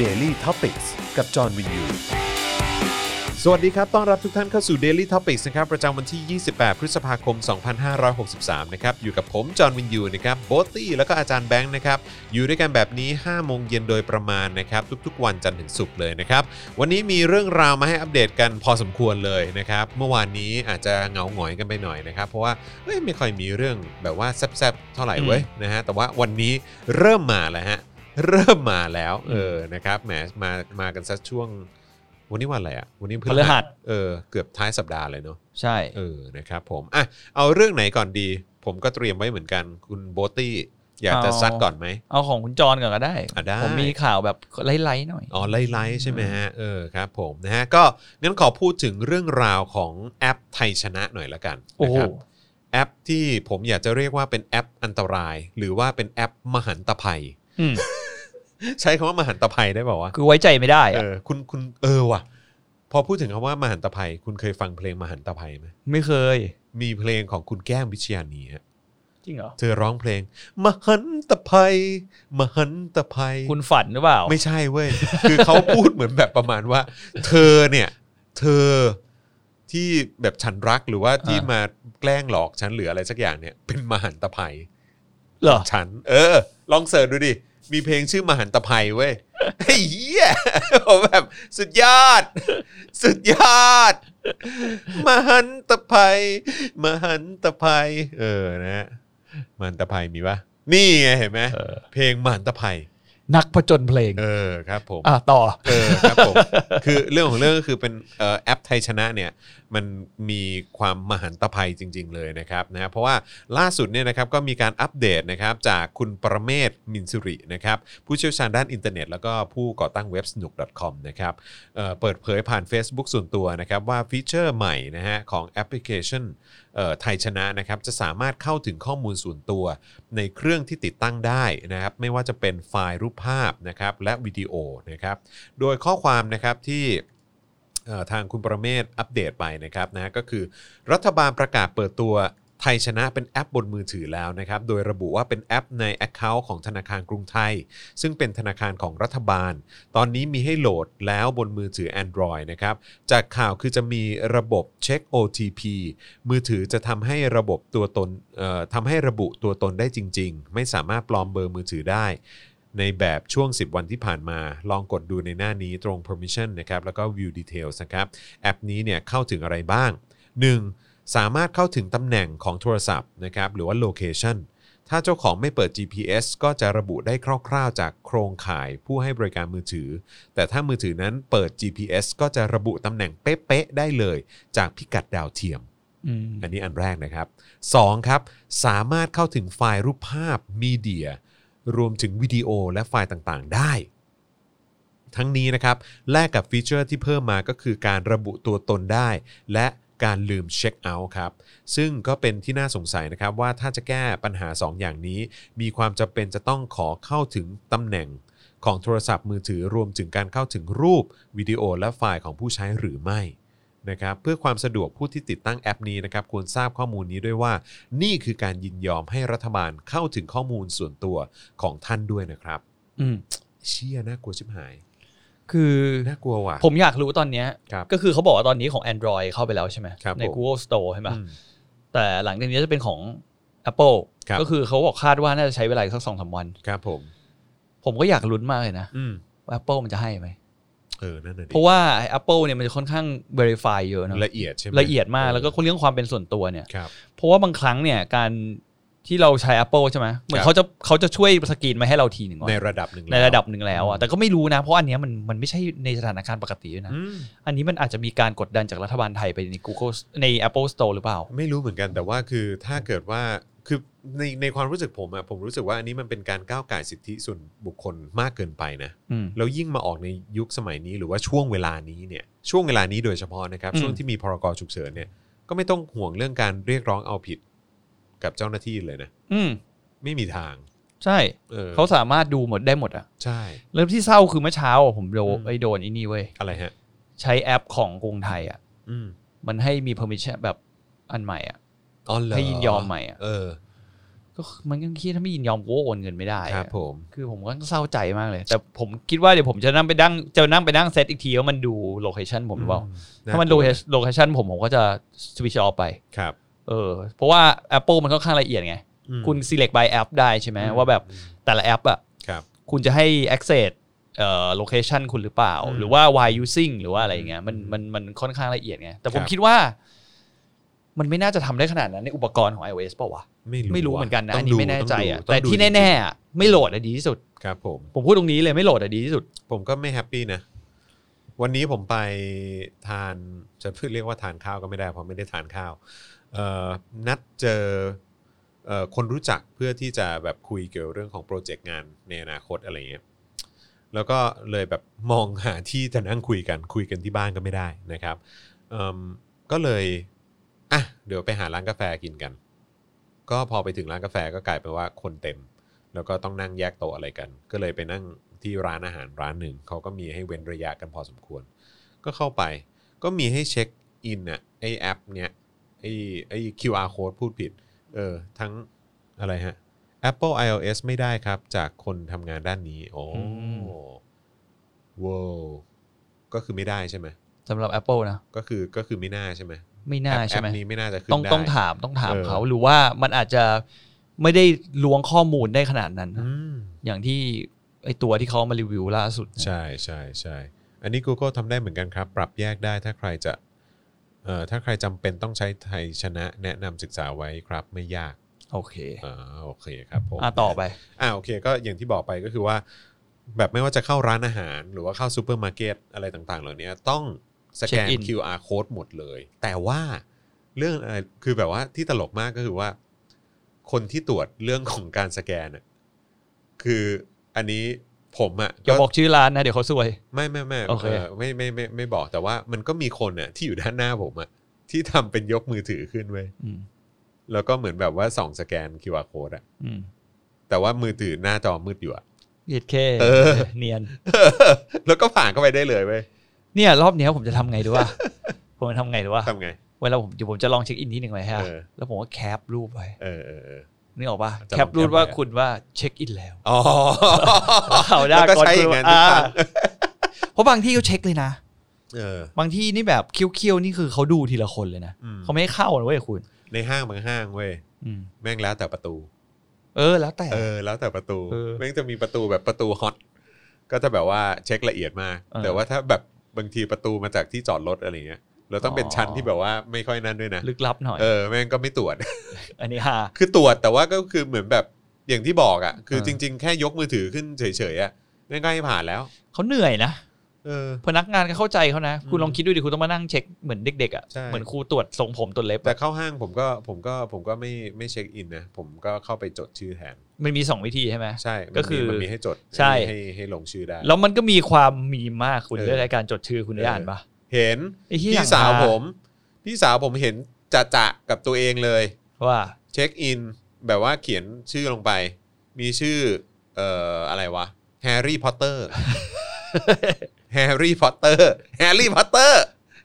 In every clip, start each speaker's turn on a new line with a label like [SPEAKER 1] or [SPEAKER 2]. [SPEAKER 1] Daily t o p i c กกับจอห์นวินยู สวัสดีครับ ต้อนรับทุกท่านเข้าสู่ Daily Topics นะครับ ประจำวันที่ 28 พฤษภาคม 2563 นะครับ อยู่กับผม จอห์นวินยูนะครับ โบทตี้ แล้วก็อาจารย์แบงค์นะครับ อยู่ด้วยกันแบบนี้ 5 โมงเย็นโดยประมาณนะครับ ทุกๆ วันจันทร์ถึงศุกร์เลยนะครับ วันนี้มีเรื่องราวมาให้อัปเดตกันพอสมควรเลยนะครับ เมื่อวานนี้อาจจะเหงาหงอยกันไปหน่อยนะครับ เพราะว่าเอ้ยไม่ค่อยมีเรื่องแบบว่าแซ่บๆ เท่าไหร่เว้ยนะฮะ แต่ว่าวันนี้เริ่มมาแล้วฮะ เริ่มมาแล้ว เออ นะครับ แหม มา มากันสักช่วง วันนี้วันอะไรอ่ะ วันนี้
[SPEAKER 2] พฤหัส
[SPEAKER 1] เออ เกือบท้ายสัปดาห์เลยเนาะ
[SPEAKER 2] ใช่
[SPEAKER 1] เออ นะครับผม อ่ะ เอาเรื่องไหนก่อนดี ผมก็เตรียมไว้เหมือนกัน คุณโบตี้ อยากจะ
[SPEAKER 2] เอา
[SPEAKER 1] ซัดก่อนไหม
[SPEAKER 2] เอาของคุณจรก่อนก็ได้
[SPEAKER 1] อ่ะได้
[SPEAKER 2] ผมมีข่าวแบบไล่ๆหน่อย
[SPEAKER 1] อ๋อ ไลท์ๆใช่ไหมฮะ เออ ครับผมนะฮะ ก็ งั้นขอพูดถึงเรื่องราวของแอปไทยชนะหน่อยละกัน
[SPEAKER 2] โอ้
[SPEAKER 1] นะ
[SPEAKER 2] โห
[SPEAKER 1] ครับ แอปที่ผมอยากจะเรียกว่าเป็นแอปอันตราย หรือว่าเป็นแอปมหันตภัย
[SPEAKER 2] อืม
[SPEAKER 1] ใช้คำว่ามหันตภัยได้เปล่าวะ
[SPEAKER 2] คือไว้ใจไม่ได้
[SPEAKER 1] เออ
[SPEAKER 2] อะ
[SPEAKER 1] คุณคุณเออว่ะ พอพูดถึงคำว่ามหันตภัย คุณเคยฟังเพลงมหันตภัยไหม
[SPEAKER 2] ไม่เคย
[SPEAKER 1] มีเพลงของคุณแก้มวิชยานีฮะ
[SPEAKER 2] จริงเหรอ
[SPEAKER 1] เธอร้องเพลง มหันตภัย มหันตภัย
[SPEAKER 2] คุณฝันหรือเปล่า
[SPEAKER 1] ไม่ใช่เว้ย คือเขาพูดเหมือนแบบประมาณว่า เธอเนี่ย เธอที่แบบฉันรักหรือว่าที่
[SPEAKER 2] อ่าม
[SPEAKER 1] มาแกล้งหลอกฉันหรืออะไรสักอย่างเนี่ย เป็นมหันตภัย
[SPEAKER 2] เหรอ
[SPEAKER 1] ฉัน เออ ลองเสิร์ชดูดิ มีเพลงชื่อมหันตภัยเว้ย ไอ้เหี้ยผมแบบสุดยอด สุดยอด มหันตภัย มหันตภัย เออนะฮะมหันตภัยมีปะนี่ไงเห็นไหม
[SPEAKER 2] เออ
[SPEAKER 1] เพลงมหันตภัย
[SPEAKER 2] นักผจญเพลง
[SPEAKER 1] เออครับผม
[SPEAKER 2] อ่ะต่อ
[SPEAKER 1] เออครับผม คือเรื่องของเรื่องก็คือเป็นเอ่อแอปไทยชนะเนี่ยมันมีความมหันตภัยจริง ๆ เลยนะครับนะเพราะว่าล่าสุดเนี่ยนะครับก็มีการอัปเดตนะครับจากคุณประเมศมินสุรินะครับผู้เชี่ยวชาญด้านอินเทอร์เน็ต แล้วก็ผู้ก่อตั้งเว็บสนุก .com นะครับเอ่อเปิดเผยผ่าน Facebook ส่วนตัวนะครับว่าฟีเจอร์ใหม่นะฮะของแอปพลิเคชันเอ่อไทยชนะนะครับจะสามารถเข้าถึงข้อมูลส่วนตัว ในเครื่องที่ติดตั้งได้นะครับไม่ว่าจะเป็นไฟล์รูปภาพนะครับและวิดีโอนะครับ โดยข้อความนะครับที่เอ่อทางคุณประเมศอัปเดตไปนะครับนะก็คือรัฐบาลประกาศเปิดตัวไทยชนะเป็นแอปบนมือถือแล้วนะครับ โดยระบุว่าเป็นแอปใน Account ของธนาคารกรุงไทย ซึ่งเป็นธนาคารของรัฐบาล ตอนนี้มีให้โหลดแล้วบนมือถือ Android นะครับ จากข่าวคือจะมีระบบเช็ค OTP มือถือจะทำให้ระบบตัวตนเอ่อทำให้ระบุตัวตนได้จริง ๆ ไม่สามารถปลอมเบอร์มือถือได้ ในแบบช่วง 10 วันที่ผ่านมา ลองกดดูในหน้านี้ตรง permission นะครับ แล้วก็ view details นะครับ แอปนี้เนี่ยเข้าถึงอะไรบ้าง 1. สามารถเข้าถึงตำแหน่งของโทรศัพท์นะครับ หรือว่า location ถ้าเจ้าของไม่เปิด GPS ก็จะระบุได้คร่าวๆ จากโครงข่ายผู้ให้บริการมือถือ แต่ถ้ามือถือนั้นเปิด GPS ก็จะระบุตำแหน่งเป๊ะๆ ได้เลย จากพิกัดดาวเทียม
[SPEAKER 2] อืม
[SPEAKER 1] อันนี้อันแรกนะครับ 2. ครับ สามารถเข้าถึงไฟล์รูปภาพมีเดีย รวมถึงวิดีโอและไฟล์ต่างๆได้ ทั้งนี้นะครับ แลกกับฟีเจอร์ที่เพิ่มมาก็คือการระบุตัวตนได้ และการลืมเช็คเอาท์ครับ ซึ่งก็เป็นที่น่าสงสัยนะครับว่าถ้าจะแก้ปัญหา 2 อย่างนี้ มีความจำเป็นจะต้องขอเข้าถึงตำแหน่งของโทรศัพท์มือถือรวมถึงการเข้าถึงรูปวิดีโอและไฟล์ของผู้ใช้หรือไม่ นะครับเพื่อความสะดวกผู้ที่ติดตั้งแอปนี้นะครับควรทราบข้อมูลนี้ด้วยว่า นี่คือการยินยอมให้รัฐบาลเข้าถึงข้อมูลส่วนตัวของท่านด้วยนะครับ
[SPEAKER 2] อืม
[SPEAKER 1] เชี่ยน่ากลัวชิบหาย
[SPEAKER 2] คือ
[SPEAKER 1] น่ากลัวว่ะ
[SPEAKER 2] ผมอยากรู้ตอนเนี้ย
[SPEAKER 1] ครับ
[SPEAKER 2] ก็คือเขาบอกว่าตอนนี้ของ Android เข้าไปแล้วใช่ไหม
[SPEAKER 1] ครับ
[SPEAKER 2] ใน
[SPEAKER 1] ผม
[SPEAKER 2] Google Store ใช่ไหม
[SPEAKER 1] อืม
[SPEAKER 2] แต่หลังจากนี้จะเป็นของ Apple
[SPEAKER 1] ครับ
[SPEAKER 2] ก็คือเขาบอกคาดว่าน่าจะใช้เวลาอีกสักสองสามวัน
[SPEAKER 1] ครับผม
[SPEAKER 2] ผมก็อยากลุ้นมากเลยนะ
[SPEAKER 1] อืม
[SPEAKER 2] ว่า Apple มันจะให้ไหม
[SPEAKER 1] เออนั่นน่ะดิ
[SPEAKER 2] เพราะว่า Apple เนี่ยมันจะค่อนข้าง verify เยอะเนอะ
[SPEAKER 1] ละเอียดใช่ไหม
[SPEAKER 2] ละเอียดมากแล้วก็เรื่องความเป็นส่วนตัวเนี่ย
[SPEAKER 1] ครับ
[SPEAKER 2] เพราะว่าบางครั้งเนี่ยการที่เราใช้ Apple ใช่ไหมเหมือ
[SPEAKER 1] ครับ
[SPEAKER 2] นเขาจะเขาจะช่วยสกรีนมาให้เราทีหนึ่งก่อน
[SPEAKER 1] ในระดับหนึ่ง
[SPEAKER 2] ในระดับหนึ่งแล้ว
[SPEAKER 1] อื
[SPEAKER 2] อ่ะ
[SPEAKER 1] ม
[SPEAKER 2] แต่ก็ไม่รู้นะ เพราะอันเนี้ยมันมันไม่ใช่ในสถานการณ์ปกติด้วยนะ
[SPEAKER 1] อืม
[SPEAKER 2] อันนี้มันอาจจะมีการกดดันจากรัฐบาลไทยไปใน Google ใน Apple Store หรือเปล่า
[SPEAKER 1] ไม่รู้เหมือนกันแต่ว่าคือถ้าเกิดว่าคือในในความรู้สึกผมอะผมรู้สึกว่าอันนี้มันเป็นการก้าวไก่ายสิทธิส่วนบุคคลมากเกินไปนะ
[SPEAKER 2] อืม
[SPEAKER 1] แล้วยิ่งมาออกในยุคสมัยนี้หรือว่าช่วงเวลานี้เนี่ยช่วงเวลานี้โดยเฉพาะนะครับ
[SPEAKER 2] อืม
[SPEAKER 1] ช่วงที่มีพรกฉุกเฉินเนี่ยก็ไม่ต้องห่วงเรื่องการเรียกร้องเอาผิดกับเจ้าหน้าที่เลยนะ
[SPEAKER 2] อืม
[SPEAKER 1] ไม่มีทาง
[SPEAKER 2] ใช่
[SPEAKER 1] เออ
[SPEAKER 2] เขาสามารถดูหมดได้หมดอ่ะ
[SPEAKER 1] ใช่
[SPEAKER 2] แล้วที่เศร้าคือเมื่อเช้าอะผมโดน
[SPEAKER 1] อืม
[SPEAKER 2] ไอ้โดนไอ้นี่เว้ย
[SPEAKER 1] อะไรฮะ
[SPEAKER 2] ใช้แอปของกรุงไทยอ่ะ
[SPEAKER 1] อืม
[SPEAKER 2] มันให้มี permission แบบอันใหม่อ่ะ
[SPEAKER 1] อ๋อเหรอ
[SPEAKER 2] ให้ยินยอมใหม่อะ
[SPEAKER 1] เออ
[SPEAKER 2] ก็มันก็คิดถ้าไม่ยินยอมกูก็โอนเงินไม่ได้อะ
[SPEAKER 1] ครับผม
[SPEAKER 2] คือผมก็เศร้าใจมากเลย แต่ผมคิดว่าเดี๋ยวผมจะนั่งไปนั่งจะนั่งไปนั่งเซตอีกทีว่ามันดูโลเคชันผมหรือเปล่า ถ้ามันโลเคชั่นโลเคชันผมผมก็จะสวิชออฟไป
[SPEAKER 1] ครับ
[SPEAKER 2] เออ เพราะว่า Apple มันค่อนข้างละเอียดไง
[SPEAKER 1] อืม
[SPEAKER 2] คุณ select by app ได้ใช่ไหมว่าแบบแต่ละแอปอ่ะ
[SPEAKER 1] ครับ
[SPEAKER 2] คุณจะให้ access เอ่อ location คุณหรือเปล่า
[SPEAKER 1] อืม
[SPEAKER 2] หรือว่า why using หรือว่าอะไรอย่างเงี้ยมันมันมันค่อนข้างละเอียดไง แต่ผม
[SPEAKER 1] ครับ
[SPEAKER 2] คิดว่า มันไม่น่าจะทำได้ขนาดนั้นในอุปกรณ์ของ iOS เปล่าวะ
[SPEAKER 1] ไม่รู้
[SPEAKER 2] ไม่รู้เหมือนกันนะ
[SPEAKER 1] ต้
[SPEAKER 2] อั
[SPEAKER 1] ง
[SPEAKER 2] น
[SPEAKER 1] ดู
[SPEAKER 2] นี้ไม่แน่ใจอ่ะ
[SPEAKER 1] อง
[SPEAKER 2] แต่
[SPEAKER 1] ดู
[SPEAKER 2] ที่แน่ๆอะไม่โหลดอะดีที่สุด
[SPEAKER 1] ๆครับผม
[SPEAKER 2] ผมพูดตรงนี้เลยไม่โหลดอะดีที่สุด
[SPEAKER 1] ผมก็ไม่แฮปปี้นะ วันนี้ผมไปทานจะพูดเรียกว่าทานข้าวก็ไม่ได้เพราะไม่ได้ทานข้าวเอ่อนัดเจอเอ่อคนรู้จักเพื่อที่จะแบบคุยเกี่ยวเรื่องของโปรเจกต์งานในอนาคตอะไรเงี้ยแล้วก็เลยแบบมองหาที่จะนั่งคุยกันคุยกันที่บ้านก็ไม่ได้นะครับเอิ่มก็เลยอ่ะเดี๋ยวไปหาร้านกาแฟกินกัน ก็พอไปถึงร้านกาแฟก็กลายเป็นว่าคนเต็ม แล้วก็ต้องนั่งแยกโต๊ะอะไรกัน ก็เลยไปนั่งที่ร้านอาหารร้านหนึ่ง เขาก็มีให้เว้นระยะกันพอสมควร ก็เข้าไป ก็มีให้เช็คอินน่ะไอแอปเนี้ยไอไอ QR code พูดผิด เออ ทั้งอะไรฮะ Apple iOS ไม่ได้ครับ จากคนทำงานด้านนี้ โอ้
[SPEAKER 2] อืม
[SPEAKER 1] ว้าวก็คือไม่ได้ใช่ไหม
[SPEAKER 2] สำหรับ Apple นะ
[SPEAKER 1] ก็คือก็คือไม่น่าใช่ไหม
[SPEAKER 2] ไม่น่า
[SPEAKER 1] แอป
[SPEAKER 2] ใช่ไหม
[SPEAKER 1] แอปนี้ไม่น่าจะขึ้น
[SPEAKER 2] ต้อง
[SPEAKER 1] ได้
[SPEAKER 2] ต้องถามต้องถาม
[SPEAKER 1] เออ
[SPEAKER 2] เขาหรือว่ามันอาจจะไม่ได้ล้วงข้อมูลได้ขนาดนั้น
[SPEAKER 1] อืม
[SPEAKER 2] อย่างที่ไอตัวที่เขามารีวิวล่าสุดนะ
[SPEAKER 1] ใช่ใช่ใช่ อันนี้ Google ทำได้เหมือนกันครับ ปรับแยกได้ถ้าใครจะเอ่อถ้าใครจำเป็นต้องใช้ไทยชนะแนะนำศึกษาไว้ครับไม่ยาก
[SPEAKER 2] โอเค
[SPEAKER 1] อ่าโอเคครับผม
[SPEAKER 2] อ่ะต่อไป
[SPEAKER 1] อ่าโอเคก็อย่างที่บอกไปก็คือว่า แบบไม่ว่าจะเข้าร้านอาหาร หรือว่าเข้าซูเปอร์มาร์เก็ตอะไรต่างๆ เหล่านี้ต้องสแกน
[SPEAKER 2] Check in
[SPEAKER 1] QR code หมดเลย แต่ว่าเรื่องอะไรคือแบบว่าที่ตลกมากก็คือว่า คนที่ตรวจเรื่องของการสแกนน่ะคืออันนี้ผมอ่ะ
[SPEAKER 2] อย่าบอกชื่อร้านนะ เดี๋ยวเขาซวย
[SPEAKER 1] ไม่ไม่ไม่
[SPEAKER 2] โอเค
[SPEAKER 1] เอ่อไม่ไม่ไม่ไม่บอกแต่ว่ามันก็มีคนน่ะที่อยู่ด้านหน้าผมอะที่ทำเป็นยกมือถือขึ้นเว้ย
[SPEAKER 2] อืม
[SPEAKER 1] แล้วก็เหมือนแบบว่าส่องสแกน QR code อะ
[SPEAKER 2] อืม
[SPEAKER 1] แต่ว่ามือถือหน้าจอมืดอยู่อะ
[SPEAKER 2] เย็ดเค
[SPEAKER 1] เออ
[SPEAKER 2] เนียน
[SPEAKER 1] แล้วก็ผ่านเข้าไปได้เลยเว้ย
[SPEAKER 2] เนี่ยรอบเนี้ยผมจะทำไงดูว่า ผมจะทำไงดูว่า
[SPEAKER 1] ทำไง
[SPEAKER 2] เวลาผมเดี๋ยวผมจะลองเช็คอินที่หนึ่งไว้ฮะ
[SPEAKER 1] เออ
[SPEAKER 2] แล้วผมก็แคปรูปไว้
[SPEAKER 1] เออเออเออ
[SPEAKER 2] นึกออกปะ
[SPEAKER 1] จะลอง
[SPEAKER 2] แคปรูปว่า
[SPEAKER 1] แคปไว้
[SPEAKER 2] คุณว่าเช็คอินแล้ว
[SPEAKER 1] อ๋อ
[SPEAKER 2] เขาได้
[SPEAKER 1] แล้วก็
[SPEAKER 2] ก่อน
[SPEAKER 1] ใช้อ
[SPEAKER 2] คุ
[SPEAKER 1] ย่า
[SPEAKER 2] ณ
[SPEAKER 1] งนั้นทุค
[SPEAKER 2] อ่าก
[SPEAKER 1] รั้ง
[SPEAKER 2] เพราะบางที่เขาเช็คเลยนะ
[SPEAKER 1] เออบ
[SPEAKER 2] างที่นี่แบบเคี้ยวๆนี่คือเขาดูทีละคนเลยนะ
[SPEAKER 1] อืม
[SPEAKER 2] เขาไม่ให้เข้านะเว้ยคุณ
[SPEAKER 1] ในห้างบางห้างเว้ย
[SPEAKER 2] อืม
[SPEAKER 1] แม่งแล้วแต่ประตู
[SPEAKER 2] เออแล้วแต่
[SPEAKER 1] เออแล้วแต่ประตู
[SPEAKER 2] เออ
[SPEAKER 1] แม่งจะมีประตูแบบประตูฮอตก็จะแบบว่าเช็คละเอียดมาก
[SPEAKER 2] เออ
[SPEAKER 1] แต่ว่าถ้าแบบบางทีประตูมาจากที่จอดรถอะไรเงี้ยเราต้องเป็น
[SPEAKER 2] อ๋อ
[SPEAKER 1] ชั้นที่แบบว่าไม่ค่อยนั่นด้วยนะ
[SPEAKER 2] ลึกลับหน่อย
[SPEAKER 1] เออแม่งก็ไม่ตรวจ
[SPEAKER 2] อันนี้ฮา
[SPEAKER 1] คือตรวจแต่ว่าก็คือเหมือนแบบอย่างที่บอกอ่ะคือ
[SPEAKER 2] เออ
[SPEAKER 1] จริง ๆ แค่ยกมือถือขึ้นเฉยๆอ่ะแม่งก็ให้ผ่านแล้ว
[SPEAKER 2] เขาเหนื่อยนะ
[SPEAKER 1] เออ
[SPEAKER 2] พนักงานก็เข้าใจเขานะ คุณ
[SPEAKER 1] อืม
[SPEAKER 2] ลองคิดดูดิคุณต้องมานั่งเช็คเหมือนเด็กๆอ่ะ
[SPEAKER 1] ใช่
[SPEAKER 2] เหมือนครูตรวจทรงผมตรวจเล็บ
[SPEAKER 1] แต่เข้าห้างผมก็ผมก็ผมก็ไม่ไม่เช็คอินนะผมก็เข้าไปจดชื่อแทน
[SPEAKER 2] มันมีสองวิธีใช่ไหม
[SPEAKER 1] ใช่มันมี
[SPEAKER 2] ก็คือ
[SPEAKER 1] มันมีให้จด
[SPEAKER 2] ใช่
[SPEAKER 1] ให้ให้ลงชื่อได้
[SPEAKER 2] แล้วมันก็มีความมีมากคุณ
[SPEAKER 1] เออ
[SPEAKER 2] เรื่องรายการจดชื่อคุณได้
[SPEAKER 1] เอออ่
[SPEAKER 2] อ่านปะ
[SPEAKER 1] เห็น
[SPEAKER 2] ไอ้เหี้ย
[SPEAKER 1] พี่สาวผม พี่สาวผมเห็นจะจะๆกับตัวเองเลย
[SPEAKER 2] ว่า
[SPEAKER 1] เช็คอินแบบว่าเขียนชื่อลงไป มีชื่อเอ่ออะไรวะแฮร์รี่พอตเต อร์ แฮร์รี่พอตเตอร์แฮร์รี่พอตเตอร์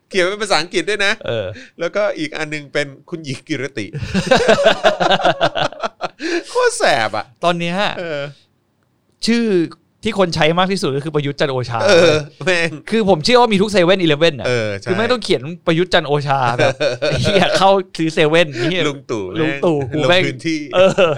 [SPEAKER 1] เขียนเป็นภาษาอังกฤษด้วยนะ
[SPEAKER 2] เออ
[SPEAKER 1] แล้วก็อีกอันหนึงเป็นคุณหญิงกิรติ โคตรแสบอ่ะ
[SPEAKER 2] ตอนเนี้ย
[SPEAKER 1] เออ
[SPEAKER 2] ชื่อที่คนใช้มากที่สุดก็คือประยุทธ์จันทร์โอชา
[SPEAKER 1] เออ แม่ง
[SPEAKER 2] คือผมเชื่อว่ามีทุกเซเว่นอีเลฟเว่นอ่ะ
[SPEAKER 1] เออ ใช่
[SPEAKER 2] คือไม่งต้องเขียนประยุทธ์จันทร์โอชาแบบ ไอ้เฮียเข้าซื้อเซเว่นเฮีย
[SPEAKER 1] ลุงตู่
[SPEAKER 2] ลุงตู่กู
[SPEAKER 1] ลง
[SPEAKER 2] แม่ง
[SPEAKER 1] พื้นที่
[SPEAKER 2] เออ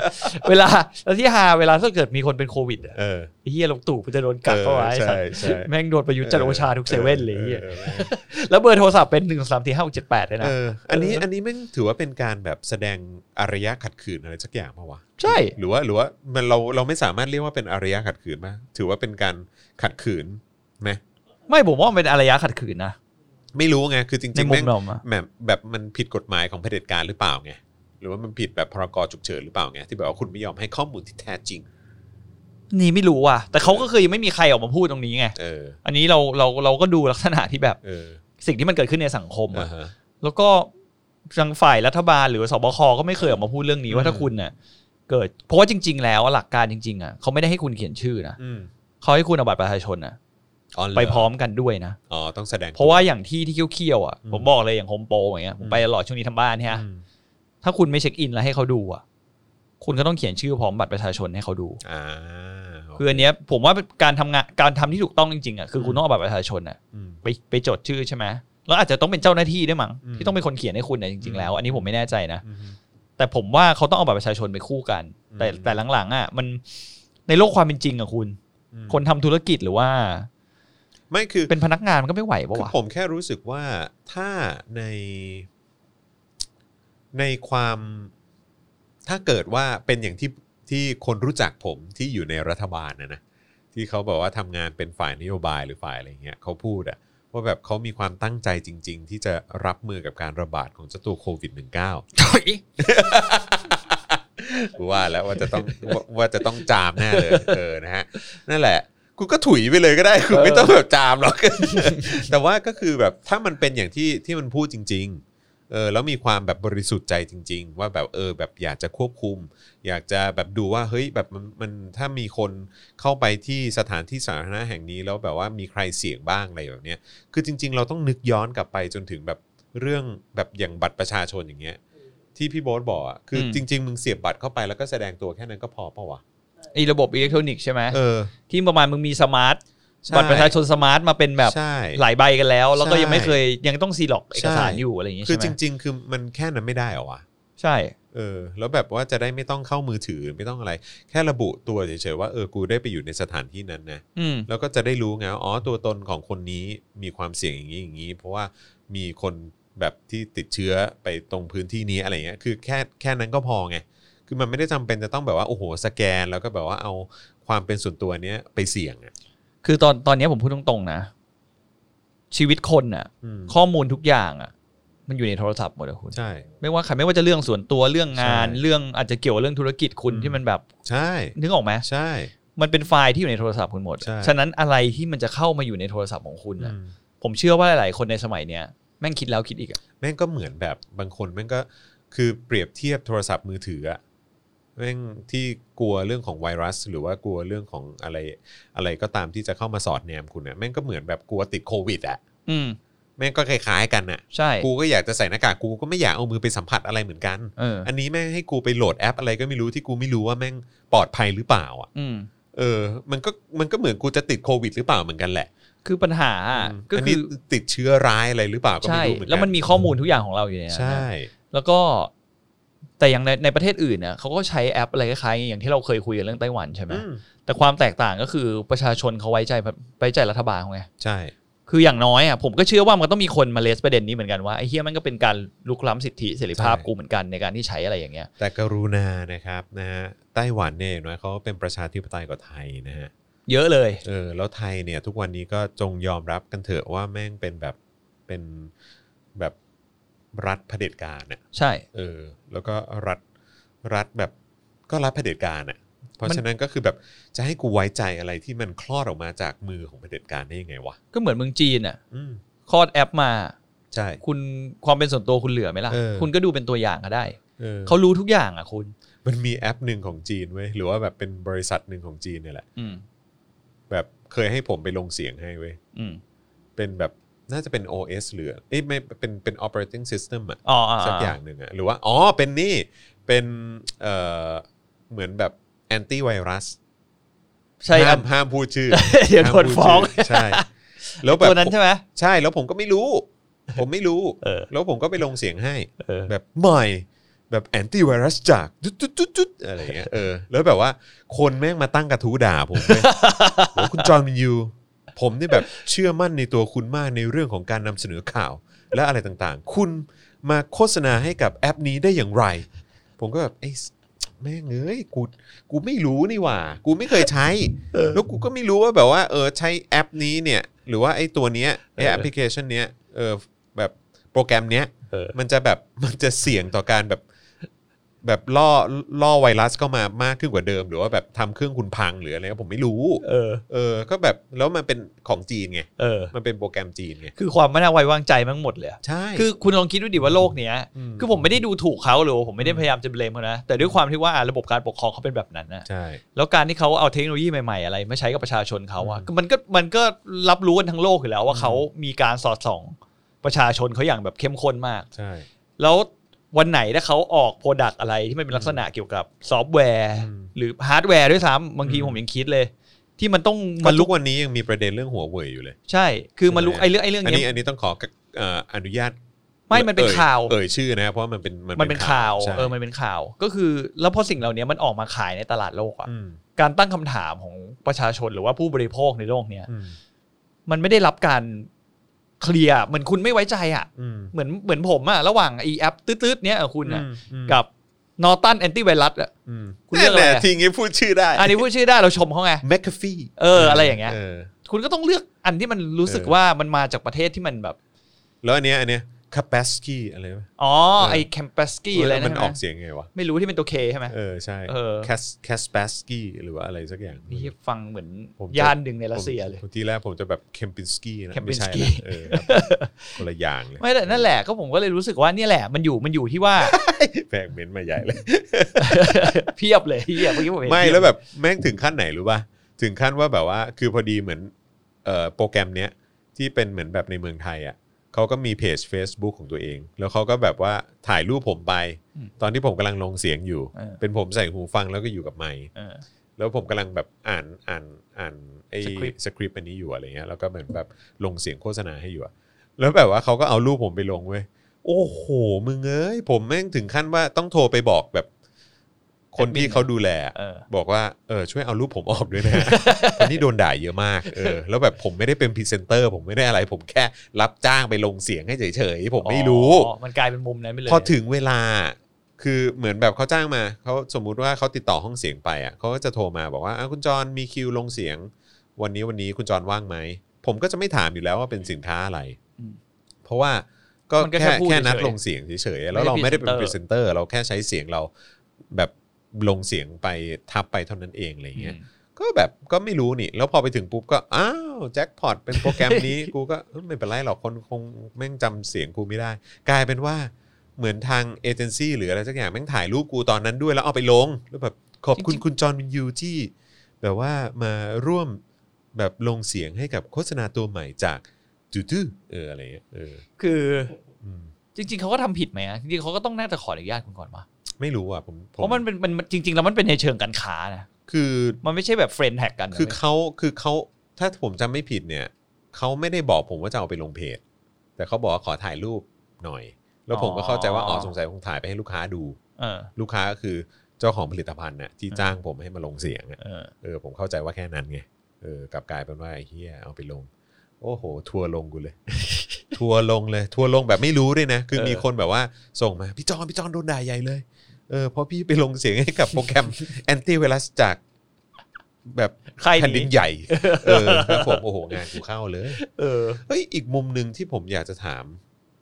[SPEAKER 2] เวลาแล้วที่ฮาเวลาถ้าเกิดมีคนเป็นโควิดอ่ะ
[SPEAKER 1] เออ
[SPEAKER 2] ไอ้เฮียลงตู่มันจะโดนกักเข้าไว้
[SPEAKER 1] เออใช่
[SPEAKER 2] สัต
[SPEAKER 1] ใช่
[SPEAKER 2] ว์แม่งโดนประยุทธ์จันทร์โอชาทุกเซเว่นเลยไอ้เหี้
[SPEAKER 1] อ
[SPEAKER 2] ย
[SPEAKER 1] อออ
[SPEAKER 2] แล้วเบอร์โทรศัพท์เป็นหนึ่งสามสี่ห้าเจ็ดแปดเลยนะ
[SPEAKER 1] เออ อันนี้
[SPEAKER 2] เอออั
[SPEAKER 1] อันนี้แม่งถือว่าเป็นการแบบแสดงอารยะขัดขืนอะไรสักอย่างมาวะ
[SPEAKER 2] ใช่
[SPEAKER 1] หรือว่า หรือว่ามันเรา เราไม่สามารถเรียกว่าเป็นอารยะขัดขืนปะถือว่าเป็นการขัดขืนไหม
[SPEAKER 2] ไม่ผมว่ามันเป็นอารยะขัดขืนนะ
[SPEAKER 1] ไม่รู้ไง คือจ
[SPEAKER 2] ใน
[SPEAKER 1] ริงๆ
[SPEAKER 2] มุ
[SPEAKER 1] แม่
[SPEAKER 2] ม
[SPEAKER 1] ง
[SPEAKER 2] เราอะ
[SPEAKER 1] แบบแบบมันผิดกฎหมายของเผด็จการหรือเปล่าไง หรือว่ามันผิดแบบพรกฉุกเฉินหรือเปล่าไง ที่แบบว่าคุณไม่ยอมให้ข้อมูลที่แท้จริง
[SPEAKER 2] นี่ไม่รู้ว่ะแต่เขาก็คือยังไม่มีใครออกมาพูดตรงนี้ไง
[SPEAKER 1] เออ
[SPEAKER 2] อันนี้เราเราเราก็ดูลักษณะที่แบบ
[SPEAKER 1] เออ
[SPEAKER 2] สิ่งที่มันเกิดขึ้นในสังคม
[SPEAKER 1] อ่า
[SPEAKER 2] อะ
[SPEAKER 1] ฮะ
[SPEAKER 2] แล้วก็ทางฝ่ายรัฐบาลหรือสบคก็ไม่เคยออกมาพูดเรื่องนี้ว่าถ้า
[SPEAKER 1] อืม
[SPEAKER 2] คุณน่ะเกิดเพราะว่าจริง ๆ แล้วหลักการจริงๆอ่ะเขาไม่ได้ให้คุณเขียนชื่อนะ
[SPEAKER 1] อืม
[SPEAKER 2] เขาให้คุณเอาบัตรประชาชนอ่ะ
[SPEAKER 1] อ๋อเห
[SPEAKER 2] ไปพร้อมกันด้วยนะ
[SPEAKER 1] อ๋อ ต้องแสดง
[SPEAKER 2] เพราะว่าอย่างที่ที่เคี้ยวๆอ่ะ
[SPEAKER 1] อืม
[SPEAKER 2] ผมบอกเลยอย่างโฮมโปรอย่างเงี้ยผมไปตลอดช่วงนี้ทำบ้านใช่ไหม
[SPEAKER 1] อืม
[SPEAKER 2] ถ้าคุณไม่เช็คอินแล้วให้เขาดูอ่ะ คุณก็ต้องเขียนชื่อพร้อมบัตรประชาชนให้เขาดู
[SPEAKER 1] อ่า
[SPEAKER 2] คืออันเนี้ยผมว่าการทำงานการทำที่ถูกต้องจริงๆอ่ะคือคุณต้องเอาบัตรประชาชนอ่ะ
[SPEAKER 1] อืม
[SPEAKER 2] ไปไปจดชื่อใช่ไหมแล้วอาจจะต้องเป็นเจ้าหน้าที่ด้วยมั้ง
[SPEAKER 1] อืม
[SPEAKER 2] ที่ต้องเป็นคนเขียนให้คุณอ่ะจริงๆแล้ว อันนี้ผมไม่แน่ใจนะ
[SPEAKER 1] อืม
[SPEAKER 2] แต่ผมว่าเขาต้องเอาบัตรประชาชนไปคู่กัน แต่
[SPEAKER 1] อืม
[SPEAKER 2] แต่หลังๆอ่ะมันในโลกความเป็นจริงอ่ะคุณ
[SPEAKER 1] อืม
[SPEAKER 2] คนทำธุรกิจหรือว่า
[SPEAKER 1] ไม่คือ
[SPEAKER 2] เป็นพนักงานมันก็ไม่ไหวปะ
[SPEAKER 1] คือ
[SPEAKER 2] วะ
[SPEAKER 1] ผมแค่รู้สึกว่าถ้าในในความถ้าเกิดว่าเป็นอย่างที่ที่คนรู้จักผมที่อยู่ในรัฐบาลนะนะที่เขาบอกว่าทำงานเป็นฝ่ายนโยบายหรือฝ่ายอะไรเงี้ยเขาพูดอะว่าแบบเขามีความตั้งใจจริง ๆ ที่จะรับมือกับการระบาดของเจ้าตัวโควิด -19 กูว่าแล้วว่าจะต้อง ว่าว่าจะต้องจามแน่เลยเออนะฮะนั่นแหละ คุณก็ถุยไปเลยก็ได้ คุณไม่ต้องแบบจามหรอก แต่ว่าก็คือแบบถ้ามันเป็นอย่างที่ที่มันพูดจริง ๆ เออแล้วมีความแบบบริสุทธิ์ใจจริง ๆ ว่าแบบเออแบบอยากจะควบคุม อยากจะแบบดูว่าเฮ้ยแบบมันมันถ้ามีคนเข้าไปที่สถานที่สาธารณะแห่งนี้ แล้วแบบว่ามีใครเสี่ยงบ้างอะไรแบบเนี้ยคือจริง ๆ เราต้องนึกย้อนกลับไปจนถึงแบบเรื่องแบบอย่างบัตรประชาชนอย่างเงี้ย ที่พี่โบ๊ทบอกอะคืออ
[SPEAKER 2] ม
[SPEAKER 1] จริง ๆ มึงเสียบบัตรเข้าไปแล้วก็แสดงตัวแค่นั้นก็พอปะวะ
[SPEAKER 2] ไอ้ระบบอิเล็กทรอนิกส์ใช่ไหม
[SPEAKER 1] เออ
[SPEAKER 2] ที่ประมาณมึงมีสมาร์ท
[SPEAKER 1] ใช่
[SPEAKER 2] บัตรประชาชนสมาร์ทมาเป็นแบบ
[SPEAKER 1] ใช่
[SPEAKER 2] หลายใบกันแล้ว แล้วก็
[SPEAKER 1] ใช่
[SPEAKER 2] ยังไม่เคยยังต้องซีล็อกเอกสาร
[SPEAKER 1] ใช่
[SPEAKER 2] อยู่อะไรอย่างงี้
[SPEAKER 1] คื
[SPEAKER 2] ใช่
[SPEAKER 1] อ
[SPEAKER 2] ไหม
[SPEAKER 1] จริง ๆ คือมันแค่นั้นไม่ได้เหรอวะ
[SPEAKER 2] ใช่
[SPEAKER 1] เออแล้วแบบว่าจะได้ไม่ต้องเข้ามือถือไม่ต้องอะไร แค่ระบุตัวเฉยๆว่าเออกูได้ไปอยู่ในสถานที่นั้นนะ
[SPEAKER 2] อืม
[SPEAKER 1] แล้วก็จะได้รู้ไงว่าอ๋อตัวตนของคนนี้มีความเสี่ยงอย่างนี้อย่างนี้ เพราะว่ามีคนแบบที่ติดเชื้อไปตรงพื้นที่นี้อะไรเงี้ยคือแค่แค่นั้นก็พอไงคือมันไม่ได้จำเป็นจะต้องแบบว่าโอ้โหสแกนแล้วก็แบบว่าเอาความเป็นส่วนตัวเนี้ยไปเสี่ยงอ่ะ
[SPEAKER 2] คือตอนตอนเนี้ยผมพูดตรงๆนะ ชีวิตคนน่ะ
[SPEAKER 1] อืม
[SPEAKER 2] ข้อมูลทุกอย่างอ่ะ มันอยู่ในโทรศัพท์หมดเลยคุณ
[SPEAKER 1] ใช่
[SPEAKER 2] ไม่ว่าใครไม่ว่าจะเรื่องส่วนตัวเรื่องงาน
[SPEAKER 1] ใช่
[SPEAKER 2] เรื่องอาจจะเกี่ยวกับเรื่องธุรกิจคุณ
[SPEAKER 1] อืม
[SPEAKER 2] ที่มันแบบ
[SPEAKER 1] ใช่
[SPEAKER 2] นึกออกไหม
[SPEAKER 1] ใช่
[SPEAKER 2] มันเป็นไฟล์ที่อยู่ในโทรศัพท์คุณหมด
[SPEAKER 1] ใช่
[SPEAKER 2] ฉะนั้นอะไรที่มันจะเข้ามาอยู่ในโทรศัพท์ของคุณ
[SPEAKER 1] อื
[SPEAKER 2] น่ะ
[SPEAKER 1] ม
[SPEAKER 2] ผมเชื่อว่าหลายๆคนในสมัยเนี้ยแม่งคิดแล้วคิดอีกอะ
[SPEAKER 1] แม่งก็เหมือนแบบบางคนแม่งก็คือเปรียบเทียบโทรศัพท์มือถืออะแม่งที่กลัวเรื่องของไวรัส หรือว่ากลัวเรื่องของอะไรอะไรก็ตามที่จะเข้ามาสอดแนมคุณเนี่ยแม่งก็เหมือนแบบกลัวติดโควิดอะ
[SPEAKER 2] อืม
[SPEAKER 1] แม่งก็คล้ายๆกันน่ะ
[SPEAKER 2] ใช่
[SPEAKER 1] กูก็อยากจะใส่หน้ากากกูก็ไม่อยากเอามือไปสัมผัสอะไรเหมือนกัน
[SPEAKER 2] เออ
[SPEAKER 1] อันนี้แม่งให้กูไปโหลดแอปอะไรก็ไม่รู้ที่กูไม่รู้ว่าแม่งปลอดภัยหรือเปล่าอ่ะ
[SPEAKER 2] อืม
[SPEAKER 1] เออมันก็มันก็เหมือนกูจะติดโควิดหรือเปล่าเหมือนกันแหละ
[SPEAKER 2] คือปัญหาอะ
[SPEAKER 1] ม
[SPEAKER 2] ก็
[SPEAKER 1] น
[SPEAKER 2] คื
[SPEAKER 1] นี้
[SPEAKER 2] อ
[SPEAKER 1] ติดเชื้อร้ายอะไรหรือเปล่าก็
[SPEAKER 2] ใช่
[SPEAKER 1] ไม่รู้เหมือนกัน
[SPEAKER 2] แล้วมันมีข้อมูลทุกอย่างของเราอยู่ในนั้นนะ
[SPEAKER 1] ใช่
[SPEAKER 2] แล้วก็แต่อย่างในในประเทศอื่นเนี่ยเขาก็ใช้แอปอะไรคล้ายๆอย่างที่เราเคยคุยกันเรื่องไต้หวันใช่ไหม
[SPEAKER 1] อืม
[SPEAKER 2] แต่ความแตกต่างก็คือประชาชนเขาไว้ใจไว้ใจรัฐบาลเขาไง
[SPEAKER 1] ใช่
[SPEAKER 2] คืออย่างน้อยอ่ะผมก็เชื่อว่ามันต้องมีคนมาเลสประเด็นนี้เหมือนกันว่าไอ้เฮียมันก็เป็นการลุกล้ำสิทธิเสรีภาพ
[SPEAKER 1] ใช่
[SPEAKER 2] กูเหมือนกันในการที่ใช้อะไรอย่างเงี้ย
[SPEAKER 1] แต่กรุณานะครับนะฮะไต้หวันเนี่ยอย่างน้อยเขาเป็นประชาธิปไตยกว่าไทยนะฮะ
[SPEAKER 2] เยอะเลย
[SPEAKER 1] เออแล้วไทยเนี่ยทุกวันนี้ก็จงยอมรับกันเถอะว่าแม่งเป็นแบบเป็นแบบรัฐเผด็จการอ่ะ
[SPEAKER 2] ใช่
[SPEAKER 1] เออแล้วก็รัฐรัฐแบบก็รัฐเผด็จการอ่ะเพราะฉะนั้นก็คือแบบจะให้กูไว้ใจอะไรที่มันคลอดออกมาจากมือของเผด็จการได้ยังไงวะ
[SPEAKER 2] ก็เหมือนเมืองจีนอ่ะ
[SPEAKER 1] อืม
[SPEAKER 2] คลอดแอปมา
[SPEAKER 1] ใช่
[SPEAKER 2] คุณความเป็นส่วนตัวคุณเหลือไหมล่ะ
[SPEAKER 1] เออ
[SPEAKER 2] คุณก็ดูเป็นตัวอย่างก็ได้
[SPEAKER 1] เออ
[SPEAKER 2] เขารู้ทุกอย่างอ่ะคุณ
[SPEAKER 1] มันมีแอปหนึ่งของจีนเว้ยหรือว่าแบบเป็นบริษัทหนึ่งของจีนเนี่ยแหละ
[SPEAKER 2] อืม
[SPEAKER 1] แบบเคยให้ผมไปลงเสียงให้เว้ย
[SPEAKER 2] อืม
[SPEAKER 1] เป็นแบบน่าจะเป็น OS หรือเอ้ยไม่เป็นเป็น operating system อะ
[SPEAKER 2] อ๋ออ๋อ
[SPEAKER 1] สักอย่างหนึ่งอะหรือว่า อ๋อ เป็นนี่ เป็นเอ่อเหมือนแบบแอนตี้ไวรัส
[SPEAKER 2] ใช่ค
[SPEAKER 1] ห้า
[SPEAKER 2] รั
[SPEAKER 1] ม
[SPEAKER 2] บ
[SPEAKER 1] ห้ามพูดชื่อ
[SPEAKER 2] เดี๋ยวโดนฟ้อง
[SPEAKER 1] ห้ามพูดชื่ใช่แล้วแบบ
[SPEAKER 2] ตัวนั้นใช่ไหม
[SPEAKER 1] ใช่แล้วผมก็ไม่รู้ ผมไม่รู้
[SPEAKER 2] เออ
[SPEAKER 1] แล้วผมก็ไปลงเสียงให้
[SPEAKER 2] เออ
[SPEAKER 1] แบบใหม่แบบแอนตี้ไวรัสจากจุดจุดจุดจุดอะไรอย่างเงี้ยเออแล้วแบบว่าคนแม่งมาตั้งกระทู้ด่าผมเลย โหคุณจอห์นวินยู ผมนี่แบบเชื่อมั่นในตัวคุณมากในเรื่องของการนำเสนอข่าว และอะไรต่างๆ คุณมาโฆษณาให้กับแอปนี้ได้อย่างไร ผมก็แบบไอ้สแม่งเอ้ยกูกูไม่รู้นี่หว่า กูไม่เคยใช้ แล้วกูก็ไม่รู้ว่าแบบว่าเออใช้แอปนี้เนี่ย หรือว่าไอ้ตัวเนี้ยไอ้
[SPEAKER 2] เออ
[SPEAKER 1] แอปพลิเคชันเนี้ยเออแบบโปรแกรมเนี้ย
[SPEAKER 2] เออ
[SPEAKER 1] มันจะแบบมันจะเสี่ยงต่อการแบบแบบล่อล่อไวรัสเข้ามามากขึ้นกว่าเดิม หรือว่าแบบทำเครื่องคุณพังหรืออะไรผมไม่รู้
[SPEAKER 2] เออ
[SPEAKER 1] เออก็แบบแล้วมันเป็นของจีนไง
[SPEAKER 2] เออ
[SPEAKER 1] มันเป็นโปรแกรมจีนไง
[SPEAKER 2] คือความไม่น่าไว้วางใจมันหมดเลยอะ
[SPEAKER 1] ใช่
[SPEAKER 2] คือคุณลองคิดดูดิว่าโลกเนี้ย
[SPEAKER 1] ม
[SPEAKER 2] คือผมไม่ได้ดูถูกเขาหรือว่าผมไม่ได้พยายามจะเบลมเขานะ แต่ด้วยความที่ว่าระบบการปกครองเขาเป็นแบบนั้นนะ
[SPEAKER 1] ใช่
[SPEAKER 2] แล้วการที่เขาเอาเทคโนโลยีใหม่ๆ อะไรมาใช้กับประชาชนเขาอะ
[SPEAKER 1] อืม
[SPEAKER 2] ก็มันก็มันก็รับรู้กันทั้งโลกอยู่แล้วว่าเขามีการสอดส่องประชาชนเขาอย่างแบบเข้มข้นมาก
[SPEAKER 1] ใช่
[SPEAKER 2] แล้ว วันไหนถ้าเขาออกโปรดักอะไรที่มันเป็นลักษณะเกี่ยวกับซอฟต์แวร์
[SPEAKER 1] อืม
[SPEAKER 2] หรือฮาร์ดแวร์ด้วยซ้ำบางที
[SPEAKER 1] อืม
[SPEAKER 2] ผมยังคิดเลย ที่มันต้อง
[SPEAKER 1] ก็
[SPEAKER 2] มัน
[SPEAKER 1] ทุ
[SPEAKER 2] ลุ
[SPEAKER 1] ก
[SPEAKER 2] ก
[SPEAKER 1] วันนี้ยังมีประเด็นเรื่องหัวเว่ยอยู่เลย
[SPEAKER 2] ใช่ คือมันลุก
[SPEAKER 1] ใช่ไหม
[SPEAKER 2] ไอ้เรื่องไอ้เรื่อง
[SPEAKER 1] อัน
[SPEAKER 2] เนี้
[SPEAKER 1] นี้
[SPEAKER 2] ย
[SPEAKER 1] อันนี้ต้องขอเอ่ออนุญาต
[SPEAKER 2] ไม่มันเป็น
[SPEAKER 1] อ่ย
[SPEAKER 2] ข่าว
[SPEAKER 1] เอ่ยชื่อนะครับเพราะว่ามันเป็น
[SPEAKER 2] มันเป็นข่าว
[SPEAKER 1] ใช่
[SPEAKER 2] เออมันเป็นข่าว ก็คือแล้วพอสิ่งเหล่านี้มันออกมาขายในตลาดโลกอะ
[SPEAKER 1] อืม
[SPEAKER 2] การตั้งคำถามของประชาชนหรือว่าผู้บริโภคในโลกเนี้ย
[SPEAKER 1] อืม
[SPEAKER 2] มันไม่ได้รับการเคลียร์เหมือนคุณไม่ไว้ใจอะ
[SPEAKER 1] อืม
[SPEAKER 2] เหมือนเหมือนผมอะระหว่างไอแอปตืดๆเนี้ยอะคุณอะ
[SPEAKER 1] อืม
[SPEAKER 2] กับนอตันแอนตี้ไวรัสอะ
[SPEAKER 1] อืม
[SPEAKER 2] คุณเลือกอะไร
[SPEAKER 1] แน่
[SPEAKER 2] อะ
[SPEAKER 1] ๆทีงี้พูดชื่อได้
[SPEAKER 2] อันนี้พูดชื่อได้เราชมเขาไง
[SPEAKER 1] แมคคาฟี
[SPEAKER 2] เอออะไรอย่างเงี้ย
[SPEAKER 1] อ
[SPEAKER 2] คุณก็ต้องเลือกอันที่มันรู้สึก
[SPEAKER 1] เออ
[SPEAKER 2] ว่ามันมาจากประเทศที่มันแบบ
[SPEAKER 1] แล้วอันเนี้ยอันเนี้ยคาปสกี้อะไรวะ
[SPEAKER 2] อ๋อ
[SPEAKER 1] เออ
[SPEAKER 2] ไอแคมปัสกี้อะไรนะ
[SPEAKER 1] มันอ
[SPEAKER 2] ใช่ไหม
[SPEAKER 1] อกเสียงไงวะ
[SPEAKER 2] ไม่รู้ที่เป็นตัวเคใช่ไหม
[SPEAKER 1] เออใช่
[SPEAKER 2] เออ
[SPEAKER 1] แคสแคสปสกี้หรือว่าอะไรสักอย่าง
[SPEAKER 2] นี่ฟังเหมือน
[SPEAKER 1] ผมจะ
[SPEAKER 2] ย่านหนึ่งในรัสเซียเลย
[SPEAKER 1] ผมที่แรกผมจะแบบเคมปินสกี้นะไม่ใช่นะ
[SPEAKER 2] Kempinski
[SPEAKER 1] เออครับคนละอย่างเลย
[SPEAKER 2] ไม่แต่นั่นแหละก็ผมก็เลยรู้สึกว่าเนี่ยแหละ มันอยู่มันอยู่ที่ว่า
[SPEAKER 1] แฝงเม้นต์มาใหญ่เลย
[SPEAKER 2] เพียบเลยเพียบเมื่อกี้ผมเห็น
[SPEAKER 1] ไม่
[SPEAKER 2] เพีย
[SPEAKER 1] แล้วแบบแม่งถึงขั้นไหนรู้ป่ะถึงขั้นว่าแบบว่าคือพอดีเหมือนเอ่อโปรแกรมเนี้ยที่เป็นเหมือนแบบในเมืองไทยอ่ะเขาก็มีเพจ Facebook ของตัวเอง แล้วเขาก็แบบว่าถ่ายรูปผมไป ตอนที่ผมกำลังลงเสียงอยู่
[SPEAKER 2] เออ
[SPEAKER 1] เป็นผมใส่หูฟังแล้วก็อยู่กับไมค์
[SPEAKER 2] เออ
[SPEAKER 1] แล้วผมกำลังแบบอ่านอ่านอ่านไอ้
[SPEAKER 2] สคริปต์
[SPEAKER 1] สคริปต์อันนี้อยู่อะไรเงี้ยแล้วก็เหมือนแบบลงเสียงโฆษณาให้อยู่อะแล้วแบบว่าเขาก็เอารูปผมไปลงเว้ยโอ้โหมึงเอ้ยผมแม่งถึงขั้นว่าต้องโทรไปบอกแบบ คนที่เขาดูแลอะ
[SPEAKER 2] เออ
[SPEAKER 1] บอกว่าเออช่วยเอารูปผมออกด้วยนะ ตอนนี้โดนด่าเยอะมากเออแล้วแบบผมไม่ได้เป็นพรีเซนเตอร์ผมไม่ได้อะไร ผมแค่รับจ้างไปลงเสียงให้เฉยๆผมไม่รู้
[SPEAKER 2] อ๋อมันกลายเป็นมุมนั้นไปเลย
[SPEAKER 1] พอถึงเวลาคือเหมือนแบบเขาจ้างมาเขาสมมุติว่าเขาติดต่อห้องเสียงไปอ่ะเขาก็จะโทรมาบอกว่าอ่ะคุณจรมีคิวลงเสียง วันนี้วันนี้คุณจรว่างไหมผมก็จะไม่ถามอยู่แล้วว่าเป็นสินค้าอะไร
[SPEAKER 2] อืม
[SPEAKER 1] เพราะว่าก็
[SPEAKER 2] มันก็แค่
[SPEAKER 1] แค่
[SPEAKER 2] พูด
[SPEAKER 1] แค่นัด
[SPEAKER 2] เฉยๆ
[SPEAKER 1] ลงเสียงเฉยๆแล้วเรา
[SPEAKER 2] ไม่
[SPEAKER 1] ไม่
[SPEAKER 2] ได้
[SPEAKER 1] ได้เป็นพ
[SPEAKER 2] พรี
[SPEAKER 1] รี
[SPEAKER 2] เซ
[SPEAKER 1] เซน
[SPEAKER 2] น
[SPEAKER 1] เต
[SPEAKER 2] เต
[SPEAKER 1] อ
[SPEAKER 2] อร์
[SPEAKER 1] ร์เราแค่ใช้เสียงเราแบบลงเสียงไปทับไปเท่านั้นเองอะไรอย่างเงี้ย ก็แบบก็ไม่รู้นี่ แล้วพอไปถึงปุ๊บก็ อ้าว แจ็คพอตเป็นโปรแกรมนี้ กูก็เอ้ยไม่เป็นไรหรอกคนคงแม่งจำเสียงกูไม่ได้ กลายเป็นว่าเหมือนทางเอเจนซี่หรืออะไรสักอย่าง แม่งถ่ายรูปกูตอนนั้นด้วยแล้วเอาไปลง แล้วแบบขอบคุณ
[SPEAKER 2] จริงๆ
[SPEAKER 1] คุณจอห์นวินยูที่ แบบว่ามาร่วมแบบลงเสียงให้กับโฆษณาตัวใหม่จากจูดูเอออะไรเงี้ยเออ
[SPEAKER 2] คือ
[SPEAKER 1] อืม
[SPEAKER 2] จริง ๆเขาก็ทำผิดไหมอะจริงๆเขาก็ต้องน่าจะขออนุญาตคุณก่อนวะ
[SPEAKER 1] ไม่รู้อ่ะผมผ
[SPEAKER 2] เพราะมันเป็นมันจริง ๆ แล้วมันเป็นในเชิงการค้านะ
[SPEAKER 1] คือ
[SPEAKER 2] มันไม่ใช่แบบเฟรนด์แท็กกันนะ
[SPEAKER 1] คือเขาคือเขาถ้าผมจำไม่ผิดเนี่ยเขาไม่ได้บอกผมว่าจะเอาไปลงเพจ แต่เขาบอกว่าขอถ่ายรูปหน่อย แล้วผมก็เข้าใจว่าอ๋อสงสัยคงถ่ายไปให้ลูกค้าดู
[SPEAKER 2] เออ
[SPEAKER 1] ลูกค้าก็คือเจ้าของผลิตภัณฑ์น่ะที่จ้างผมให้มาลงเสียงอะ
[SPEAKER 2] เออ
[SPEAKER 1] เออผมเข้าใจว่าแค่นั้นไงเออกลับกลายเป็นว่าไอ้เฮียเอาไปลง โอ้โห ทัวร์ลงกูเลย ทัวร์ลงเลย ทัวร์ลงแบบไม่รู้ด้วยนะ คือ
[SPEAKER 2] เออ
[SPEAKER 1] มีคนแบบว่าส่งมาพี่จอนพี่จอนโดนด่าใหญ่เลยเออเพราะพี่ไปลงเสียงให้กับโปรแกรม แอนตี้ไวรัสจากแบบ
[SPEAKER 2] ใคร
[SPEAKER 1] แผ่นดิน
[SPEAKER 2] ห
[SPEAKER 1] ใหญ่ เออครับผม โอ้โห งานกูเข้าเลย
[SPEAKER 2] เออ
[SPEAKER 1] เฮ้ย อีกมุมหนึ่งที่ผมอยากจะถาม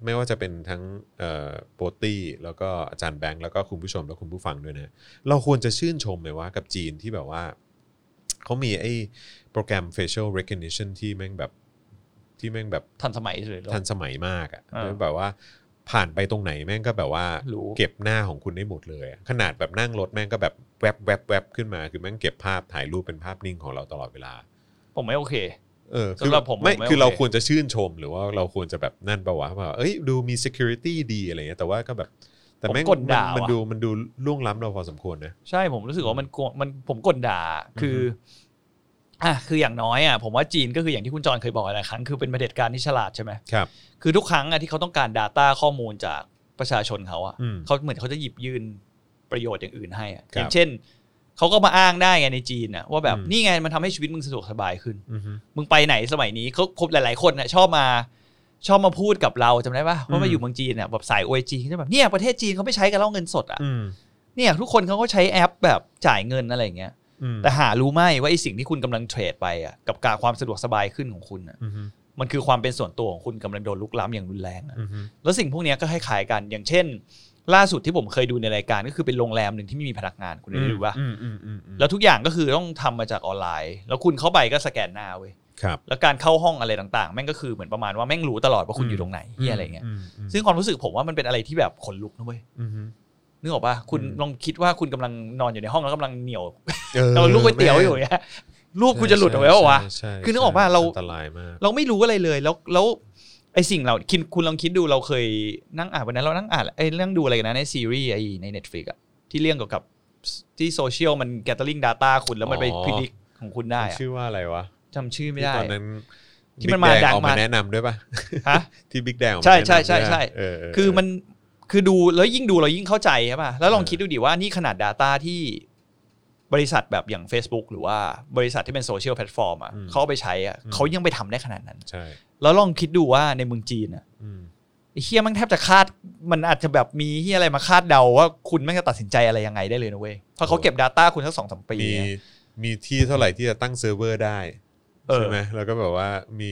[SPEAKER 1] ไม่ว่าจะเป็นทั้งเอ่อโปรตี้ แล้วก็อาจารย์แบงค์ แล้วก็คุณผู้ชม และคุณผู้ฟังด้วยนะ เราควรจะชื่นชมไหมว่ากับจีนที่แบบว่า เขามีไอ้โปรแกรม facial recognition ที่แม่งแบบ ที่แม่งแบบ
[SPEAKER 2] ทันสมัยเลยเหรอ
[SPEAKER 1] ทันสมัยมากอะ
[SPEAKER 2] อ่า
[SPEAKER 1] แล้วแบบว่าผ่านไปตรงไหนแม่งก็แบบว่า
[SPEAKER 2] รู้
[SPEAKER 1] เก็บหน้าของคุณได้หมดเลยอะขนาดแบบนั่งรถแม่งก็แบบแวบแวบแวบขึ้นมา คือแม่งเก็บภาพถ่ายรูปเป็นภาพนิ่งของเราตลอดเวลา
[SPEAKER 2] ผมไม่โอเค
[SPEAKER 1] เออคือ
[SPEAKER 2] สำหรับผม
[SPEAKER 1] ไม่
[SPEAKER 2] ผมไม่
[SPEAKER 1] คือเรา
[SPEAKER 2] โอเค
[SPEAKER 1] ควรจะชื่นชม หรือว่าเราควรจะแบบนั่นปะวะว่าเอ้ยดูมี security ดีอะไรเงี้ยแต่ว่าก็แบบ แต่แม่ง
[SPEAKER 2] ผมกดด่า
[SPEAKER 1] มัน
[SPEAKER 2] ว่ะ
[SPEAKER 1] ดูมันดูล่วงล้ำเราพอสมควรนะ
[SPEAKER 2] ใช่ผมรู้สึกว่ามันกลัวมันผมกดด่าคืออ่ะคืออย่างน้อยอ่ะผมว่าจีนก็คืออย่างที่คุณจรเคยบอกหลายครั้งคือเป็นเผด็จการที่ฉลาดใช่ไหม
[SPEAKER 1] ครับ
[SPEAKER 2] คือทุกครั้งอ่ะที่เขาต้องการ Data ข้อมูลจากประชาชนเขาอ่ะ
[SPEAKER 1] อืม
[SPEAKER 2] เขาเหมือนเขาจะหยิบยื่นประโยชน์อย่างอื่นให้อ่ะ
[SPEAKER 1] ครับ
[SPEAKER 2] อย่างเช่นเขาก็มาอ้างได้ไงในจีนอ่ะว่าแบบ
[SPEAKER 1] อืม
[SPEAKER 2] นี่ไงมันทำให้ชีวิตมึงสะดวกสบายขึ้น
[SPEAKER 1] อือฮึ
[SPEAKER 2] มึงไปไหนสมัยนี้เขาผมหลาย ๆ คนน่ะชอบมาชอบมาพูดกับเราจำได้ปะว่า
[SPEAKER 1] อื
[SPEAKER 2] มาม อยู่เมืองจีนน่ะแบบสายโอเอจีแบบเนี่ยประเทศจีนเขาไม่ใช้กันแล้วเงินสดอ่ะ
[SPEAKER 1] อืม
[SPEAKER 2] เนี่ยทุกคนเขาก็ใช้แอปแบบจ่ายเงินอะไรอย่างเงี้ย
[SPEAKER 1] อืม
[SPEAKER 2] แต่หารู้ไหมว่าไอสิ่งที่คุณกำลังเทรดไปอ่ะกับการความสะดวกสบายขึ้นของคุณอ่ะ
[SPEAKER 1] อือฮึ
[SPEAKER 2] มันคือความเป็นส่วนตัวของคุณกำลังโดนลุกล้ำอย่างรุนแรงอะ
[SPEAKER 1] อือฮึ
[SPEAKER 2] แล้วสิ่งพวกเนี้ยก็คล้ายๆกัน อย่างเช่น ล่าสุดที่ผมเคยดูในรายการก็คือเป็นโรงแรมหนึ่งที่ไม่มีพนักงานคุณได้ดูป่ะ
[SPEAKER 1] อืมอืมอืมอืม
[SPEAKER 2] แล้วทุกอย่างก็คือต้องทำมาจากออนไลน์ แล้วคุณเข้าไปก็สแกนหน้าเว้ย
[SPEAKER 1] ครับ
[SPEAKER 2] แล้วการเข้าห้องอะไรต่างๆ แม่งก็คือเหมือนประมาณว่าแม่งรู้ตลอดว่าคุณอยู่ตรงไหนเหียอะไรเงี้ย
[SPEAKER 1] มอืม
[SPEAKER 2] ซึ่งความรู้สึกผมว่ามันเป็นอะไรที่แบบขนลุกนะเว้ย
[SPEAKER 1] อือฮึ
[SPEAKER 2] นึกออกป่ะคุณ
[SPEAKER 1] อืม
[SPEAKER 2] ลองคิดว่าคุณกำลังนอนอยู่ในห้องแล้วกำลังเหนียว
[SPEAKER 1] ออ
[SPEAKER 2] เราลูกก๋วยเตี๋ยวอยู่เนี่ยรูปกูจะหลุดออกไปแล้ววะ
[SPEAKER 1] ใช่ใช่
[SPEAKER 2] คือนึกออกปะเรา
[SPEAKER 1] อันตรายมาก
[SPEAKER 2] เราไม่รู้อะไรเลยแล้วแล้ว ไอสิ่งเราคิดคุณลองคิดดูเราเคยนั่งอ่านวันนั้นเรานั่งอ่านไอเรื่องดูอะไรกันนะในซีรีส์ไอใน Netflix อะที่เรื่องเกี่ยวกับที่โซเชียลมัน gathering data คุณแล้วมันไป
[SPEAKER 1] อ๋อ
[SPEAKER 2] พิจิตของคุณได้อะ
[SPEAKER 1] ชื่อว่าอะไรวะ
[SPEAKER 2] จำชื่อไม่ได้
[SPEAKER 1] ที่ตอนนั้น
[SPEAKER 2] ที่มันมา
[SPEAKER 1] บิ๊กแดง
[SPEAKER 2] ดัง
[SPEAKER 1] ออกมา
[SPEAKER 2] มา
[SPEAKER 1] แนะนำด้วยป่ะ
[SPEAKER 2] ฮะ
[SPEAKER 1] ที่บิ๊กแดงออกมา
[SPEAKER 2] ใช่ใช่
[SPEAKER 1] แนะนำ
[SPEAKER 2] ใช่ใช่
[SPEAKER 1] ด้วยปะเออเเ
[SPEAKER 2] คือมันคือดูแล้วยิ่งดูเรายิ่งเข้าใจใช่ป่ะแล้วลองคิดดูดิว่านี่ขนาด Data ที่บริษัทแบบอย่าง Facebook หรือว่าบริษัทที่เป็นโซเชียลแพลตฟอร์มอ่ะ
[SPEAKER 1] อืม
[SPEAKER 2] เขาเอาไปใช้อ่ะ
[SPEAKER 1] อืม
[SPEAKER 2] เขายังไปทำได้ขนาดนั้น
[SPEAKER 1] ใช่
[SPEAKER 2] แล้วลองคิดดูว่าในเมืองจีนอ่ะ
[SPEAKER 1] อืม
[SPEAKER 2] ไอ้เฮียแมันแทบจะคาดมันอาจจะแบบมีเฮียอะไรมาคาดเดาว่าคุณแม่งจะตัดสินใจอะไรยังไงได้เลยนะเว้ยเพราะเขาเก็บ Data คุณทั้งสองสามปี
[SPEAKER 1] มี
[SPEAKER 2] อะ
[SPEAKER 1] มีที่เท่าไหร่ที่จะตั้งเซิร์ฟเวอร์ได้
[SPEAKER 2] เออ
[SPEAKER 1] ใช่ไหมแล้วก็แบบว่ามี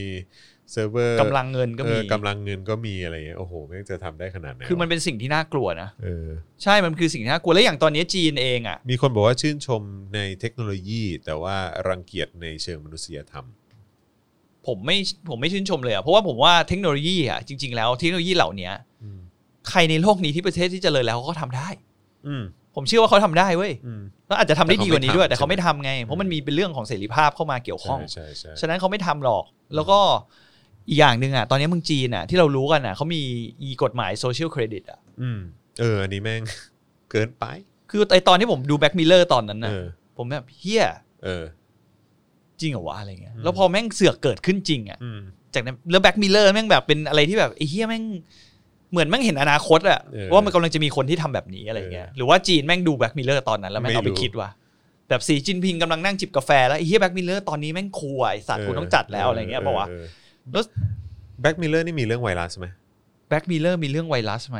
[SPEAKER 1] เซิร์ฟเวอร์
[SPEAKER 2] กำลังเงินก็
[SPEAKER 1] เอ
[SPEAKER 2] มี
[SPEAKER 1] อกำลังเงินก็มีอะไรเงี้ยโอ้โหแม่งจะทำได้ขนาดไหน
[SPEAKER 2] คือมัน
[SPEAKER 1] วะ
[SPEAKER 2] เป็นสิ่งที่น่ากลัวนะ
[SPEAKER 1] เออ
[SPEAKER 2] ใช่มันคือสิ่งที่น่ากลัวแล้วอย่างตอนนี้จีนเองอ่ะ
[SPEAKER 1] มีคนบอกว่าชื่นชมในเทคโนโลยี แต่ว่ารังเกียจในเชิงมนุษยธรรม
[SPEAKER 2] ผมไม่ผมไม่ชื่นชมเลยอะเพราะว่าผมว่าเทคโนโลยีอะจริง ๆ แล้วเทคโนโลยีเหล่าเนี้ย
[SPEAKER 1] อืม
[SPEAKER 2] ใครในโลกนี้ที่ประเทศที่เจริญแล้วเขาก็ทำได้
[SPEAKER 1] อืม
[SPEAKER 2] ผมเชื่อว่าเขาทำได้เว้ย
[SPEAKER 1] อืม
[SPEAKER 2] แล้วอาจจะทำได้ดีกว่านี้ด้วย
[SPEAKER 1] แต่
[SPEAKER 2] แต่
[SPEAKER 1] เขา
[SPEAKER 2] เขา
[SPEAKER 1] ไม่
[SPEAKER 2] ไม่
[SPEAKER 1] ทำ
[SPEAKER 2] ทำไง
[SPEAKER 1] ใช่ไหม
[SPEAKER 2] เพราะมันมีเป็นเรื่องของเสรีภาพเข้ามาเกี่ยวข้
[SPEAKER 1] ใช่
[SPEAKER 2] อง
[SPEAKER 1] ใช่ใช่
[SPEAKER 2] ฉะนั้นเขาไม่ทำหรอก แล้วก็อีกอย่างหนึ่งอะตอนนี้เมืองจีนอะที่เรารู้กันอะเขามีอีกฎหมายโซเชียลเครดิตอะ
[SPEAKER 1] อืมเออ อันนี้แม่ง เกินไป
[SPEAKER 2] คือไอตอนที่ผมดูแบ็กมิลเลอร์ตอนนั้น
[SPEAKER 1] เอ
[SPEAKER 2] นะ
[SPEAKER 1] อ
[SPEAKER 2] ผมแบบเฮีย
[SPEAKER 1] เออ
[SPEAKER 2] จริงเหรอวะอะไรเงี้ย
[SPEAKER 1] อืม
[SPEAKER 2] แล้วพอแม่งเสือกเกิดขึ้นจริงอะ
[SPEAKER 1] อืม
[SPEAKER 2] จากนั้นแล้วแบ็กมิลเลอร์แม่งแบบเป็นอะไรที่แบบไอ้เฮียแม่งเหมือนแม่งเห็นอนาคตอะ
[SPEAKER 1] เออ
[SPEAKER 2] ว่ามันกำลังจะมีคนที่ทำแบบนี้อะไรเงี้ย
[SPEAKER 1] เออ
[SPEAKER 2] หรือว่าจีนแม่งดูแบ็กมิลเลอร์ตอนนั้นแล้วแม่ง
[SPEAKER 1] ไม่
[SPEAKER 2] เอาไป
[SPEAKER 1] รู้
[SPEAKER 2] คิดว่าแบบสีจิ้นพิงกำลังนั่งจิบกาแฟแล้วไอ้เฮียแบ็กมิลเลอร์ตอนนี้แม่งควยสัตว์
[SPEAKER 1] เออ
[SPEAKER 2] กูต้องจัดแล้วอะไรเงี้ยบอกว่าวะแล้ว
[SPEAKER 1] แบ็กมิลเลอร์นี่มีเรื่องไวรัสไหม
[SPEAKER 2] แบ็กมิลเลอร์มีเรื่องไวรัสไหม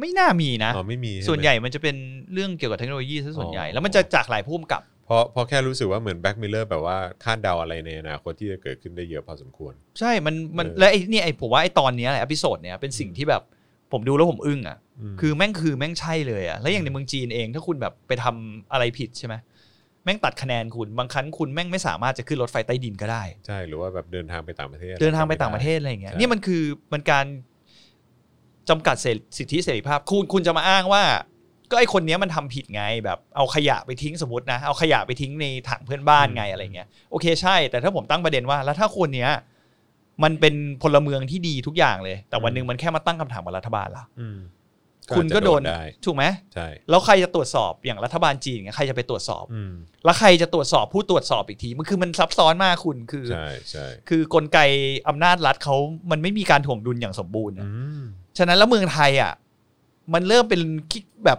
[SPEAKER 2] ไม่น่ามีนะ
[SPEAKER 1] อ๋อไม่มีช่ไม
[SPEAKER 2] ส่วนใหญ่มันจะเป็นเรื่องเกี่ยวกับเทคโนโลยีซะส่วนใหญ่
[SPEAKER 1] อ๋อ
[SPEAKER 2] แล้วมันจะจากหลายผู้กำกับ
[SPEAKER 1] เพราะเพราะแค่รู้สึกว่าเหมือนแบ็กมิลเลอร์แบบว่าคาดเดาอะไรในอนาคตที่จะเกิดขึ้นได้เยอะพอสมควร
[SPEAKER 2] ใช่มันมัน
[SPEAKER 1] เออ
[SPEAKER 2] และไอ้เนี่ยไอ้ผมว่าไอ้ตอนเนี้ยแหละอพิโซดเนี้ยเป็นสิ่งที่แบบผมดูแล้วผมอึ้งอะ
[SPEAKER 1] ม
[SPEAKER 2] คือแม่งคือแม่งใช่เลยอะแล้วอย่างในเมืองจีนเองถ้าคุณแบบไปทำอะไรผิดใช่ไหมแม่งตัดคะแนนคุณบางครั้งคุณแม่งไม่สามารถจะขึ้นรถไฟใต้ดินก็ได้
[SPEAKER 1] ใช่หรือว่าแบบเดินทางไปต่างประเทศ
[SPEAKER 2] เดินทางไปต่างประเทศอะไรอย่างเงี้ย
[SPEAKER 1] ใช่
[SPEAKER 2] นี่มันคือมันการจำกัดเสรีสิทธิเสรีภาพคุณคุณจะมาอ้างว่า ก็ไอคนเนี้ยมันทำผิดไงแบบเอาขยะไปทิ้งสมมตินะเอาขยะไปทิ้งในถังเพื่อนบ้านไงอะไรเงี้ยโอเคใช่ แต่ถ้าผมตั้งประเด็นว่า แล้วถ้าคนเนี้ยมันเป็นพลเมืองที่ดีทุกอย่างเลย แต่วันหนึ่งมันแค่มาตั้งคำถามกับรัฐบาลล่ะ
[SPEAKER 1] อืม
[SPEAKER 2] คุณก็โดน
[SPEAKER 1] อาจจะได้
[SPEAKER 2] ถูกไหม
[SPEAKER 1] ใช่
[SPEAKER 2] แล้วใครจะตรวจสอบอย่างรัฐบาลจีนเนี่ยใครจะไปตรวจสอบ
[SPEAKER 1] อืม
[SPEAKER 2] แล้วใครจะตรวจสอบผู้ตรวจสอบอีกทีมันคือมันซับซ้อนมากคุณคือ
[SPEAKER 1] ใช่ใช่
[SPEAKER 2] คือกลไกอำนาจรัฐเขามันไม่มีการถ่วงดุลอย่างสมบูรณ์
[SPEAKER 1] อื
[SPEAKER 2] อะ
[SPEAKER 1] ม
[SPEAKER 2] ฉะนั้นแล้วเมืองไทยอ่ะมันเริ่มเป็นคิดแบบ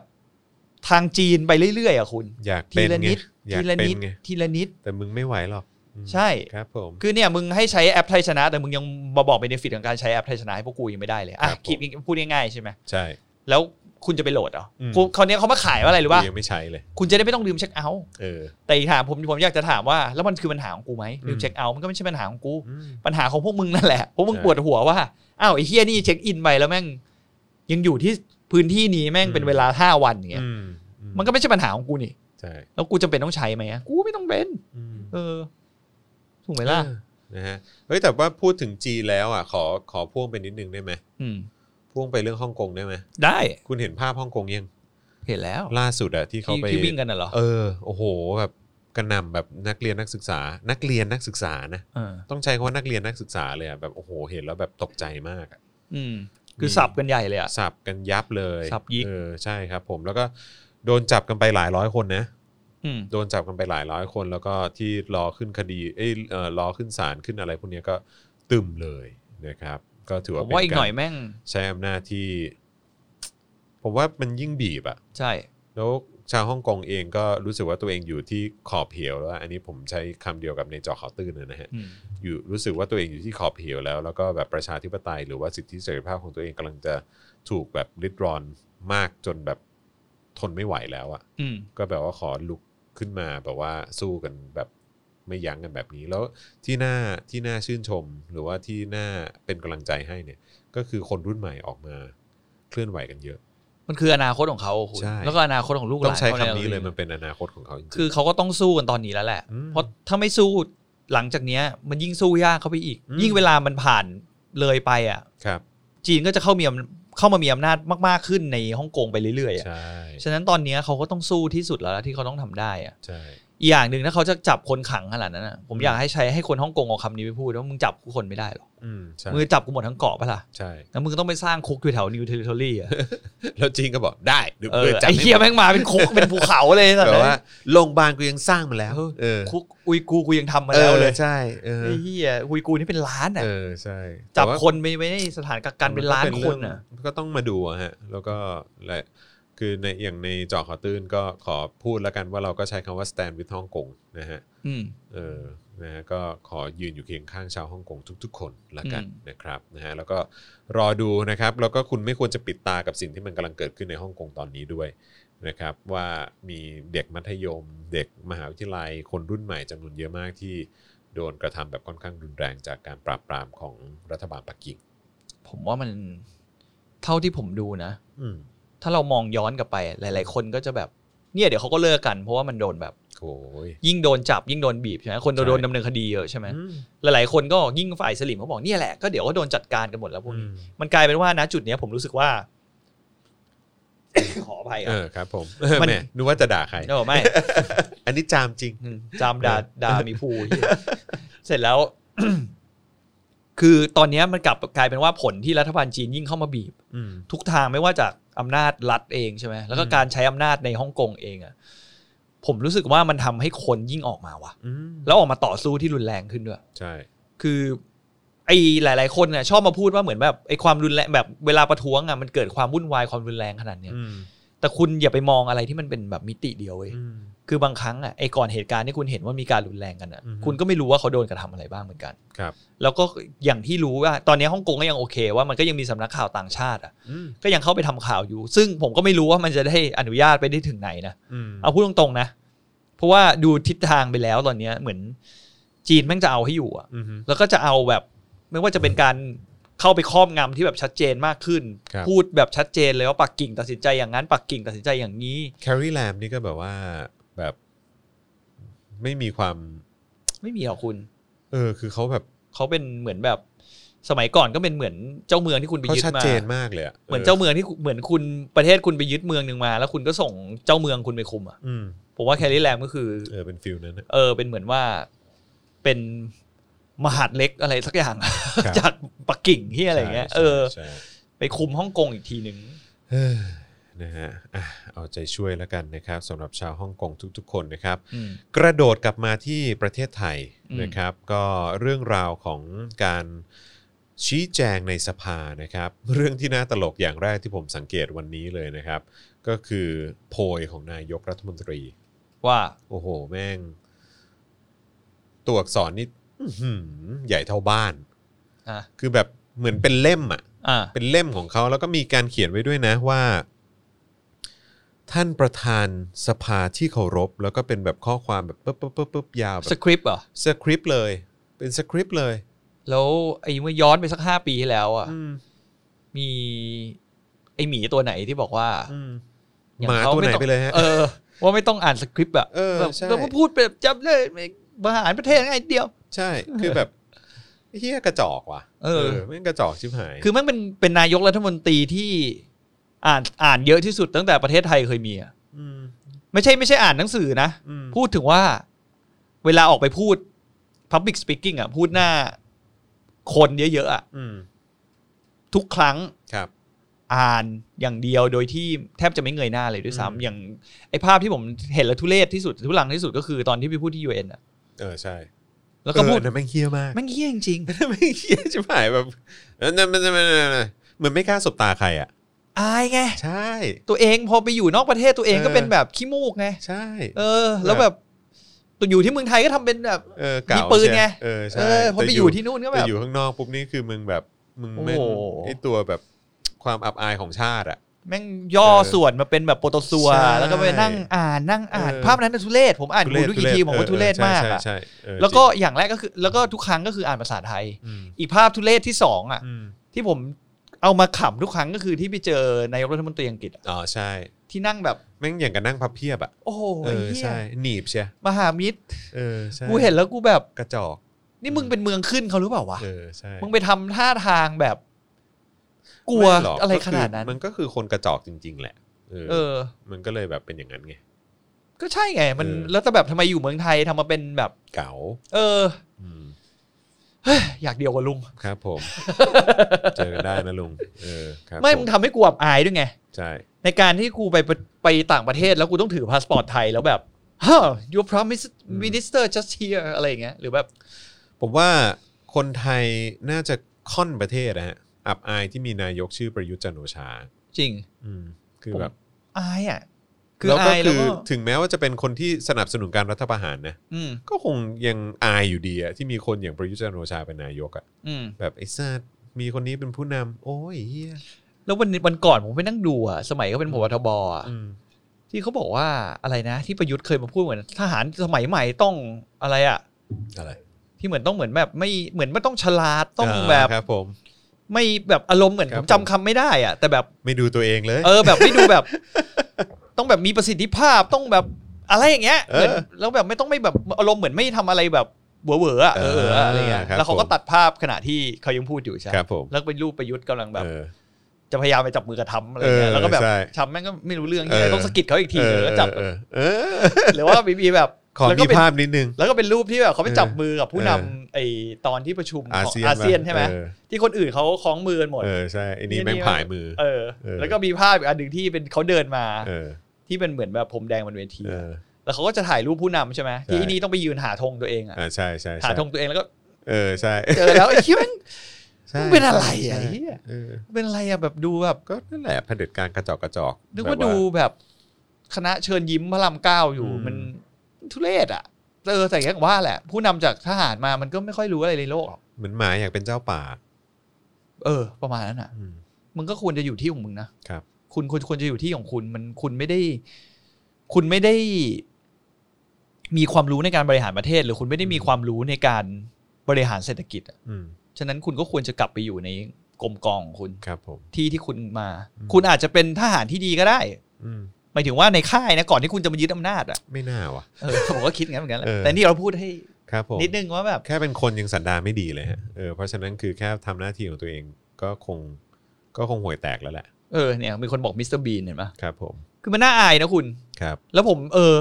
[SPEAKER 2] ทางจีนไปเรื่อยๆอ่ะคุณ
[SPEAKER 1] อยาก
[SPEAKER 2] ที
[SPEAKER 1] เป็น
[SPEAKER 2] ละ
[SPEAKER 1] ไง
[SPEAKER 2] นิด
[SPEAKER 1] อยา
[SPEAKER 2] ที
[SPEAKER 1] ก
[SPEAKER 2] ละ
[SPEAKER 1] เป็น
[SPEAKER 2] นิด
[SPEAKER 1] ไง
[SPEAKER 2] ทีละนิด
[SPEAKER 1] แต่มึงไม่ไหวหรอกอืม
[SPEAKER 2] ใช่
[SPEAKER 1] ครับผม
[SPEAKER 2] คือเนี่ยมึงให้ใช้แอปไทยชนะ แต่มึงยังมาบอกเบนฟิตของการใช้แอปไทยชนะให้พวกกูยังไม่ได้เลยอ่ะ
[SPEAKER 1] ครับผม
[SPEAKER 2] คิดพูดง่ายๆใช่ไหม
[SPEAKER 1] ใช่
[SPEAKER 2] แล้วคุณจะไปโหลดเหรอ
[SPEAKER 1] อืม
[SPEAKER 2] คุณคราวเนี้ยเขามาขายว่าอะไรหรือว่า
[SPEAKER 1] กูยังไม่ใช้เลย
[SPEAKER 2] คุณจะได้ไม่ต้องลืมเช็คเอาท์
[SPEAKER 1] เออ
[SPEAKER 2] แต่อีกถามผมผมอยากจะถามว่าแล้วมันคือปัญหาของกูไหมลื
[SPEAKER 1] อื
[SPEAKER 2] ม
[SPEAKER 1] ม
[SPEAKER 2] เช็คเอาท์มันก็ไม่ใช่ปัญหาของกู
[SPEAKER 1] อืม
[SPEAKER 2] ปัญหาของพวกมึงนั่นแหละพวกมึง
[SPEAKER 1] ใช่
[SPEAKER 2] ปวดหัวว่าอ้าวไอ้เฮียนี่เช็คอินไปแล้วแม่ง ยังอยู่ที่พื้นที่นี้แม่ง
[SPEAKER 1] อืม
[SPEAKER 2] เป็นเวลาห้าวันอย่างเงี้ย
[SPEAKER 1] อืม
[SPEAKER 2] มันก็ไม่ใช่ปัญหาของกูนี่
[SPEAKER 1] ใช่
[SPEAKER 2] แล้วกูจำเป็นต้องใช้ไหมอะกูไม่ต้องเป็น
[SPEAKER 1] อืม
[SPEAKER 2] เออถูกไหมล่ะ
[SPEAKER 1] เออนะฮะเฮ้ยแต่ว่าพูดถึงจีนแล้วอ่ะขอขอพ่วงไปนิดนึงได้ไหม
[SPEAKER 2] อืม
[SPEAKER 1] พ่วงไปเรื่องฮ่องกงได้ไหม
[SPEAKER 2] ได้
[SPEAKER 1] คุณเห็นภาพฮ่องกงยัง
[SPEAKER 2] เห็นแล้ว
[SPEAKER 1] ล่าสุดอ่ะที่เขา
[SPEAKER 2] ที่
[SPEAKER 1] ไป
[SPEAKER 2] ที่วิ่งกันน่ะเหรอ
[SPEAKER 1] เออโอ้โหแบบกระหน่ำแบบนักเรียนนักศึกษา นักเรียนนักศึกษานะ
[SPEAKER 2] เออ
[SPEAKER 1] ต้องใช้คำว่านักเรียนนักศึกษาเลยอ่ะแบบโอ้โหเห็นแล้วแบบตกใจมากอะ
[SPEAKER 2] อืม คือสับกันใหญ่เลยอะ
[SPEAKER 1] สับกันยับเลย
[SPEAKER 2] สับยิก
[SPEAKER 1] เออใช่ครับ ผมแล้วก็โดนจับกันไปหลายร้อยคนนะ
[SPEAKER 2] อืม
[SPEAKER 1] โดนจับกันไปหลายร้อยคนแล้วก็ที่รอขึ้นคดีเอ้ยเอ่อรอขึ้นศาลขึ้นอะไรพวกเนี้ยก็ตึมเลยนะครับ ก็ถือ
[SPEAKER 2] ผ
[SPEAKER 1] ว่าม เป็น
[SPEAKER 2] ว่าอีกหน่อย
[SPEAKER 1] าร
[SPEAKER 2] แม่ง
[SPEAKER 1] ใช้อำนาจที่ ผมว่ามันยิ่งบีบอะ
[SPEAKER 2] ใช่
[SPEAKER 1] แล้วชาวฮ่องกงเองก็รู้สึกว่าตัวเองอยู่ที่ขอบเหวแล้วอันนี้ผมใช้คำเดียวกับในจอข่าวตื้นเลยนะฮะ
[SPEAKER 2] อืม
[SPEAKER 1] อยู่รู้สึกว่าตัวเองอยู่ที่ขอบเหวแล้ว แล้วก็แบบประชาธิปไตยหรือว่าสิทธิเสรีภาพของตัวเองกำลังจะถูกแบบริดรอนมากจนแบบทนไม่ไหวแล้วอะ
[SPEAKER 2] อืม
[SPEAKER 1] ก็แบบว่าขอลุกขึ้นมาแบบว่าสู้กันแบบไม่ยั้งกันแบบนี้ แล้วที่น่าที่น่าชื่นชม หรือว่าที่น่าเป็นกำลังใจให้เนี่ย ก็คือคนรุ่นใหม่ออกมาเคลื่อนไหวกันเยอะ
[SPEAKER 2] มันคืออนาคตของเขาอะคุณ
[SPEAKER 1] ใช่
[SPEAKER 2] แล้วก็อนาคตของลูกหลาน
[SPEAKER 1] ต้องใช้
[SPEAKER 2] ขา
[SPEAKER 1] คำ
[SPEAKER 2] ใ
[SPEAKER 1] นี้เลย
[SPEAKER 2] ออ
[SPEAKER 1] มันเป็นอนาคตของเขาจริงๆ
[SPEAKER 2] คือเขาก็ต้องสู้กันตอนนี้แล้วแหละ
[SPEAKER 1] อืม
[SPEAKER 2] เพราะถ้าไม่สู้หลังจากเนี้ย มันยิ่งสู้ยากเข้าไปอีก
[SPEAKER 1] อืม
[SPEAKER 2] ยิ่งเวลามันผ่านเลยไปอ่ะ
[SPEAKER 1] ครับ
[SPEAKER 2] จีนก็จะเข้ามีอำเข้ามามีอำนาจมากๆขึ้นในฮ่องกงไปเรื่อยๆอะ
[SPEAKER 1] ใช่
[SPEAKER 2] ฉะนั้นตอนเนี้ยเขาก็ต้องสู้ที่สุดแล้วที่เขาต้องทำได้อ่ะ
[SPEAKER 1] ใช่
[SPEAKER 2] อีกอย่างหนึ่งถ้าเขาจะจับคนขังขนาดนั้นนะผมอยากให้ใช้ให้คนฮ่องกงเอาคำนี้ไปพูดว่ามึงจับกูคนไม่ได้หรอก
[SPEAKER 1] อืมใช่
[SPEAKER 2] มึงจะจับกูหมดทั้งเกาะปะล่ะ
[SPEAKER 1] ใช่
[SPEAKER 2] แล้วมึงก็ต้องไปสร้างคุกอยู่แถวนิวเทอริทอรี่อ่ะ
[SPEAKER 1] แล้วจีนก็บอกได้เดี๋ยว
[SPEAKER 2] เอ
[SPEAKER 1] เพื่
[SPEAKER 2] อ
[SPEAKER 1] อจับ
[SPEAKER 2] ไอ้เฮียแม่งมาเป็นคุกเป็นภูเขาเลยตอน
[SPEAKER 1] แต่
[SPEAKER 2] นั้น
[SPEAKER 1] ว่าโรงพยาบาลกูยังสร้างมาแล้ว
[SPEAKER 2] เออ
[SPEAKER 1] เออ
[SPEAKER 2] คุกอุยกูกูยังทำมาแล้วเล
[SPEAKER 1] อ
[SPEAKER 2] ย
[SPEAKER 1] อใช่เออ
[SPEAKER 2] ไอ้เฮียอุยกูนี่เป็นล้านอ่ะ
[SPEAKER 1] เออใช่
[SPEAKER 2] จับ
[SPEAKER 1] แต่ว่า
[SPEAKER 2] คนไปไว้ในสถานกักกันเป็นล้าน
[SPEAKER 1] มัก็
[SPEAKER 2] คน
[SPEAKER 1] เรื่
[SPEAKER 2] อ่ะ
[SPEAKER 1] องก็ต้องมาดูอะฮะ แล้วก็และคือในอย่างในเจอขอตื้นก็ขอพูดแล้วกันว่าเราก็ใช้คำว่า stand with ฮ่องกงนะฮะ
[SPEAKER 2] อืม
[SPEAKER 1] เออนะฮะก็ขอยืนอยู่เคียงข้างชาวฮ่องกงทุก ๆ คนละกัน
[SPEAKER 2] อืม
[SPEAKER 1] นะครับนะฮะแล้วก็รอดูนะครับ แล้วก็คุณไม่ควรจะปิดตากับสิ่งที่มันกำลังเกิดขึ้นในฮ่องกงตอนนี้ด้วยนะครับ ว่ามีเด็กมัธยม เด็กมหาวิทยาลัยคนรุ่นใหม่จำนวนเยอะมากที่โดนกระทำแบบค่อนข้างรุนแรงจากการปราบปรามของรัฐบาลปักกิ่ง
[SPEAKER 2] ผมว่ามันเท่าที่ผมดูนะ
[SPEAKER 1] อืม
[SPEAKER 2] ถ้าเรามองย้อนกลับไปหลาย ๆ คนก็จะแบบเนี่ยเดี๋ยวเขาก็เลิกกันเพราะว่ามันโดนแบบ
[SPEAKER 1] โอ้ย
[SPEAKER 2] ยิ่งโดนจับยิ่งโดนบีบใช่ไหมคนโดน
[SPEAKER 1] ใช่
[SPEAKER 2] โดนดำเนินคดีเยอะใช่ไหม
[SPEAKER 1] อืม
[SPEAKER 2] หลายๆคนก็ยิ่งฝ่ายสลิมเขาบอกเนี่ยแหละก็เดี๋ยวก็โดนจัดการกันหมดแล้วพวกนี้
[SPEAKER 1] อืม
[SPEAKER 2] มันกลายเป็นว่านะจุดเนี้ยผมรู้สึกว่า ขออภัยค
[SPEAKER 1] เอ
[SPEAKER 2] รับ
[SPEAKER 1] อครับผม
[SPEAKER 2] มัน
[SPEAKER 1] แหม่นึกว่าจะด่าใคร
[SPEAKER 2] เออไม่
[SPEAKER 1] อันนี้จามจริง
[SPEAKER 2] อืมจามดาดามีภูเหี้ยเสร็จแล้ว คือตอนเนี้ยมันกลับกลายเป็นว่าผลที่รัฐบาลจีนยิ่งเข้ามาบีบ
[SPEAKER 1] อืม
[SPEAKER 2] ทุกทางไม่ว่าจากอำนาจรัฐเองใช่ไหมแล้วก็
[SPEAKER 1] อืม
[SPEAKER 2] การใช้อำนาจในฮ่องกงเองอะผมรู้สึกว่ามันทำให้คนยิ่งออกมาว่ะ
[SPEAKER 1] อืม
[SPEAKER 2] แล้วออกมาต่อสู้ที่รุนแรงขึ้นด้วย
[SPEAKER 1] ใช่
[SPEAKER 2] คือไอ้หลาย ๆ คนเนี่ยชอบมาพูดว่าเหมือนแบบไอ้ความรุนแรงแบบเวลาประท้วงอะมันเกิดความวุ่นวายความรุนแรงขนาดเนี้ย
[SPEAKER 1] อืม
[SPEAKER 2] แต่คุณอย่าไปมองอะไรที่มันเป็นแบบมิติเดียวเว้ย
[SPEAKER 1] อืม
[SPEAKER 2] คือบางครั้งอ่ะไอ้ก่อนเหตุการณ์ที่คุณเห็นว่ามีการรุนแรงกันอ่ะ
[SPEAKER 1] อือฮึ
[SPEAKER 2] คุณก็ไม่รู้ว่าเขาโดนกระทำอะไรบ้างเหมือนกัน
[SPEAKER 1] ครับ
[SPEAKER 2] แล้วก็อย่างที่รู้ว่าตอนนี้ฮ่องกงก็ยังโอเค ว่ามันก็ยังมีสำนักข่าวต่างชาติอ่ะ
[SPEAKER 1] อืม
[SPEAKER 2] ก็ยังเข้าไปทำข่าวอยู่ ซึ่งผมก็ไม่รู้ว่ามันจะได้อนุญาตไปได้ถึงไหนนะ
[SPEAKER 1] อืม
[SPEAKER 2] เอาพูดตรงๆนะ เพราะว่าดูทิศทางไปแล้วตอนเนี้ยเหมือนจีนแม่งจะเอาให้อยู่อ่ะ
[SPEAKER 1] อืมฮึ
[SPEAKER 2] แล้วก็จะเอาแบบไม่ว่าจะเป็นการเข้าไปครอบงำที่แบบชัดเจนมากขึ้น
[SPEAKER 1] ครับ
[SPEAKER 2] พูดแบบชัดเจนเลยว่าปักกิ่งตัดสินใจอย่างนั้นปักกิ่งตัดสินใจอย่างนี้
[SPEAKER 1] แครีแลมนี่ก็แบบว่าแบบไม่มีความ
[SPEAKER 2] ไม่มีหรอกคุณ
[SPEAKER 1] เออ คือเขาแบบ
[SPEAKER 2] เขาเป็นเหมือนแบบสมัยก่อนก็เป็นเหมือนเจ้าเมืองที่คุณไป
[SPEAKER 1] เขา
[SPEAKER 2] ยึด
[SPEAKER 1] ชัด
[SPEAKER 2] มา
[SPEAKER 1] เจนมากเลยะ
[SPEAKER 2] เหมือนเจ้าเมืองที่เหมือนคุณประเทศคุณไปยึดเมืองหนึ่งมา แล้วคุณก็ส่งเจ้าเมืองคุณไปคุมอ่ะ
[SPEAKER 1] อืม
[SPEAKER 2] ผมว่าแคลิแลมก็คือ
[SPEAKER 1] เออเป็นฟิลนั้นนะ
[SPEAKER 2] เออเป็นเหมือนว่าเป็นมหาดเล็กอะไรสักอย่าง
[SPEAKER 1] ครับ
[SPEAKER 2] จากปักกิ่งที่อะไรอย่างเงี้ย
[SPEAKER 1] ใช่
[SPEAKER 2] เออ
[SPEAKER 1] ใช่ใช่
[SPEAKER 2] ไปคุมฮ่องกงอีกทีหนึ่ง
[SPEAKER 1] เฮ้ยนะฮะอ่ะเอาใจช่วยแล้วกันนะครับสำหรับชาวฮ่องกงทุก ๆ คนนะครับ
[SPEAKER 2] อืม
[SPEAKER 1] กระโดดกลับมาที่ประเทศไทย
[SPEAKER 2] อืม
[SPEAKER 1] นะครับ ก็เรื่องราวของการชี้แจงในสภานะครับ เรื่องที่น่าตลกอย่างแรกที่ผมสังเกตวันนี้เลยนะครับ ก็คือโพยของนายกรัฐมนตรี
[SPEAKER 2] ว่า
[SPEAKER 1] โอ้โห แม่ง ตัวอักษรนี่อื้อหือใหญ่เท่าบ้าน
[SPEAKER 2] อ่ะ
[SPEAKER 1] คือแบบเหมือนเป็นเล่มอ่ะ
[SPEAKER 2] อ่ะ
[SPEAKER 1] เป็นเล่มของเขาแล้วก็มีการเขียนไว้ด้วยนะว่า ท่านประธานสภาที่เคารพ แล้วก็เป็นแบบข้อความแบบปึ๊บปึ๊บปึ๊บปึ๊บยาวแบ
[SPEAKER 2] ส
[SPEAKER 1] บ
[SPEAKER 2] คริปต์เหรอ
[SPEAKER 1] สคริปต์เลย เป็นสคริปต์เลย
[SPEAKER 2] แล้วไอ้เมื่อย้อนไปสักห้าปีที่แล้วอ่ะ
[SPEAKER 1] อืม
[SPEAKER 2] มีไอ้หมีตัวไหนที่บอกว่า
[SPEAKER 1] อืม
[SPEAKER 2] อย่ง
[SPEAKER 1] หมา
[SPEAKER 2] เข
[SPEAKER 1] ตัวไหน
[SPEAKER 2] ม่อ
[SPEAKER 1] ไป
[SPEAKER 2] ง
[SPEAKER 1] เลยฮะ
[SPEAKER 2] เออ ว่าไม่ต้องอ่านสคริปต์อะ
[SPEAKER 1] เออ
[SPEAKER 2] แบบ
[SPEAKER 1] ใช่
[SPEAKER 2] แล้วก็พูดแบบจับเลยบริหารประเทศง่ายเดียว
[SPEAKER 1] ใช่ คือแบบเฮียกระจอกว่ะ
[SPEAKER 2] เออ
[SPEAKER 1] แม่งกระจอกชิบหาย
[SPEAKER 2] คือมันเป็นเป็นนายกรัฐมนตรีที่อ่านอ่านเยอะที่สุดตั้งแต่ประเทศไทยเคยมีอะ
[SPEAKER 1] ม
[SPEAKER 2] ไม่ใช่ไม่ใช่อ่านหนังสือนะ
[SPEAKER 1] อืม
[SPEAKER 2] พูดถึงว่า เวลาออกไปพูด Public Speaking อะพูดหน้าคนเยอะๆอะ
[SPEAKER 1] อืม
[SPEAKER 2] ทุกครั้ง
[SPEAKER 1] ครับ
[SPEAKER 2] อ่านอย่างเดียวโดยที่แทบจะไม่เงยหน้าเลยด้วย
[SPEAKER 1] อืม
[SPEAKER 2] ซ้ำอย่างไอภาพที่ผมเห็นแล้วทุเรศที่สุดทุลังที่สุดก็คือตอนที่ไปพูดที่ยูเอ็นอะ
[SPEAKER 1] เออใช่
[SPEAKER 2] แล้วก็พูด
[SPEAKER 1] เออนะแม่งเฮีย มาก
[SPEAKER 2] แม่งเฮี้ยจริง
[SPEAKER 1] แม่งเฮียชิบหายแบบนั่นนั่นนั่นนั่นนั่นเหมือนไม่กล้าสบตาใครอ่ะ
[SPEAKER 2] ๆอายไง
[SPEAKER 1] ใช่
[SPEAKER 2] ตัวเองพอไปอยู่นอกประเทศตัวเอง
[SPEAKER 1] เออ
[SPEAKER 2] ก็เป็นแบบขี้มูกไง
[SPEAKER 1] ใช่
[SPEAKER 2] เออ แล้วแบบตัวอยู่ที่เมืองไทยก็ทำเป็นแบบ
[SPEAKER 1] เออเก่า
[SPEAKER 2] ปืนไง
[SPEAKER 1] เออใช่
[SPEAKER 2] เออพอไป
[SPEAKER 1] แต่
[SPEAKER 2] อยู่ที่นู่นก็แบ
[SPEAKER 1] แต่
[SPEAKER 2] บ
[SPEAKER 1] อยู่ข้างนอกปุ๊บนี่คือมึงแบบมึงแม่ง
[SPEAKER 2] โอ้โห
[SPEAKER 1] ไอตัวแบบความอับอายของชาติอ่ะ
[SPEAKER 2] แม่งย่อ
[SPEAKER 1] เออ
[SPEAKER 2] ส่วนมาเป็นแบบโปรโตซัว
[SPEAKER 1] ใช่
[SPEAKER 2] แล้วก็ไปนั่งอ่านนั่งอ่าน
[SPEAKER 1] เออ
[SPEAKER 2] ภาพนั้นน่ะทุเรศผมอ่านดูทุกกี่ทีผมว่าทุเรศมาก
[SPEAKER 1] ใช่
[SPEAKER 2] อะ
[SPEAKER 1] ใช่ใช่เออ
[SPEAKER 2] แล้วก็
[SPEAKER 1] จริง
[SPEAKER 2] อย่างแรกก็คือ แล้วก็ทุกครั้งก็คืออ่านภาษาไทย
[SPEAKER 1] อืม
[SPEAKER 2] อีกภาพทุเรศที่สองอ่ะ
[SPEAKER 1] อืม
[SPEAKER 2] ที่ผมเอามาขำทุกครั้งก็คือที่ไปเจอนายกรัฐมนตรีอังกฤษอะ
[SPEAKER 1] อ๋อใช่
[SPEAKER 2] ที่นั่งแบบ
[SPEAKER 1] แม่งอย่างกับนั่งพับเพียบอ่ะ
[SPEAKER 2] โอ้โห
[SPEAKER 1] เออ
[SPEAKER 2] เหี้ย
[SPEAKER 1] ใช่หนีบเชีย
[SPEAKER 2] มหามิตร
[SPEAKER 1] เออใช่
[SPEAKER 2] กูเห็นแล้วกูแบบ
[SPEAKER 1] กระจอก
[SPEAKER 2] นี่มึงเป็นเมืองขึ้นเขาหรือเปล่าวะ
[SPEAKER 1] เออใช่
[SPEAKER 2] มึงไปทำท่าทางแบบ กลัว
[SPEAKER 1] ม่หก
[SPEAKER 2] อะไร
[SPEAKER 1] ก็
[SPEAKER 2] ข
[SPEAKER 1] คื
[SPEAKER 2] นาดนั้น
[SPEAKER 1] มันก็คือคนกระจอกจริง ๆ แหละเอ
[SPEAKER 2] เอ
[SPEAKER 1] อ
[SPEAKER 2] อ
[SPEAKER 1] มันก็เลยแบบเป็นอย่างนั้นไง
[SPEAKER 2] ก็ใช่ไง มัน
[SPEAKER 1] เออ
[SPEAKER 2] แล้วแต่แบบทำไมอยู่เมืองไทยทำมาเป็นแบบ
[SPEAKER 1] เก๋า
[SPEAKER 2] เออ
[SPEAKER 1] อืม
[SPEAKER 2] อยากเดียวกับลุง
[SPEAKER 1] ครับผม เจอกันได้นะลุงเออครับ
[SPEAKER 2] ไม่
[SPEAKER 1] ผ
[SPEAKER 2] มึงทำให้กูอับอายด้วยไง
[SPEAKER 1] ใช่
[SPEAKER 2] ในการที่กูไปไปต่างประเทศแล้วกูต้องถือพาสปอร์ตไทยแล้วแบบ huh your prime minis-
[SPEAKER 1] อืม
[SPEAKER 2] minister just here อะไรอย่างเงี้ยหรือแบบ
[SPEAKER 1] ผมว่าคนไทยน่าจะค่อนประเทศนะฮะอับอายที่มีนายกชื่อประยุทธ์จันทร์โอชา
[SPEAKER 2] จริง
[SPEAKER 1] อืมคือแบบ
[SPEAKER 2] อายอ่ะ คือ
[SPEAKER 1] แล้วก็
[SPEAKER 2] อายแล้
[SPEAKER 1] คื
[SPEAKER 2] ว
[SPEAKER 1] อ
[SPEAKER 2] ก็
[SPEAKER 1] ถึงแม้ว่าจะเป็นคนที่สนับสนุนการรัฐประหารนะ
[SPEAKER 2] อืม
[SPEAKER 1] ก็คงยังอายอยู่ดีอะที่มีคนอย่างประยุทธ์จันทร์โอชาเป็นนายกอะ
[SPEAKER 2] อืม
[SPEAKER 1] แบบไอ้ซาดมีคนนี้เป็นผู้นำโอ้ยเฮีย
[SPEAKER 2] แล้ววันวันก่อนผมไปนั่งดูอ่ะ สมัยก็เป็นพบทบอ่ะ
[SPEAKER 1] อืม
[SPEAKER 2] ที่เขาบอกว่าอะไรนะ ที่ประยุทธ์เคยมาพูดเหมือนทหารสมัยใหม่ต้องอะไรอ่ะ
[SPEAKER 1] อะไร
[SPEAKER 2] ที่เหมือนต้องเหมือนแบบไม่เหมือนไม่ต้องฉลาดต้อง
[SPEAKER 1] า
[SPEAKER 2] แบบ
[SPEAKER 1] ครับผม
[SPEAKER 2] ไม่แบบอารมณ์เหมือน
[SPEAKER 1] ครั
[SPEAKER 2] ผ
[SPEAKER 1] บ
[SPEAKER 2] มจำคำไม่ได้อ่ะ แต่แบบ
[SPEAKER 1] ไม่ดูตัวเองเลย
[SPEAKER 2] เออแบบไม่ดูแบบ ต้องแบบมีประสิทธิภาพต้องแบบอะไรอย่างเงี้ย
[SPEAKER 1] เออ
[SPEAKER 2] เหมือนแล้วแบบไม่ต้องไม่แบบอารมณ์เหมือนไม่ทำอะไรแบบเวอร์ๆอะเออๆอะไรเงี้ย
[SPEAKER 1] อ่าครับ
[SPEAKER 2] แล้วเขาก็
[SPEAKER 1] ผม
[SPEAKER 2] ตัดภาพขณะที่เขายังพูดอยู่ใช่ไหม
[SPEAKER 1] ครับผม
[SPEAKER 2] แล้วเป็นรูปประยุทธ์กำลังแบบ
[SPEAKER 1] เออ
[SPEAKER 2] จะพยายามไปจับมือกับทำอะไรเงี้
[SPEAKER 1] เอยอ
[SPEAKER 2] แล้วก็แบบ
[SPEAKER 1] ใช่
[SPEAKER 2] ทำแม่งก็ไม่รู้เรื่อง
[SPEAKER 1] เอ
[SPEAKER 2] เหี้ย
[SPEAKER 1] อ
[SPEAKER 2] ต้องสะกิดเขาอีกทีหนึ่งแล้วจับ
[SPEAKER 1] เออเออเออ
[SPEAKER 2] หรือว่ามีแบบ
[SPEAKER 1] ขอ
[SPEAKER 2] แล้วก็
[SPEAKER 1] มี
[SPEAKER 2] เป็น
[SPEAKER 1] ภาพนิดนึง
[SPEAKER 2] แล้วก็เป็นรูปที่แบบเขาไปจับมือกับผู้
[SPEAKER 1] เอ
[SPEAKER 2] นำ
[SPEAKER 1] อ
[SPEAKER 2] ไอ้ตอนที่ประชุม
[SPEAKER 1] อา
[SPEAKER 2] ของ
[SPEAKER 1] เซียน
[SPEAKER 2] อาเซียนใช่ไหม
[SPEAKER 1] เออ
[SPEAKER 2] ที่คนอื่นเขาคล้องมือกันหมด
[SPEAKER 1] เออใช่ไอ้นี่
[SPEAKER 2] นี่
[SPEAKER 1] แม่งผายมือ
[SPEAKER 2] เออ
[SPEAKER 1] เออ
[SPEAKER 2] แล้วก็มีภาพอีกอันหนึ่งที่เป็นเขาเดินมา
[SPEAKER 1] เออ
[SPEAKER 2] ที่เป็นเหมือนแบบผมแดงบนเวที
[SPEAKER 1] เอ
[SPEAKER 2] อะ
[SPEAKER 1] อ
[SPEAKER 2] แล้วเขาก็จะถ่ายรูปผู้นำใช่ไหม
[SPEAKER 1] ใช่
[SPEAKER 2] ที่อีนี่ต้องไปยืนหาธงตัวเองอะ
[SPEAKER 1] อ่าใช่ใช่
[SPEAKER 2] หา
[SPEAKER 1] ใช่
[SPEAKER 2] ธงตัวเองแล้วก็
[SPEAKER 1] เออใช่
[SPEAKER 2] เจอแล้วไอ้ ที่มัน
[SPEAKER 1] ใช่
[SPEAKER 2] มึงเป็นอะไรอะ
[SPEAKER 1] ใช่
[SPEAKER 2] ไอ้เหี้ย
[SPEAKER 1] เออ
[SPEAKER 2] เป็นอะไรอะแบบดูแบบ
[SPEAKER 1] ก็นั่นแหละเผด็จการกระจอกกระจอก
[SPEAKER 2] นึกว่า
[SPEAKER 1] แบบ
[SPEAKER 2] ดูแบบคณะเชิญยิ้มพระรามเก้าอยู่
[SPEAKER 1] อืม
[SPEAKER 2] มันทุเรศอะเออแต่อย่างว่าแหละ ผู้นำจากทหารมามันก็ไม่ค่อยรู้อะไรในโลกหรอก
[SPEAKER 1] เหมือนหมาอยากเป็นเจ้าป่า
[SPEAKER 2] เออ ประมาณนั้นอะ
[SPEAKER 1] อืม
[SPEAKER 2] มึงก็ควรจะอยู่ที่ของมึงนะครับ คุณควรควรจะอยู่ที่ของคุณ มันคุณไม่ได้ คุณไม่ได้ มีความรู้ในการบริหารประเทศ หรือคุณไม่ได้มีความรู้ในการบริหารเศรษฐกิจอะ
[SPEAKER 1] อืม
[SPEAKER 2] ฉะนั้นคุณก็ควรจะกลับไปอยู่ในกรมกองของคุณ
[SPEAKER 1] ครับผม
[SPEAKER 2] ที่ที่คุณมา
[SPEAKER 1] อืม
[SPEAKER 2] คุณอาจจะเป็นทหารที่ดีก็ได้
[SPEAKER 1] อืม
[SPEAKER 2] หมายถึงว่าในค่ายนะก่อนที่คุณจะมายึดอำนาจอ่ะ
[SPEAKER 1] ไม่น่าว่ะ
[SPEAKER 2] เออ ผมก็คิดงั้นเหมือนกันแหละ
[SPEAKER 1] เออ
[SPEAKER 2] แต่นี่เราพูดให้
[SPEAKER 1] ครับผม
[SPEAKER 2] นิดนึงว่าแบบ
[SPEAKER 1] แค่เป็นคนยังสันดานไม่ดีเลยฮะเออเพราะฉะนั้นคือแค่ทำหน้าที่ของตัวเองก็คงก็คงห่วยแตกแล้วแหละ
[SPEAKER 2] เออเนี่ยมีคนบอกมิสเตอร์บีนเห็นปะ
[SPEAKER 1] ครับผม
[SPEAKER 2] คือมันน่าอายนะคุณ
[SPEAKER 1] ครับ
[SPEAKER 2] แล้วผมเออ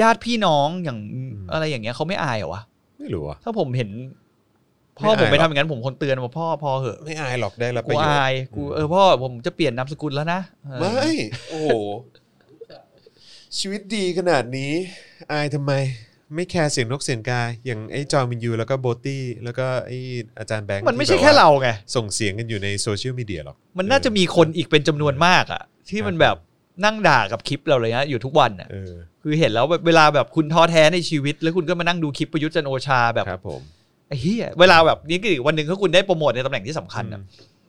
[SPEAKER 2] ญาติพี่น้องอย่าง
[SPEAKER 1] ม
[SPEAKER 2] อะไรอย่างเงี้ยเขาไม่อายเหรอวะ
[SPEAKER 1] ไม่รู้อ่ะ
[SPEAKER 2] ถ้าผมเห็น พ่
[SPEAKER 1] ไม่
[SPEAKER 2] อ
[SPEAKER 1] อาย
[SPEAKER 2] ผมไป
[SPEAKER 1] หรอ
[SPEAKER 2] ทำอย่างนั้นผมคนเตือนว่าพ่อพ่อเหอะ
[SPEAKER 1] ไม่อายหรอกได้รับป
[SPEAKER 2] กู
[SPEAKER 1] ระโยชน์
[SPEAKER 2] อายกูเออพ่อผมจะเปลี่ยนนามสกุลแล้วนะเออ
[SPEAKER 1] ไม่โอ้โหชีวิตดีขนาดนี้ อายทำไม ไม่แคร์เสียงนกเสียงกาอย่างไอ้จอมินยูแล้วก็โบตี้ แล้วก็ไอ้อาจารย์แบงค์
[SPEAKER 2] มันไม่ใช่
[SPEAKER 1] ที่บบ
[SPEAKER 2] แค่
[SPEAKER 1] ว่
[SPEAKER 2] เราไง
[SPEAKER 1] ส่งเสียงกันอยู่ในโซเชียลมีเดียหรอก
[SPEAKER 2] มันน่าจะมีคนอีกเป็นจำนวนมากอะที่มั
[SPEAKER 1] ค
[SPEAKER 2] น
[SPEAKER 1] รับ
[SPEAKER 2] แบบนั่งด่ากับคลิปเราเลยนะอยู่ทุกวันอะ
[SPEAKER 1] เออ
[SPEAKER 2] คือเห็นแล้วแบบเวลาแบบคุณท้อแท้ในชีวิต แล้วคุณก็มานั่งดูคลิปประยุทธ์จันทร์โอชาแบบ
[SPEAKER 1] ครับผม
[SPEAKER 2] ไอ้เหี้ยเวลาแบบนี้คือวันหนึ่งถ้าคุณได้โปรโมทในตำแหน่งที่สำคัญอะ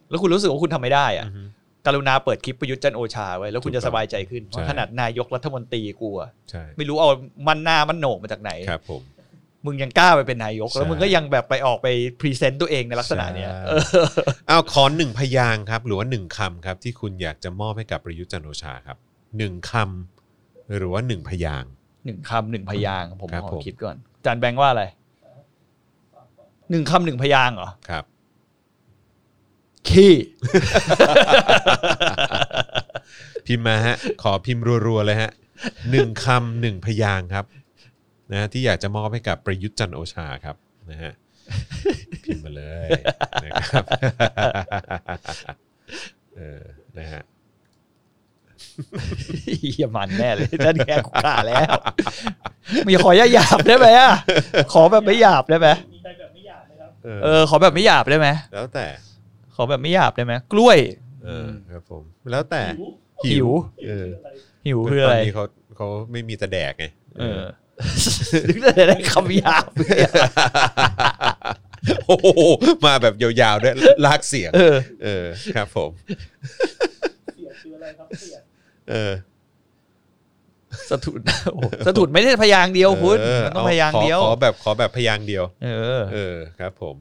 [SPEAKER 2] แล้วคุณรู้สึกว่าคุณทำไม่ได้อะ
[SPEAKER 1] อืม
[SPEAKER 2] กรุณาเปิดคลิปประยุทธ์จันทร์โอชาไว้แล้วคุณจะสบายใจขึ้น
[SPEAKER 1] ใช่
[SPEAKER 2] ขนาดนายกรัฐมนตรีกูอะ
[SPEAKER 1] ใช่
[SPEAKER 2] ไม่รู้เอามันหน้ามันโหนกมาจากไหน
[SPEAKER 1] ครับผม
[SPEAKER 2] มึงยังกล้าไปเป็นนายก แล้ว
[SPEAKER 1] ใช่
[SPEAKER 2] มึงก็ยังแบบไปออกไปพรีเซนต์ตัวเองในลักษณะเนี้ยเออ
[SPEAKER 1] ใช่เอาขอหนึ่งพยางค์ครับ หรือว่าหนึ่งคำครับที่คุณอยากจะมอบให้กับประยุทธ์จันทร์โอชาครับหนึ่งคำหรือว่าหนึ่งพยางค์
[SPEAKER 2] หนึ่งคำหนึ่งพยางค์ผม
[SPEAKER 1] ครับ
[SPEAKER 2] ขอ
[SPEAKER 1] ผม
[SPEAKER 2] คิดก่อนอาจานแบงค์ว่าอะไรหนึ่งคำหนึ่งพยางค์เหรอ
[SPEAKER 1] ครับ
[SPEAKER 2] ขี้
[SPEAKER 1] พิมพ์มาฮะ ขอพิมพ์รัวๆเลยฮะหนึ่งคำหนึ่งพยางค์ครับนะที่อยากจะมอบให้กับประยุทธ์จันทร์โอชาครับนะฮะพิมพ์มาเลยนะครับเออนะฮะ
[SPEAKER 2] เหี้ยมันแน่เลยท่านแกกูกล้าแล้วมีขอหยาบๆได้ไหมอ่ะขอแบบไม่หยาบได้ไหม
[SPEAKER 3] มีใจแบบไม่อยากเลยครับ
[SPEAKER 1] เอ
[SPEAKER 2] เอ
[SPEAKER 1] อ
[SPEAKER 2] อขอแบบไม่หยาบได้ไหม
[SPEAKER 1] แล้วแต่
[SPEAKER 2] ขอแบบไม่หยาบได้ไหมกล้วย
[SPEAKER 1] เออครับผมแล้วแต่
[SPEAKER 3] หิ
[SPEAKER 2] หิ
[SPEAKER 3] ว
[SPEAKER 2] ว
[SPEAKER 1] เออ
[SPEAKER 2] หิวคืออะไร
[SPEAKER 1] ตนนี้เขาเขาไม่มีแต่แดกไง
[SPEAKER 2] เออถึงจะได้คำหยาบเนี่ย
[SPEAKER 1] โอ้โหมาแบบยาวๆด้วยลากเสียง
[SPEAKER 2] เออ
[SPEAKER 1] เออครับผม
[SPEAKER 3] เสียดคืออะไรครับเสียด
[SPEAKER 1] เออ
[SPEAKER 2] สะทุนโอ้ สะทุนไม่ได้พยางค์เดียวคุณ
[SPEAKER 1] เ
[SPEAKER 2] มันต้อง
[SPEAKER 1] เ
[SPEAKER 2] พยางค์
[SPEAKER 1] ขอ
[SPEAKER 2] เดียว
[SPEAKER 1] ขอแบบขอแบบพยางค์เดียว
[SPEAKER 2] เออ
[SPEAKER 1] เออครับผม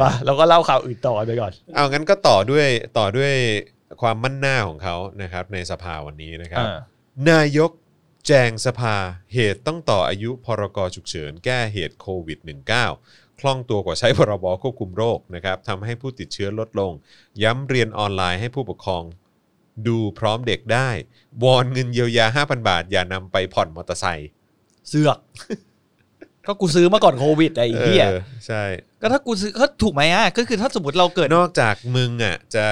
[SPEAKER 2] มาเราก็เล่าข่าวอื่นต่อไปก่อน
[SPEAKER 1] เอางั้นก็ต่อด้วยต่อด้วยความมั่นหน้าของเขานะครับ ในสภาวันนี้นะครับ นายกแจงสภาเหตุต้องต่ออายุพรกฉุกเฉิน แก้เหตุโควิด -19 คล่องตัวกว่าใช้พรบควบคุมโรคนะครับทำให้ผู้ติดเชื้อลดลง ย้ำเรียนออนไลน์ให้ผู้ปกครอง ดูพร้อมเด็กได้ วอนเงินเยียวยา 5,000 บาท อย่านำไปผ่อนมอเตอร์ไซค์
[SPEAKER 2] เสือก ก็กูซื้อมาก่อนโควิดอะไอ้เหี้ย
[SPEAKER 1] เออใช่
[SPEAKER 2] ก็ถ้ากูซื้อก็ถูกไหมอ่ะก็คือถ้าสมมติเราเกิด
[SPEAKER 1] นอกจากมึงอ่ะจะ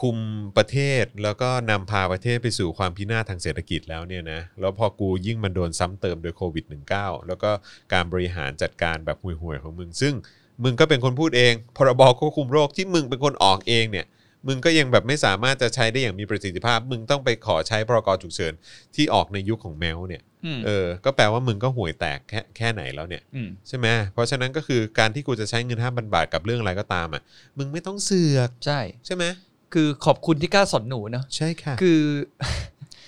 [SPEAKER 1] คุมประเทศแล้วก็นำพาประเทศไปสู่ความพินาศทางเศรษฐกิจแล้วเนี่ยนะ แล้วพอกูยิ่งมันโดนซ้ำเติมโดยโควิด -19 แล้วก็การบริหารจัดการแบบห่วยๆของมึง ซึ่งมึงก็เป็นคนพูดเอง พรบควบคุมโรคที่มึงเป็นคนออกเองเนี่ย มึงก็ยังแบบไม่สามารถจะใช้ได้อย่างมีประสิทธิภาพ มึงต้องไปขอใช้พรกฉุกเฉินที่ออกในยุคของแมวเนี่ย
[SPEAKER 2] อืม
[SPEAKER 1] เออก็แปลว่ามึงก็ห่วยแตกแค่แค่ไหนแล้วเนี่ย
[SPEAKER 2] อืม
[SPEAKER 1] ใช่ไหม เพราะฉะนั้นก็คือการที่กูจะใช้เงินห้าพันบาทกับเรื่องอะไรก็ตามอ่ะ มึงไม่ต้องเสือก
[SPEAKER 2] ใช่
[SPEAKER 1] ใช่ไหม
[SPEAKER 2] คือขอบคุณที่กล้าสอนหนูเนอะ
[SPEAKER 1] ใช่ค่ะ
[SPEAKER 2] คือ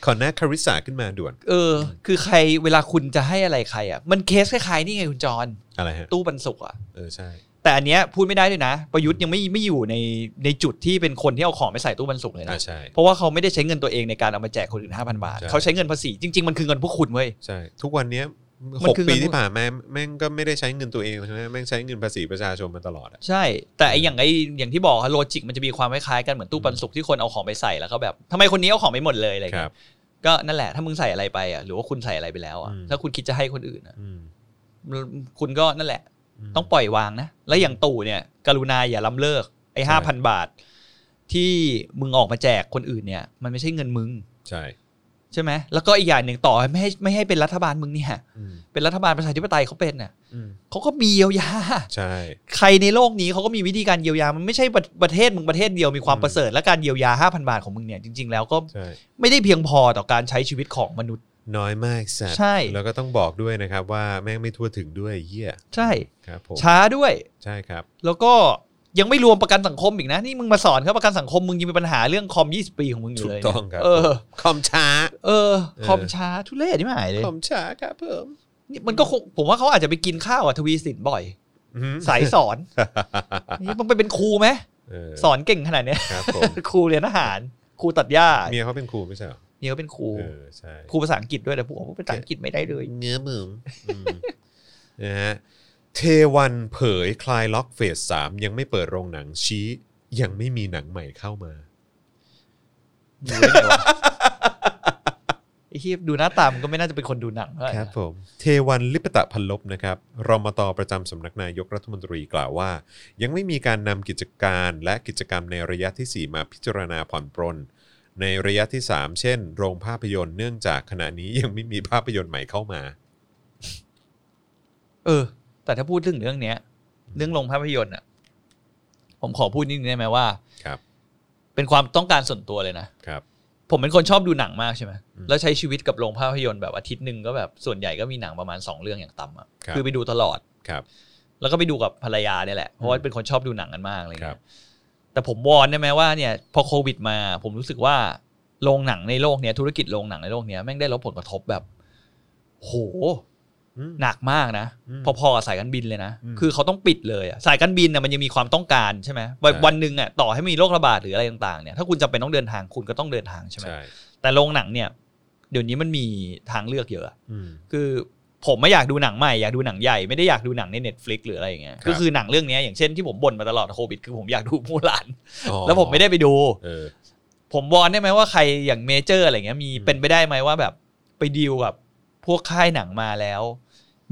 [SPEAKER 1] ขอหน้าคาริสาขึ้นมาด่วน
[SPEAKER 2] เออ คือใครเวลาคุณจะให้อะไรใครอ่ะ มันเคสคล้ายๆนี่ไงคุณจร
[SPEAKER 1] อะไรฮะ
[SPEAKER 2] ตู้ปันสุกอ่ะ
[SPEAKER 1] เออ ใช่
[SPEAKER 2] แต่อันเนี้ยพูดไม่ได้ด้วยนะ ประยุทธ์ยังไม่ไม่อยู่ในในจุดที่เป็นคนที่เอาของไปใส่ตู้ปันสุกเลย
[SPEAKER 1] อ่า
[SPEAKER 2] นะ
[SPEAKER 1] ใช่
[SPEAKER 2] เพราะว่าเขาไม่ได้ใช้เงินตัวเองในการเอามาแจกคนอื่นห้าพันบาท
[SPEAKER 1] ใช่
[SPEAKER 2] เขาใช้เงินภาษีจริง ๆ มันคือเงินพวกคุณเว้ย
[SPEAKER 1] ใช่ ทุกวันเนี้ย
[SPEAKER 2] มัน
[SPEAKER 1] หก
[SPEAKER 2] คือ
[SPEAKER 1] ปี
[SPEAKER 2] เงิน
[SPEAKER 1] ที่ผ่านมาแม่งก็ไม่ได้ใช้เงินตัวเองใช่ไหมแม่งใช้เงินภาษีประชาชนมาตลอดอ่ะ
[SPEAKER 2] ใช่ แต่ไออย่างไออย่างที่บอกโลจิกมันจะมีความคล้ายๆกันเหมือนตู้ปันสุกที่คนเอาของไปใส่แล้วก็แบบทำไมคนนี้เอาของไปหมดเลยอะไร
[SPEAKER 1] ค
[SPEAKER 2] เงี้
[SPEAKER 1] รับ
[SPEAKER 2] ยก็นั่นแหละถ้ามึงใส่อะไรไปอ่ะหรือว่าคุณใส่อะไรไปแล้วอ่ะ
[SPEAKER 1] อืม
[SPEAKER 2] ถ้าคุณคิดจะให้คนอื่นอะ
[SPEAKER 1] อืม
[SPEAKER 2] คุณก็นั่นแหละ
[SPEAKER 1] ม
[SPEAKER 2] ต้องปล่อยวางนะ แล้วอย่างตู่เนี่ย กรุณาอย่าล้ำเลิกไอ้
[SPEAKER 1] ใช่
[SPEAKER 2] ห้าพันบาท ที่มึงออกมาแจกคนอื่นเนี่ย มันไม่ใช่เงินมึง
[SPEAKER 1] ใช่
[SPEAKER 2] ใช่ไหมแล้วก็อีกอย่างหนึ่งต่อให้ไม่ให้ไม่ให้เป็นรัฐบาลมึงเนี่ย
[SPEAKER 1] อืม
[SPEAKER 2] เป็นรัฐบาลประชาธิปไตยเขาเป็นน่ะ
[SPEAKER 1] อืม
[SPEAKER 2] เขาก็มีเยียวยา
[SPEAKER 1] ใช่
[SPEAKER 2] ใครในโลกนี้เขาก็มีวิธีการเยียวยา มันไม่ใช่ประประเทศมึงประเทศเดียวมีความ
[SPEAKER 1] อืม
[SPEAKER 2] ประเสริฐและการเยียวยา5,000 บาทของมึงเนี่ยจริง ๆ แล้วก็
[SPEAKER 1] ใช่
[SPEAKER 2] ไม่ได้เพียงพอต่อการใช้ชีวิตของมนุษย์
[SPEAKER 1] น้อยมากสัตว์
[SPEAKER 2] ใช่
[SPEAKER 1] แล้วก็ต้องบอกด้วยนะครับว่าแม่งไม่ทั่วถึงด้วยเหี้ย
[SPEAKER 2] ใช่
[SPEAKER 1] ครับผม
[SPEAKER 2] ช้าด้วย
[SPEAKER 1] ใช่ครับ
[SPEAKER 2] แล้วก็ยังไม่รวมประกันสังคมอีกนะ นี่มึงมาสอนเขาประกันสังคมมึงยังมีปัญหาเรื่องคอม 20 ปีของมึงอยู่เลย
[SPEAKER 1] ถูกต้องครับ
[SPEAKER 2] บเออ
[SPEAKER 1] คอมช้า
[SPEAKER 2] เออ
[SPEAKER 1] เออ
[SPEAKER 2] คอมช้าทุเรศที่หายเลย
[SPEAKER 1] คอมช้าครับเพิ่ม
[SPEAKER 2] นี่มันก็คงผมว่าเขาอาจจะไปกินข้าวอ่ะทวีสินบ่อย
[SPEAKER 1] อืม
[SPEAKER 2] สายส อน นี่มึงไปเป็นครูไหม
[SPEAKER 1] เออ
[SPEAKER 2] สอนเก่งขนาดเนี้ย
[SPEAKER 1] ครับผม
[SPEAKER 2] ครูเรียนอาหาร ครูตัดหญ้า
[SPEAKER 1] เมียเขาเป็นครูไม่ใช่เหรอ
[SPEAKER 2] เนี่ยก็เป็นครู
[SPEAKER 1] เออใช่
[SPEAKER 2] ครูภาษาอังกฤษด้วยแต่ผมว่าภาษาอังกฤษไม่ได้เลย
[SPEAKER 1] เนื้อมืออืมนะฮะเทวันเผยคลายล็อกเฟสสามยังไม่เปิดโรงหนังชี้ ยังไม่มีหนังใหม่เข้ามา
[SPEAKER 2] ไอ้ที่ดูหน้าตามันก็ไม่น่าจะเป็นคนดูหนังเท่าไหร่
[SPEAKER 1] ครับ
[SPEAKER 2] นะ
[SPEAKER 1] ผม เทวันลิปตะพันลบนะครับรมตประจำสำนักนายกรัฐมนตรีกล่าวว่า ยังไม่มีการนำกิจการและกิจกรรมในระยะทีสี่ 4 มาพิจารณาผ่อนปรน ในระยะที่ 3 เช่น โรงภาพยนตร์เนื่องจากขณะนี้ยังไม่มีภาพยนตร์ใหม่เข้ามา
[SPEAKER 2] เออ แต่ถ้าพูดถึงเรื่องเนี้ย เรื่องลงภาพยนตร์อ่ะ ผมขอพูดนิดนึงได้ไหมว่า
[SPEAKER 1] ครับ
[SPEAKER 2] เป็นความต้องการส่วนตัวเลยนะ
[SPEAKER 1] ครับ
[SPEAKER 2] ผมเป็นคนชอบดูหนังมากใช่ไหม
[SPEAKER 1] อืม
[SPEAKER 2] แล้วใช้ชีวิตกับโรงภาพยนตร์แบบอาทิตย์หนึ่งก็แบบส่วนใหญ่ก็มีหนังประมาณ 2 เรื่องอย่างต่ำอะ
[SPEAKER 1] ครับ
[SPEAKER 2] คือไปดูตลอด
[SPEAKER 1] ครับ
[SPEAKER 2] แล้วก็ไปดูกับภรรยาเนี่ยแหละ เพราะว่าเป็นคนชอบดูหนังกันมากอะไร
[SPEAKER 1] ครั
[SPEAKER 2] เงี้
[SPEAKER 1] บ
[SPEAKER 2] ยแต่ผมวอนได้ไหมว่าเนี่ย พอโควิดมา ผมรู้สึกว่าโรงหนังในโลกเนี้ยธุรกิจโรงหนังในโลกเนี้ยแม่งได้รับผลกระทบแบบ โห
[SPEAKER 1] อืม
[SPEAKER 2] หนักมากนะ
[SPEAKER 1] อืม
[SPEAKER 2] พอๆกับสายการบินเลยนะ
[SPEAKER 1] อืม
[SPEAKER 2] คือเขาต้องปิดเลยอะสายการบินน่ะมันยังมีความต้องการใช่ไหมวัน
[SPEAKER 1] ใช่
[SPEAKER 2] วันหนึ่งอ่ะต่อให้มีโรคระบาดหรืออะไรต่างๆเนี่ยถ้าคุณจำเป็นต้องเดินทางคุณก็ต้องเดินทางใช่ไหม
[SPEAKER 1] ใช่
[SPEAKER 2] แต่โรงหนังเนี่ย เดี๋ยวนี้มันมีทางเลือกเยอะ
[SPEAKER 1] อืม
[SPEAKER 2] คือผมไม่อยากดูหนังใหม่อยากดูหนังใหญ่ไม่ได้อยากดูหนังใน Netflix หรืออะไรอย่างเงี้ย
[SPEAKER 1] ครับ
[SPEAKER 2] ก็คือหนังเรื่องเนี้ยอย่างเช่นที่ผมบ่นมาตลอดโควิดคือผมอยากดูมูหลาน
[SPEAKER 1] อ๋อ
[SPEAKER 2] แล้วผมไม่ได้ไปดู
[SPEAKER 1] เออ
[SPEAKER 2] ผมวอนได้ไหมว่าใครอย่างเมเจอร์อะไรเงี้ยมี
[SPEAKER 1] อืม
[SPEAKER 2] เป็นไปได้ไหมว่าแบบไปดีลกับพวกค่ายหนังมาแล้ว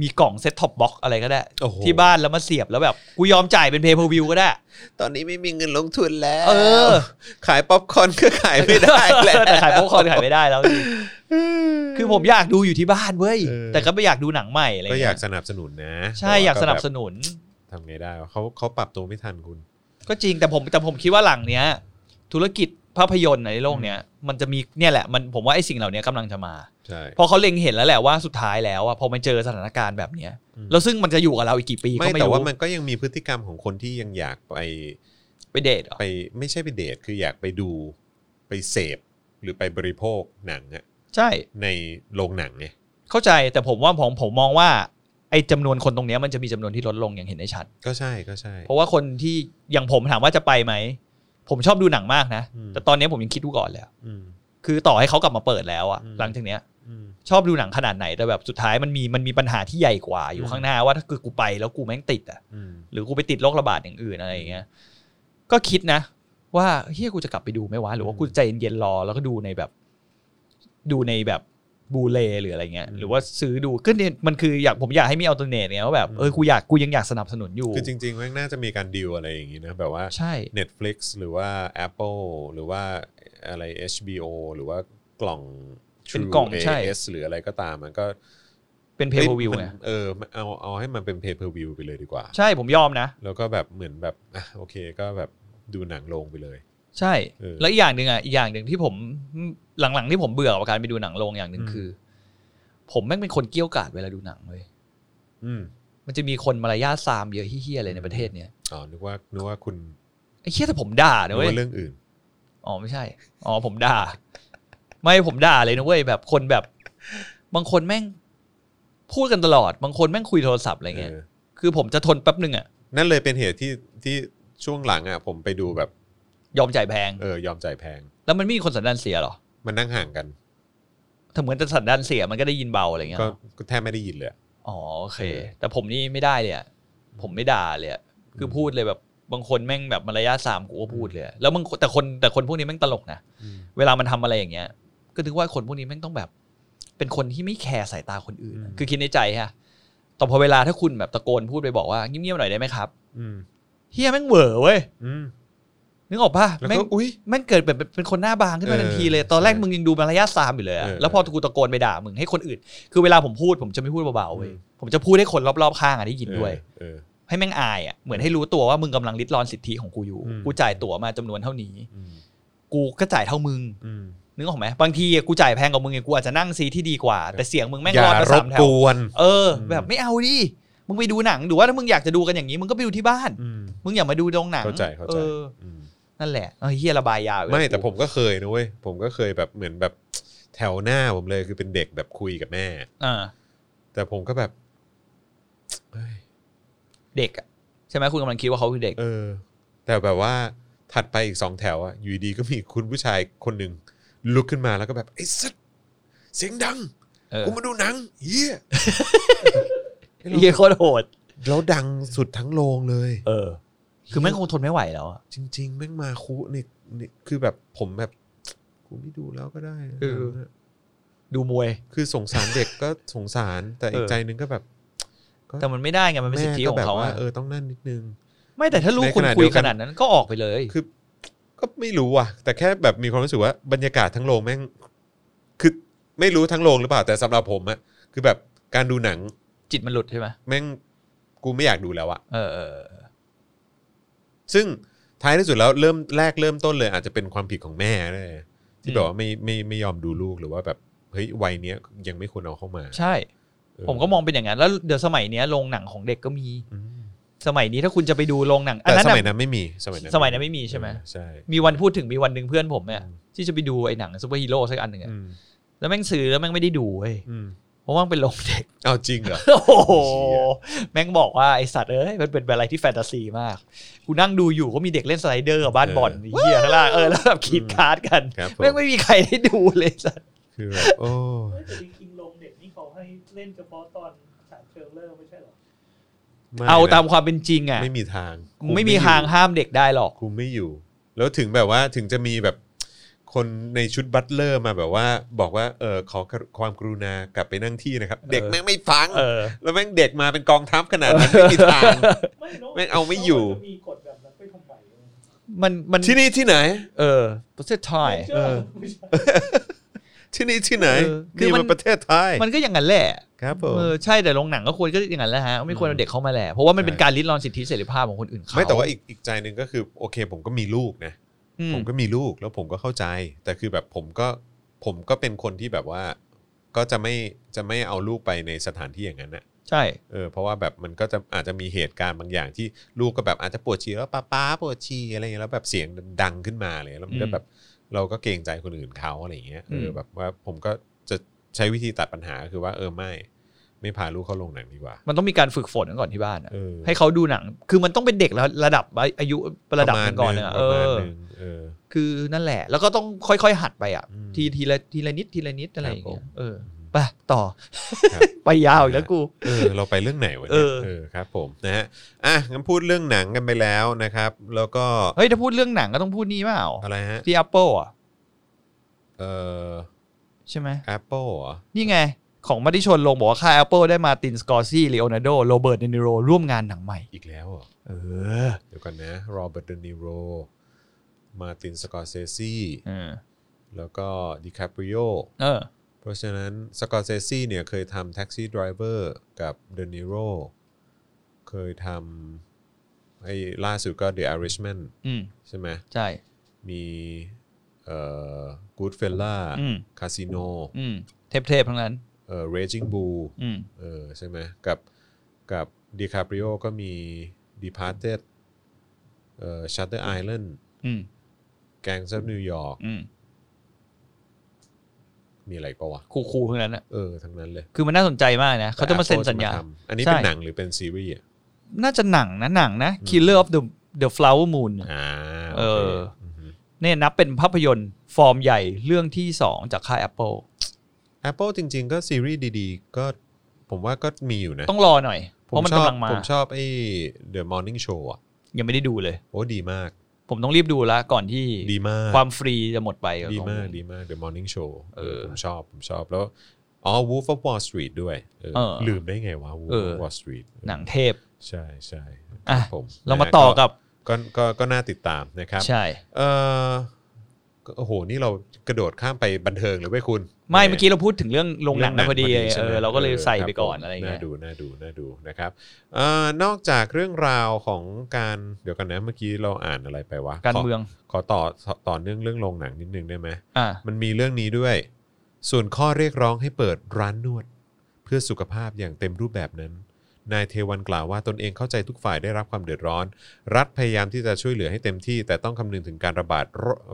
[SPEAKER 2] มีกล่องเซ็ตท็อปบ็อกอะไรก็ได้
[SPEAKER 1] โอ้โห
[SPEAKER 2] ที่บ้านแล้วมาเสียบแล้วแบบกูยอมจ่ายเป็นเพย์เพอร์วิวก็ได้
[SPEAKER 1] ตอนนี้ไม่มีเงินลงทุนแล้ว
[SPEAKER 2] เออ
[SPEAKER 1] ขายป๊อปคอร์นก็ขายไม่ได้แล้ว
[SPEAKER 2] แต่ขายพวกคอนขายไม่ได้แล้วจริงคือผมอยากดูอยู่ที่บ้านเว้ย
[SPEAKER 1] เออ
[SPEAKER 2] แต่ก็ไม่อยากดูหนังใหม่อะไร
[SPEAKER 1] ก็
[SPEAKER 2] เงี้
[SPEAKER 1] อยากสนับสนุนนะ
[SPEAKER 2] ใช่อยากสนับส
[SPEAKER 1] แต่ว่
[SPEAKER 2] นุน
[SPEAKER 1] แบบทำไงได้วะเขาเขาปรับตัวไม่ทันคุณ
[SPEAKER 2] ก็จริงแต่ผมแต่ผมคิดว่าหลังเนี้ย ธุรกิจภาพยนตร์ในโลกเนี้ยมันจะมีเนี่ยแหละมันผมว่าไอ้สิ่งเหล่านี้กำลังจะมา
[SPEAKER 1] ใช่
[SPEAKER 2] เพอเขาเล็งเห็นแล้วแหละว่าสุดท้ายแล้วอะพอมันเจอสถานการณ์แบบเนี้ยแล้วซึ่งมันจะอยู่กับเราอีกกี่ปีก็
[SPEAKER 1] ไม่
[SPEAKER 2] ไม่
[SPEAKER 1] แต่
[SPEAKER 2] รู้
[SPEAKER 1] ว่ามันก็ยังมีพฤติกรรมของคนที่ยังอยากไป
[SPEAKER 2] ไปเดทเหรอ
[SPEAKER 1] ไปไม่ใช่ไปเดทคืออยากไปดูไปเสพหรือไปบริโภคหนังอะ
[SPEAKER 2] ใช่
[SPEAKER 1] ในโรงหนังไง
[SPEAKER 2] เข้าใจแต่ผมว่าผมผมมองว่าไอ้จำนวนคนตรงเนี้ยมันจะมีจำนวนที่ลดลงอย่างเห็นได้ชัด
[SPEAKER 1] ก็ใช่ก็ใช่
[SPEAKER 2] เพราะว่าคนที่อย่างผมถามว่าจะไปไหม ผมชอบดูหนังมากนะ
[SPEAKER 1] อืม
[SPEAKER 2] แต่ตอนเนี้ยผมยังคิดดูก่อนเลยอะ
[SPEAKER 1] อืม
[SPEAKER 2] คือต่อให้เขากลับมาเปิดแล้วอะ
[SPEAKER 1] อืม
[SPEAKER 2] หลังจากเนี้ย
[SPEAKER 1] อืม
[SPEAKER 2] ชอบดูหนังขนาดไหนแต่แบบสุดท้ายมันมีมันมีปัญหาที่ใหญ่กว่าอ
[SPEAKER 1] อื
[SPEAKER 2] ยู่
[SPEAKER 1] ม
[SPEAKER 2] ข้างหน้าว่าถ้าเกิดกูไปแล้วกูแม่งติดอ่ะ
[SPEAKER 1] อืม
[SPEAKER 2] หรือกูไปติดโรคระบาดอย่างอื่นอะไรอย่างเงี้ยก็คิดนะ ว่าเฮียกูจะกลับไปดูไหมวะหรือว่ากูใจเย็นๆรอแล้วก็ดูในแบบ ดูในแบบบูเลหรืออะไรเงี้ยหรือว่าซื้อดูก็เนี่ยมันคืออยากผมอยากให้มีอัลเทอร์เนทเนี่ยว่าแบบเออกูอยากกูยังอยากสนับสนุนอยู่
[SPEAKER 1] คือจริงๆแม่งน่าจะมีการดีลอะไรอย่างงี้นะแบบว่า
[SPEAKER 2] ใช่
[SPEAKER 1] Netflix หรือว่า Apple หรือว่าอะไร HBO หรือว่ากล่อง
[SPEAKER 2] เป็น
[SPEAKER 1] True
[SPEAKER 2] กล่องใช่
[SPEAKER 1] AS หรืออะไรก็ตามมันก็
[SPEAKER 2] เป็นเพย์วิว
[SPEAKER 1] มัน
[SPEAKER 2] ไง
[SPEAKER 1] เออเอาเอาให้มันเป็น Pay Per View ไปเลยดีกว่า
[SPEAKER 2] ใช่ผมยอมนะ
[SPEAKER 1] แล้วก็แบบเหมือนแบบอ่ะโอเคก็แบบดูหนังลงไปเลย
[SPEAKER 2] ใช่
[SPEAKER 1] เออ
[SPEAKER 2] แล้วอีกอย่างหนึ่งอ่ะอีกอย่างหนึ่งที่ผมหลังๆที่ผมเบื่อกับการไปดูหนังโรงอย่างหนึ่งคือ ผมแม่งเป็นคนเกี้ยวกราดเวลาดูหนังเลย
[SPEAKER 1] อืม
[SPEAKER 2] มันจะมีคนมารยาทซามเยอะเฮี้ยๆเลยในประเทศเนี่ย
[SPEAKER 1] อ๋อนึกว่านึกว่าคุณ
[SPEAKER 2] ไอ้เฮี้ยแต่ผมด่า
[SPEAKER 1] นึ
[SPEAKER 2] นะ
[SPEAKER 1] ก
[SPEAKER 2] เว้ย
[SPEAKER 1] ว่าเรื่องอื่น
[SPEAKER 2] อ๋อไม่ใช่ อ๋อผมด่า ไม่ผมด่าเลยนะเว้ยแบบคนแบบ บางคนแม่งพูดกันตลอด บางคนแม่งคุยโทรศัพท์อะไรเงี้ย
[SPEAKER 1] เออ
[SPEAKER 2] คือผมจะทนแป๊บหนึ่งอ่ะ
[SPEAKER 1] นั่นเลยเป็นเหตุที่ที่ช่วงหลังอ่ะผมไปดูแบบ
[SPEAKER 2] ยอมจ่ายแพง
[SPEAKER 1] เออยอมจ่ายแพง
[SPEAKER 2] แล้วมันไม่มีคนสันดานเสียหรอ
[SPEAKER 1] มันนั่งห่างกัน
[SPEAKER 2] ถ้าเหมือนจะสันดานเสียมันก็ได้ยินเบาอะไรเงี้ย
[SPEAKER 1] ก็ก็แทบไม่ได้ยินเลยอะ
[SPEAKER 2] อ๋อโอเค
[SPEAKER 1] เออ
[SPEAKER 2] แต่ผมนี่ไม่ได้เลยอะผมไม่ด่าเลยอะคือพูดเลยแบบบางคนแม่งแบบมารยาทสามกูก็พูดเลยอะแล้วบางคนแต่คนแต่คนพวกนี้แม่งตลกนะ เวลามันทำอะไรอย่างเงี้ย ก็ถือว่าคนพวกนี้แม่งต้องแบบ เป็นคนที่ไม่แคร์สายตาคนอื่น
[SPEAKER 1] อืม
[SPEAKER 2] คือคิดในใจฮะแต่พอเวลาถ้าคุณแบบตะโกนพูดไปบอกว่าเงียบๆหน่อยได้ไหมครับ
[SPEAKER 1] อืม
[SPEAKER 2] เฮียแม่งเหวอเว้ย
[SPEAKER 1] อืม
[SPEAKER 2] นึกออกปะ
[SPEAKER 1] แล้ว
[SPEAKER 2] แม่ง
[SPEAKER 1] ก็อุ้ย
[SPEAKER 2] แม่งเกิดแบบเป็นคนหน้าบางขึ้นมา
[SPEAKER 1] เออ
[SPEAKER 2] ทันทีเลย ตอนแรก
[SPEAKER 1] เออ
[SPEAKER 2] มึงยังดูมารยาทสามอยู่เลยอะ
[SPEAKER 1] เออ
[SPEAKER 2] แล้วพอกูตะโกนไปด่ามึงให้คนอื่น คือเวลาผมพูดผมจะไม่พูดเบาๆเว้ย
[SPEAKER 1] อืม
[SPEAKER 2] ผมจะพูดให้คนรอบๆข้างอะได้ยินด้วย
[SPEAKER 1] เออ
[SPEAKER 2] ให้แม่งอายอะเหมือนให้รู้ตัวว่ามึงกำลังริดรอนสิทธิของกูอยู่
[SPEAKER 1] อืม
[SPEAKER 2] กูจ่ายตั๋วมาจำนวนเท่านี้
[SPEAKER 1] อืม
[SPEAKER 2] กูก็จ่ายเท่ามึง
[SPEAKER 1] อืม
[SPEAKER 2] นึกออกไหมบางทีกูจ่ายแพงกว่ามึงไงกูอาจจะนั่งซีทที่ดีกว่า แต่เสียงมึงแม่ง
[SPEAKER 1] อย่าร
[SPEAKER 2] อดมาร สา
[SPEAKER 1] บ
[SPEAKER 2] มแถ
[SPEAKER 1] ก
[SPEAKER 2] ว
[SPEAKER 1] วน
[SPEAKER 2] เออ แบบไม่เอาดิมึงไปดูหนังหรือว่าถ้ามึงอยากจะดูกันอย่างนี้มึงก็ไปดูที่บ้าน
[SPEAKER 1] อืม
[SPEAKER 2] มึงอย่ามาดูโรงหนัง
[SPEAKER 1] เข้าใจเข้าใจ
[SPEAKER 2] ออ
[SPEAKER 1] อืม
[SPEAKER 2] นั่นแหละเออเฮียระบายยาว
[SPEAKER 1] ไม่แต่ผมก็เคยนะเว้ยผมก็เคยแบบเหมือนแบบแถวหน้าผมเลยคือเป็นเด็กแบบคุยกับแม่
[SPEAKER 2] อ่า
[SPEAKER 1] แต่ผมก็แบบเอ้ย
[SPEAKER 2] เด็กอะใช่ไหมคุณกำลังคิดว่าเขาคือเด็ก
[SPEAKER 1] เออ แต่แบบว่าถัดไปอีกสองแถวอะอยู่ดีก็มีคุณผู้ชายคนหนึ่งลุกขึ้นมาแล้วก็แบบไอ้สัสเสียงดัง
[SPEAKER 2] เออ
[SPEAKER 1] กูมาดูหนังเฮีย
[SPEAKER 2] เฮียโคตรโหด
[SPEAKER 1] แล้วดังสุดทั้งโรงเลย
[SPEAKER 2] เออ คือแม่งคงทนไม่ไหวแล้วอะ
[SPEAKER 1] จริง ๆ แม่งมาคุเนี่ยเนี่ยคือแบบผมแบบกูไม่ดูแล้วก็ได้นะ
[SPEAKER 2] เออ ดูมวย
[SPEAKER 1] คือสงสารเด็กก็สงสารแต่อีก
[SPEAKER 2] เออ
[SPEAKER 1] ใจนึงก็แบบ
[SPEAKER 2] แต่มันไม่ได้ไงมันเป็นสิทธิ
[SPEAKER 1] ก็
[SPEAKER 2] ของ
[SPEAKER 1] แบบ
[SPEAKER 2] เขา
[SPEAKER 1] ว่า
[SPEAKER 2] อะ
[SPEAKER 1] เออต้องนั่นนิดนึง
[SPEAKER 2] ไม่แต่ถ้าลูกคุณ
[SPEAKER 1] ในขณะ
[SPEAKER 2] คุย
[SPEAKER 1] เดียวกั
[SPEAKER 2] ข
[SPEAKER 1] น
[SPEAKER 2] นาดนั้นก็ออกไปเลย
[SPEAKER 1] คือ ก็ไม่รู้อ่ะ แต่แค่แบบมีความรู้สึกว่าบรรยากาศทั้งโรงแม่ง คือไม่รู้ทั้งโรงหรือเปล่า แต่สำหรับผมอะคือแบบการดูหนัง
[SPEAKER 2] จิตมันหลุดใช่ไหม
[SPEAKER 1] แม่งกูไม่อยากดูแล้วอะ
[SPEAKER 2] เออเออเออ
[SPEAKER 1] ซึ่งท้ายที่สุดแล้วเริ่มแรกเริ่มต้นเลย อาจจะเป็นความผิดของแม่ด้วยที่แบบว่าไม่ไม่ไม่ยอมดูลูกหรือว่าแบบเฮ้ยวัยเนี้ยยังไม่ควรเอาเข้ามา
[SPEAKER 2] ใช่
[SPEAKER 1] เออ
[SPEAKER 2] ผมก็มองเป็นอย่างนั้น แล้วเดี๋ยวสมัยเนี้ยโรงหนังของเด็กก็มี
[SPEAKER 1] อืม
[SPEAKER 2] สมัยนี้ถ้าคุณจะไปดูโรงหนังอัน
[SPEAKER 1] แต่
[SPEAKER 2] นั้น
[SPEAKER 1] ส
[SPEAKER 2] น่ะ
[SPEAKER 1] มัยนั้นไม่มีสมัยนั้น
[SPEAKER 2] สมัยนั้นไม่มีใช่ไหม
[SPEAKER 1] เออใช่
[SPEAKER 2] มีวันพูดถึงมีวันหนึ่งเพื่อนผมเนี่ย
[SPEAKER 1] อืม
[SPEAKER 2] ที่จะไปดูไอ้หนังซูเปอร์ฮีโร่สักอันหนึ่งอะ
[SPEAKER 1] อืม
[SPEAKER 2] แล้วแม่งซื้อแล้วแม่งไม่ได้ดูเว้ย
[SPEAKER 1] อืม
[SPEAKER 2] เพราะว่ามันเป็นโรงเด็ก
[SPEAKER 1] เอาจริงเหรอ
[SPEAKER 2] โอ้โห
[SPEAKER 1] เชี่ย
[SPEAKER 2] แม่งบอกว่าไอสัตว์เอ้ยมันเป็นอะไรที่แฟนตาซีมากกูนั่งดูอยู่ก็มีเด็กเล่นสไลเดอร์กับบ้านบอลเฮียข้างล่างเออแล้วแบบขีดการ์ดกัน
[SPEAKER 1] ครับผม
[SPEAKER 2] แม่งไม่มีใครได้ดูเลยสัตว์
[SPEAKER 1] คือแบบโอ้
[SPEAKER 3] เฮ้ยแต่จริงๆลงเด็กนี่เขาให้เล่นเฉพาะตอนสามเทรลเลอร์ไม่ใช่เหรอ
[SPEAKER 1] ไม่
[SPEAKER 2] เอา
[SPEAKER 1] นะ
[SPEAKER 2] ตามความเป็นจริงอ่ะ
[SPEAKER 1] ไม่มีทาง
[SPEAKER 2] มึงไม่มีทางห้ามเด็กได้หรอก
[SPEAKER 1] คุณไม่อยู่ แล้วถึงแบบว่าถึงจะมีแบบคนในชุดบัตเลอร์มาแบบว่าบอกว่าเออขอความกรุณากลับไปนั่งที่นะครับ เด็กแม่งไม่ฟัง
[SPEAKER 2] เออ
[SPEAKER 1] แล้วแม่งเด็กมาเป็นกองทัพขนาดนั้นไม่มีทาง
[SPEAKER 3] ไม่เนาะ
[SPEAKER 1] แม่งเอาไม่อยู่
[SPEAKER 3] แล้วนจะมีกฎแบบนั้นไปทำไมวะ
[SPEAKER 2] มันมัน
[SPEAKER 1] ที่นี่ที่ไหน
[SPEAKER 2] เออประเทศไทย
[SPEAKER 3] เออไม่ใช่
[SPEAKER 1] ที่นี่ที่ไหน
[SPEAKER 2] เออคือ
[SPEAKER 1] นี่
[SPEAKER 2] มั
[SPEAKER 1] มัน นประเทศไทย
[SPEAKER 2] มันก็อย่างนั้นแหละ
[SPEAKER 1] ครับผม
[SPEAKER 2] เออใช่แต่โรงหนังก็ควรก็อย่างนั้นแหละฮะไม่ควรเอาเด็กเข้ามาแหละเพราะว่ามันเป็นการลิดรอนสิทธิเสรีภาพของคนอื่นเขา
[SPEAKER 1] ไม่แต่ว่าอีกอีกใจหนึ่งก็คือโอเค ผมก็มีลูกนะ
[SPEAKER 2] อืม
[SPEAKER 1] ผมก็มีลูกแล้วผมก็เข้าใจ แต่คือแบบผมก็ผมก็เป็นคนที่แบบว่า ก็จะไม่จะไม่เอาลูกไปในสถานที่อย่างนั้นน่ะ
[SPEAKER 2] ใช่
[SPEAKER 1] เออเพราะว่าแบบมันก็จะอาจจะมีเหตุการณ์บางอย่างที่ลูกก็แบบอาจจะปวดฉี่แล้วป้าป้าปวดฉี่อะไรอย่างเงี้ยแล้วแบบเสียงดังขึ้นมาอะไรเลยแล้วมันก็แบบเราก็เกรงใจคนอื่นเขาอะไรอย่างเงี้ยเออแบบว่าผมก็จะใช้วิธีตัดปัญหาคือว่าเออไม่ ไม่พาลูกเข้าโรงหนังดีกว่า
[SPEAKER 2] มันต้องมีการฝึกฝนกันก่อนที่บ้านอะ
[SPEAKER 1] เออ
[SPEAKER 2] ให้เขาดูหนัง คือมันต้องเป็นเด็กแล้วระดับอายุระดับหนึงก่อน
[SPEAKER 1] ปร
[SPEAKER 2] อะเอ
[SPEAKER 1] มาณ
[SPEAKER 2] อ
[SPEAKER 1] หนึ่งประมาณหนึ่งเออ
[SPEAKER 2] คือนั่นแหละ แล้วก็ต้องค่อยๆหัดไปอ่ะ
[SPEAKER 1] อืม
[SPEAKER 2] ทีทีละทีละนิดทีละนิดอะไรอย่างเงี้ยเออ
[SPEAKER 1] ครับผม
[SPEAKER 2] ไปต่อ
[SPEAKER 1] ครับ
[SPEAKER 2] ไปยาวอีกแล้วกู
[SPEAKER 1] เออเราไปเรื่องไหนวะ
[SPEAKER 2] เอ
[SPEAKER 1] เนี่ย
[SPEAKER 2] อ
[SPEAKER 1] เออครับผมนะฮะอ่ะงั้นพูดเรื่องหนังกันไปแล้วนะครับ แล้วก็
[SPEAKER 2] เฮ้ยถ้าพูดเรื่องหนังก็ต้องพูดนี่เปล่า
[SPEAKER 1] อะไรฮะ
[SPEAKER 2] ที่ Apple อ่ะ
[SPEAKER 1] เอ่อ
[SPEAKER 2] ใช่ไหม
[SPEAKER 1] Apple เหรอ
[SPEAKER 2] นี่ไง ของมติชนลงบอกว่าค่าย Apple ได้มาตินสกอร์ซี่เลโอนาร์โดโรเบิร์ตเดนิโรร่วมงานหนังใหม่
[SPEAKER 1] อีกแล้วเหรอ
[SPEAKER 2] เออ
[SPEAKER 1] เดี๋ยวก่อนนะโรเบิร์ตเดนิโรมาตินสกอร์เซซี
[SPEAKER 2] เออ
[SPEAKER 1] แล้วก็ดิคาปริโอ
[SPEAKER 2] เออ
[SPEAKER 1] เพราะฉะนั้นสกอร์เซซีเนี่ยเคยทำแท็กซี่ด v เวอร์กับเดนิโรเคยทำไอ้ล่าสุดก็ The Irishman
[SPEAKER 2] อืม
[SPEAKER 1] ใช่ไหม
[SPEAKER 2] ใช่
[SPEAKER 1] มีเอ่อ Goodfella
[SPEAKER 2] อืม
[SPEAKER 1] Casino
[SPEAKER 2] อืม เทพๆทั้งนั้น
[SPEAKER 1] เอ่อ Raging Bull
[SPEAKER 2] อืม
[SPEAKER 1] เออใช่ไหมกับกับดิคาปริโอก็มี Departed เอ่อ Shutter Island
[SPEAKER 2] อืม
[SPEAKER 1] แกงเซฟนิวยอร์ก
[SPEAKER 2] อืม
[SPEAKER 1] มีอะไรอีกปะวะ
[SPEAKER 2] คูลๆทั้งนั้นอะ
[SPEAKER 1] เออ ทั้งนั้นเลย
[SPEAKER 2] คือมันน่าสนใจมากนะ เขาจะมาเซ็นสัญญา
[SPEAKER 1] แต่ Apple จะมทำอันนี้
[SPEAKER 2] ใช่
[SPEAKER 1] เป็นหนังหรือเป็นซีรีส์อ่ะ
[SPEAKER 2] น่าจะหนังนะหนังนะ
[SPEAKER 1] อืม
[SPEAKER 2] Killer of the the Flower Moon อะ
[SPEAKER 1] อ่า
[SPEAKER 2] เออ
[SPEAKER 1] โอเค
[SPEAKER 2] เนี่ยนับเป็นภาพยนตร์ฟอร์มใหญ่เรื่องที่ 2 จากค่าย Apple
[SPEAKER 1] Apple จริง ๆ ก็ซีรีส์ดีๆ ก็ผมว่าก็มีอยู่นะ
[SPEAKER 2] ต้องรอหน่อย เพราะมัน
[SPEAKER 1] ชอบ
[SPEAKER 2] กำลังมา
[SPEAKER 1] ผมชอบไอ้ The Morning Show อ่ะ
[SPEAKER 2] ยังไม่ได้ดูเลย
[SPEAKER 1] โอ้ดีมาก
[SPEAKER 2] ผมต้องรีบดูละก่อนที่
[SPEAKER 1] ดีมาก
[SPEAKER 2] ความฟรีจะหมดไป
[SPEAKER 1] ดีมาก
[SPEAKER 2] ของ
[SPEAKER 1] ดีมาก The Morning Show
[SPEAKER 2] เออ
[SPEAKER 1] ผมชอบ ผมชอบแล้วอ๋อ Wolf of Wall Street ด้วยเออ
[SPEAKER 2] เออ
[SPEAKER 1] ลืมได้ไงวะ Wolf
[SPEAKER 2] เอ
[SPEAKER 1] of
[SPEAKER 2] อ
[SPEAKER 1] Wall Street
[SPEAKER 2] หนังเทพ
[SPEAKER 1] ใช่ใช่
[SPEAKER 2] อ่ะ
[SPEAKER 1] ครับผม
[SPEAKER 2] เรามาต่อกับ
[SPEAKER 1] ก็ก็ก็น่าติดตามนะครับ
[SPEAKER 2] ใช่
[SPEAKER 1] เออก็โอ้โห นี่เรากระโดดข้ามไปบันเทิงเลยเว้ยคุณ
[SPEAKER 2] ไม่เมื่อกี้เราพูดถึงเรื่องโรงหนังนะพอดี
[SPEAKER 1] ใช่
[SPEAKER 2] เอ
[SPEAKER 1] ไหม
[SPEAKER 2] อเราก็เลยใส่
[SPEAKER 1] ค
[SPEAKER 2] ไป
[SPEAKER 1] รับ
[SPEAKER 2] ก่อน
[SPEAKER 1] ผม
[SPEAKER 2] อะไรอย่างเงี้ย
[SPEAKER 1] น่าดูน่าดูน่าดูนะครับเอ่อนอกจากเรื่องราวของการเดี๋ยวกันนะเมื่อกี้เราอ่านอะไรไปวะ
[SPEAKER 2] การ
[SPEAKER 1] ข
[SPEAKER 2] เมือง
[SPEAKER 1] ขอต่อต่อต่อเนื่องเรื่องโรงหนังนิดนึงได้ไหม
[SPEAKER 2] อ่ะ
[SPEAKER 1] มันมีเรื่องนี้ด้วย ส่วนข้อเรียกร้องให้เปิดร้านนวด เพื่อสุขภาพอย่างเต็มรูปแบบนั้น นายเทวันกล่าวว่าตนเองเข้าใจทุกฝ่ายได้รับความเดือดร้อน รัฐพยายามที่จะช่วยเหลือให้เต็มที่ แต่ต้องคำนึงถึงการระบาด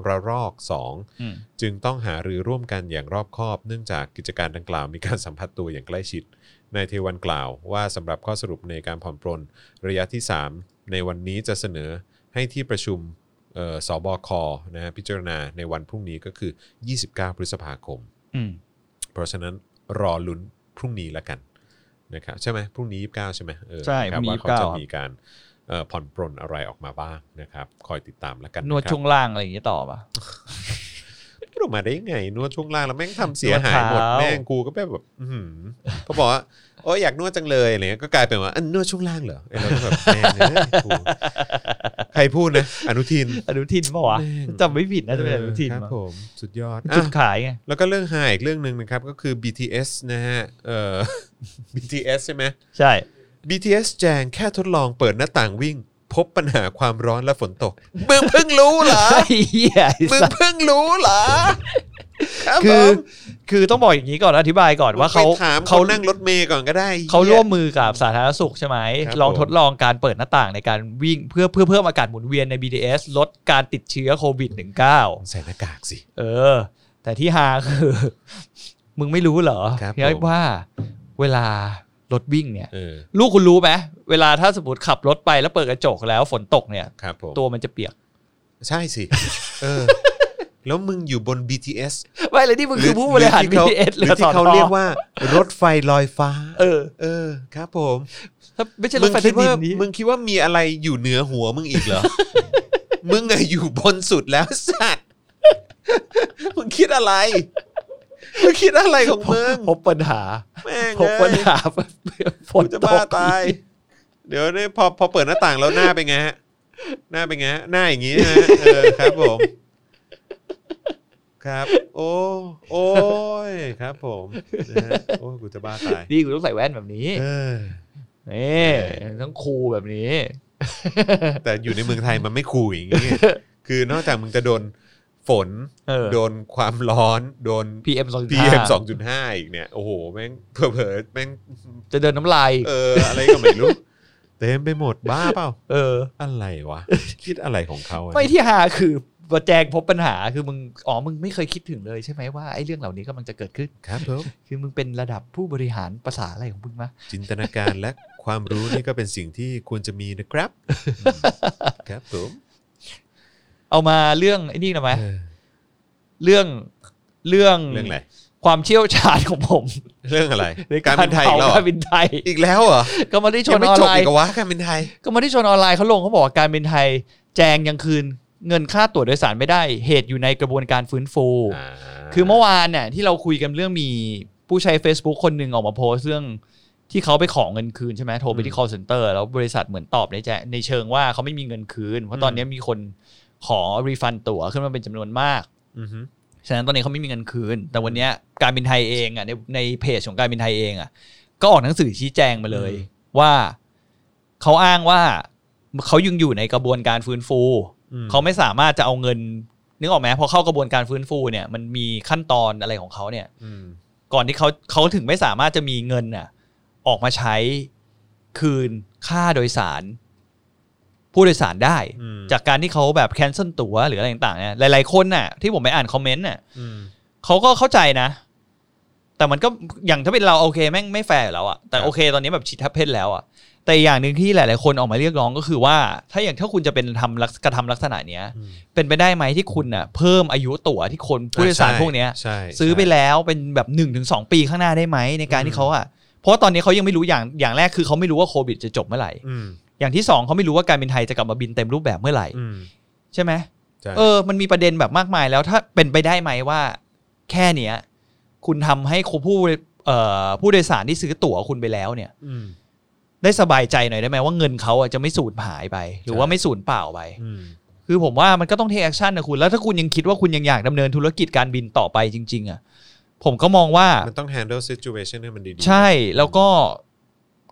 [SPEAKER 1] ระลอกสอง
[SPEAKER 2] อืม
[SPEAKER 1] จึงต้องหารือร่วมกันอย่างรอบคอบ เนื่องจากกิจการดังกล่าวมีการสัมผัสตัวอย่างใกล้ชิด นายเทวันกล่าวว่าสำหรับข้อสรุปในการผ่อนปรนระยะที่ 3 ในวันนี้จะเสนอให้ที่ประชุมเอ่อสบคนะฮะพิจารณาในวันพรุ่งนี้ก็คือ 29 พฤษภาคม
[SPEAKER 2] อืม
[SPEAKER 1] เพราะฉะนั้นรอลุ้นพรุ่งนี้ละกันนะครับใช่ไหมพรุ่งนี้ 29 ใช่ไหมเออ
[SPEAKER 2] ใช่
[SPEAKER 1] นะคบ
[SPEAKER 2] พรุ่งนี้
[SPEAKER 1] ว่าเขา
[SPEAKER 2] 29
[SPEAKER 1] จะมีการเอ่อผ่อนปรนอะไรออกมาบ้างนะครับคอยติดตามละกัน
[SPEAKER 2] นวด
[SPEAKER 1] นะครับ
[SPEAKER 2] ช่วงล่างอะไรอย่างเงี้ยต่อป่ะ
[SPEAKER 1] พูดออกมาได้ยังไงนวดช่วงล่างแล้วแม่งทำเสียหายหมด
[SPEAKER 2] นวดเท้า
[SPEAKER 1] แม่งกูก็แบบแบบอื้อหือเขาบอกว่าโอ้ยอยากนวดจังเลยอะไรเงี้ยก็กลายเป็นว่าอันนวดช่วงล่างเหรอไอ้เราก็แบบแม่งเอ้ยกูใครพูดนะอนุทิน
[SPEAKER 2] อนุทินปะวะ
[SPEAKER 1] แม่ง
[SPEAKER 2] จำไม่ผิดนะจะเป็นอนุทิน
[SPEAKER 1] ครับ
[SPEAKER 2] มั้ง
[SPEAKER 1] ผมสุดยอด
[SPEAKER 2] จุด
[SPEAKER 1] อ่ะ
[SPEAKER 2] ขายไง
[SPEAKER 1] แล้วก็เรื่องหายอีกเรื่องหนึ่งนะครับ ก็คือ BTS นะฮะเอ่ อ BTS ใช่ไหม
[SPEAKER 2] ใช่
[SPEAKER 1] BTS แจงแค่ทดลองเปิดหน้าต่างวิ่ง พบปัญหาความร้อนและฝนตกมึงเพิ่งรู้เหรอ
[SPEAKER 2] ไอ้เหี้ยไอ้
[SPEAKER 1] มึง
[SPEAKER 2] สัส
[SPEAKER 1] เพิ่งรู้เหรอรับ
[SPEAKER 2] คือ
[SPEAKER 1] ผม
[SPEAKER 2] คือต้องบอกอย่างนี้ก่อนอธิบายก่อนว่าเขา
[SPEAKER 1] ไปถามเขา
[SPEAKER 2] เขา
[SPEAKER 1] นั่งรถเมย์ก่อนก็ได้ไอ้
[SPEAKER 2] เขา
[SPEAKER 1] หี้ย
[SPEAKER 2] ร่วมมือกับสาธารณสุขใช่ไหม
[SPEAKER 1] ครับ
[SPEAKER 2] ลอง
[SPEAKER 1] ผม
[SPEAKER 2] ทดลองการเปิดหน้าต่างในการวิ่งเพื่อเพื่อเพิ่มอากาศหมุนเวียนใน BTS ลดการติดเชื้อโควิด -19
[SPEAKER 1] ใส่หน้ากากสิ
[SPEAKER 2] เออ แต่ที่ฮาคือ มึงไม่รู้เหรอ
[SPEAKER 1] ครับ
[SPEAKER 2] พี่อ้อย
[SPEAKER 1] ผม
[SPEAKER 2] ว่าเวลารถวิ่งเนี่ย
[SPEAKER 1] เออ
[SPEAKER 2] ลูกคุณรู้ไหมเวลาถ้าสมมติขับรถไปแล้วเปิดกระจกแล้วฝนตกเนี่ย
[SPEAKER 1] ครับผม
[SPEAKER 2] ตัวมันจะเปียก
[SPEAKER 1] ใช่สิ เออ แล้วมึงอยู่บน BTS
[SPEAKER 2] ไม่เลยที่มึงคือผู้บริหาร
[SPEAKER 1] ที่เข
[SPEAKER 2] BTS ห
[SPEAKER 1] ห
[SPEAKER 2] รื
[SPEAKER 1] รือ อ
[SPEAKER 2] สอ
[SPEAKER 1] ที่
[SPEAKER 2] ท
[SPEAKER 1] เขาเรียกว่ารถไฟลอยฟ้า
[SPEAKER 2] เออ
[SPEAKER 1] เออ ครับผม
[SPEAKER 2] ถ้าไม่ใช่ร
[SPEAKER 1] มึ
[SPEAKER 2] ถ
[SPEAKER 1] ง
[SPEAKER 2] ไฟ
[SPEAKER 1] คิด
[SPEAKER 2] ใต้ดิ
[SPEAKER 1] ว่าน
[SPEAKER 2] นี้
[SPEAKER 1] มึงคิดว่ามีอะไรอยู่เหนือหัวมึงอีกเหร อ มึงอะอยู่บนสุดแล้วสัตว์ มึงคิดอะไรมึงคิดอะไรของมึง
[SPEAKER 2] พบปัญหา
[SPEAKER 1] แม่ง
[SPEAKER 2] พบปั ญ
[SPEAKER 1] เอ้ย
[SPEAKER 2] หาฝน
[SPEAKER 1] กูจะ
[SPEAKER 2] ต
[SPEAKER 1] บ้าก ตาย เดี๋ยวนี่พอพอเปิดหน้าต่างแล้วหน้าเป็นไงฮะ หน้าเป็นไงฮะหน้าอย่างงี้นะฮะเออครับผม ครับ โอ้โอ้ยครับผมนะฮะโอ้ยกูจะบ้าตาย
[SPEAKER 2] นี่กูต้องใส่แว่นแบบนี้
[SPEAKER 1] เออ
[SPEAKER 2] นี่ต้องคูลแบบนี้
[SPEAKER 1] แต่อยู่ในเมืองไทยมันไม่คุยอย่างงี้คือนอกจากมึงจะโดนฝน
[SPEAKER 2] เออ
[SPEAKER 1] โดนความร้อน โดน
[SPEAKER 2] PM สอง
[SPEAKER 1] PM สองจุดห้าอีกเนี่ย โอ้โห แม่งเผลอๆแม่ง
[SPEAKER 2] จะเดินน้ำลายอีก
[SPEAKER 1] เออ อะไรก็ไม่รู้ เต็มไปหมดบ้าเปล่า
[SPEAKER 2] เออ
[SPEAKER 1] อะไร วะ คิดอะไรของเขาอะ
[SPEAKER 2] ไม่ที่หาคือประแจงพบปัญหาคือมึงอ๋อมึงไม่เคยคิดถึงเลยใช่ไหมว่าไอ้เรื่องเหล่านี้กำลังจะเกิดขึ้น
[SPEAKER 1] ครับผม
[SPEAKER 2] คือมึงเป็นระดับผู้บริหารภาษาอะไรของมึงมะ
[SPEAKER 1] จินตนาการและความรู้นี่ก็เป็นสิ่งที่ควรจะมี นะครับ ครับผม
[SPEAKER 2] เอามาเรื่องไอ้นี่หน่อยไหม
[SPEAKER 1] เออ
[SPEAKER 2] เรื่องเรื่อง
[SPEAKER 1] เรื่องอะไร
[SPEAKER 2] ความเชี่ยวชาญของผม
[SPEAKER 1] เรื่องอะไร
[SPEAKER 2] ใน
[SPEAKER 1] การบินไทย
[SPEAKER 2] เผ
[SPEAKER 1] อีกแล้วเหรอ
[SPEAKER 2] การบินไทย
[SPEAKER 1] อีกแล้วเหรอ
[SPEAKER 2] ก็มาที่ช
[SPEAKER 1] ยั
[SPEAKER 2] น
[SPEAKER 1] งไม่
[SPEAKER 2] ออน
[SPEAKER 1] จบ
[SPEAKER 2] ไล
[SPEAKER 1] อี
[SPEAKER 2] น์
[SPEAKER 1] กเหรอวะการบินไทย
[SPEAKER 2] ก็มาที่ชนออนไลน์เขาลงเขาบอกว่าการบินไทย แจงยังคืนเงินค่าตั๋วโดยสารไม่ได้ เหตุอยู่ในกระบวนการฟื้นฟู คือเมื่อวานเนี่ยที่เราคุยกันเรื่องมีผู้ใช้ Facebook คนหนึ่งออกมาโพสต์เรื่องที่เขาไปของเงินคืนใช่ไหมโทรไป
[SPEAKER 1] อื
[SPEAKER 2] ที่
[SPEAKER 1] ม
[SPEAKER 2] call center แล้วบริษัทเหมือนตอบในแจในเชิงว่าเขาไม่มีเงินคืน เพราะตอนนี้มีคนขอรีฟันตั๋วขึ้นมาเป็นจำนวนมาก
[SPEAKER 1] อือฮึ
[SPEAKER 2] ฉะนั้นตอนนี้เขาไม่มีเงินคืน แต่วันเนี้ยการบินไทยเองอ่ะในในเพจของการบินไทยเองอ่ะก็ออกหนังสือชี้แจงมาเลย ว่าเขาอ้างว่าเขายังอยู่ในกระบวนการฟื้นฟู
[SPEAKER 1] อืม
[SPEAKER 2] เขาไม่สามารถจะเอาเงินนึกออกไหมพอเข้ากระบวนการฟื้นฟูเนี่ยมันมีขั้นตอนอะไรของเขาเนี่ย
[SPEAKER 1] อืม
[SPEAKER 2] ก่อนที่เขาเขาถึงไม่สามารถจะมีเงินน่ะ ออกมาใช้คืนค่าโดยสาร ผู้โดยสารได้
[SPEAKER 1] อืม
[SPEAKER 2] จากการที่เขาแบบแคนเซิลตั๋วหรืออะไรต่างๆเนี่ยหลายๆคนน่ะ ที่ผมไปอ่านคอมเมนต์น่ะ
[SPEAKER 1] อืม
[SPEAKER 2] เขาก็เข้าใจนะ แต่มันก็อย่างถ้าเป็นเราโอเคแม่งไม่แฟร์อยู่แล้วอะแต่
[SPEAKER 1] ครับ
[SPEAKER 2] โอเคตอนนี้แบบชิดทับเพศแล้วอะแต่อย่างหนึ่งที่หลาย ๆ คนออกมาเรียกร้องก็คือว่า ถ้าอย่างถ้าคุณจะเป็นทำลักษกระทำลักษณะเนี้ย
[SPEAKER 1] อืม
[SPEAKER 2] เป็นไปได้ไหมที่คุณน่ะ เพิ่มอายุตั๋วที่คนผู้โดยสารพวกเนี้ย
[SPEAKER 1] ใช่
[SPEAKER 2] ซื้อไป
[SPEAKER 1] ใช่
[SPEAKER 2] แล้วเป็นแบบ1นถึงสปีข้างหน้าได้ไหมในการ
[SPEAKER 1] อืม
[SPEAKER 2] ที่เขาอ่ะเพราะว่าตอนนี้เขายังไม่รู้อย่างอย่างแรกคือเขาไม่รู้ว่าโควิดจะจบเมื่อไหร่
[SPEAKER 1] อืม
[SPEAKER 2] อย่างที่สองเขาไม่รู้ว่าการบินไทยจะกลับมาบินเต็มรูปแบบเมื่อไหร่
[SPEAKER 1] อืม
[SPEAKER 2] ใช่ไหม
[SPEAKER 1] ใช่
[SPEAKER 2] เออมันมีประเด็นแบบมากมายแล้วถ้าเป็นไปได้ไหมว่า แค่เนี้ยคุณทำให้คนผู้เอ่อผู้โดยสารที่ซื้อตั๋วคุณไปแล้วเนี่ย
[SPEAKER 1] ม
[SPEAKER 2] ได้สบายใจหน่อยได้ไหมว่าเงินเขาอ่ะจะไม่สูญหายไป หรือว่า
[SPEAKER 1] ใช่
[SPEAKER 2] ไม่สูญเปล่าไป
[SPEAKER 1] อืม
[SPEAKER 2] คือผมว่ามันก็ต้องเทคแอคชั่นนะคุณ แล้วถ้าคุณยังคิดว่าคุณยังอยากดำเนินธุรกิจการบินต่อไปจริง ๆ อ่ะ ผมก็มองว่า
[SPEAKER 1] มันต้อง handle situation ให้มันดีๆ
[SPEAKER 2] ใช่แล้วก็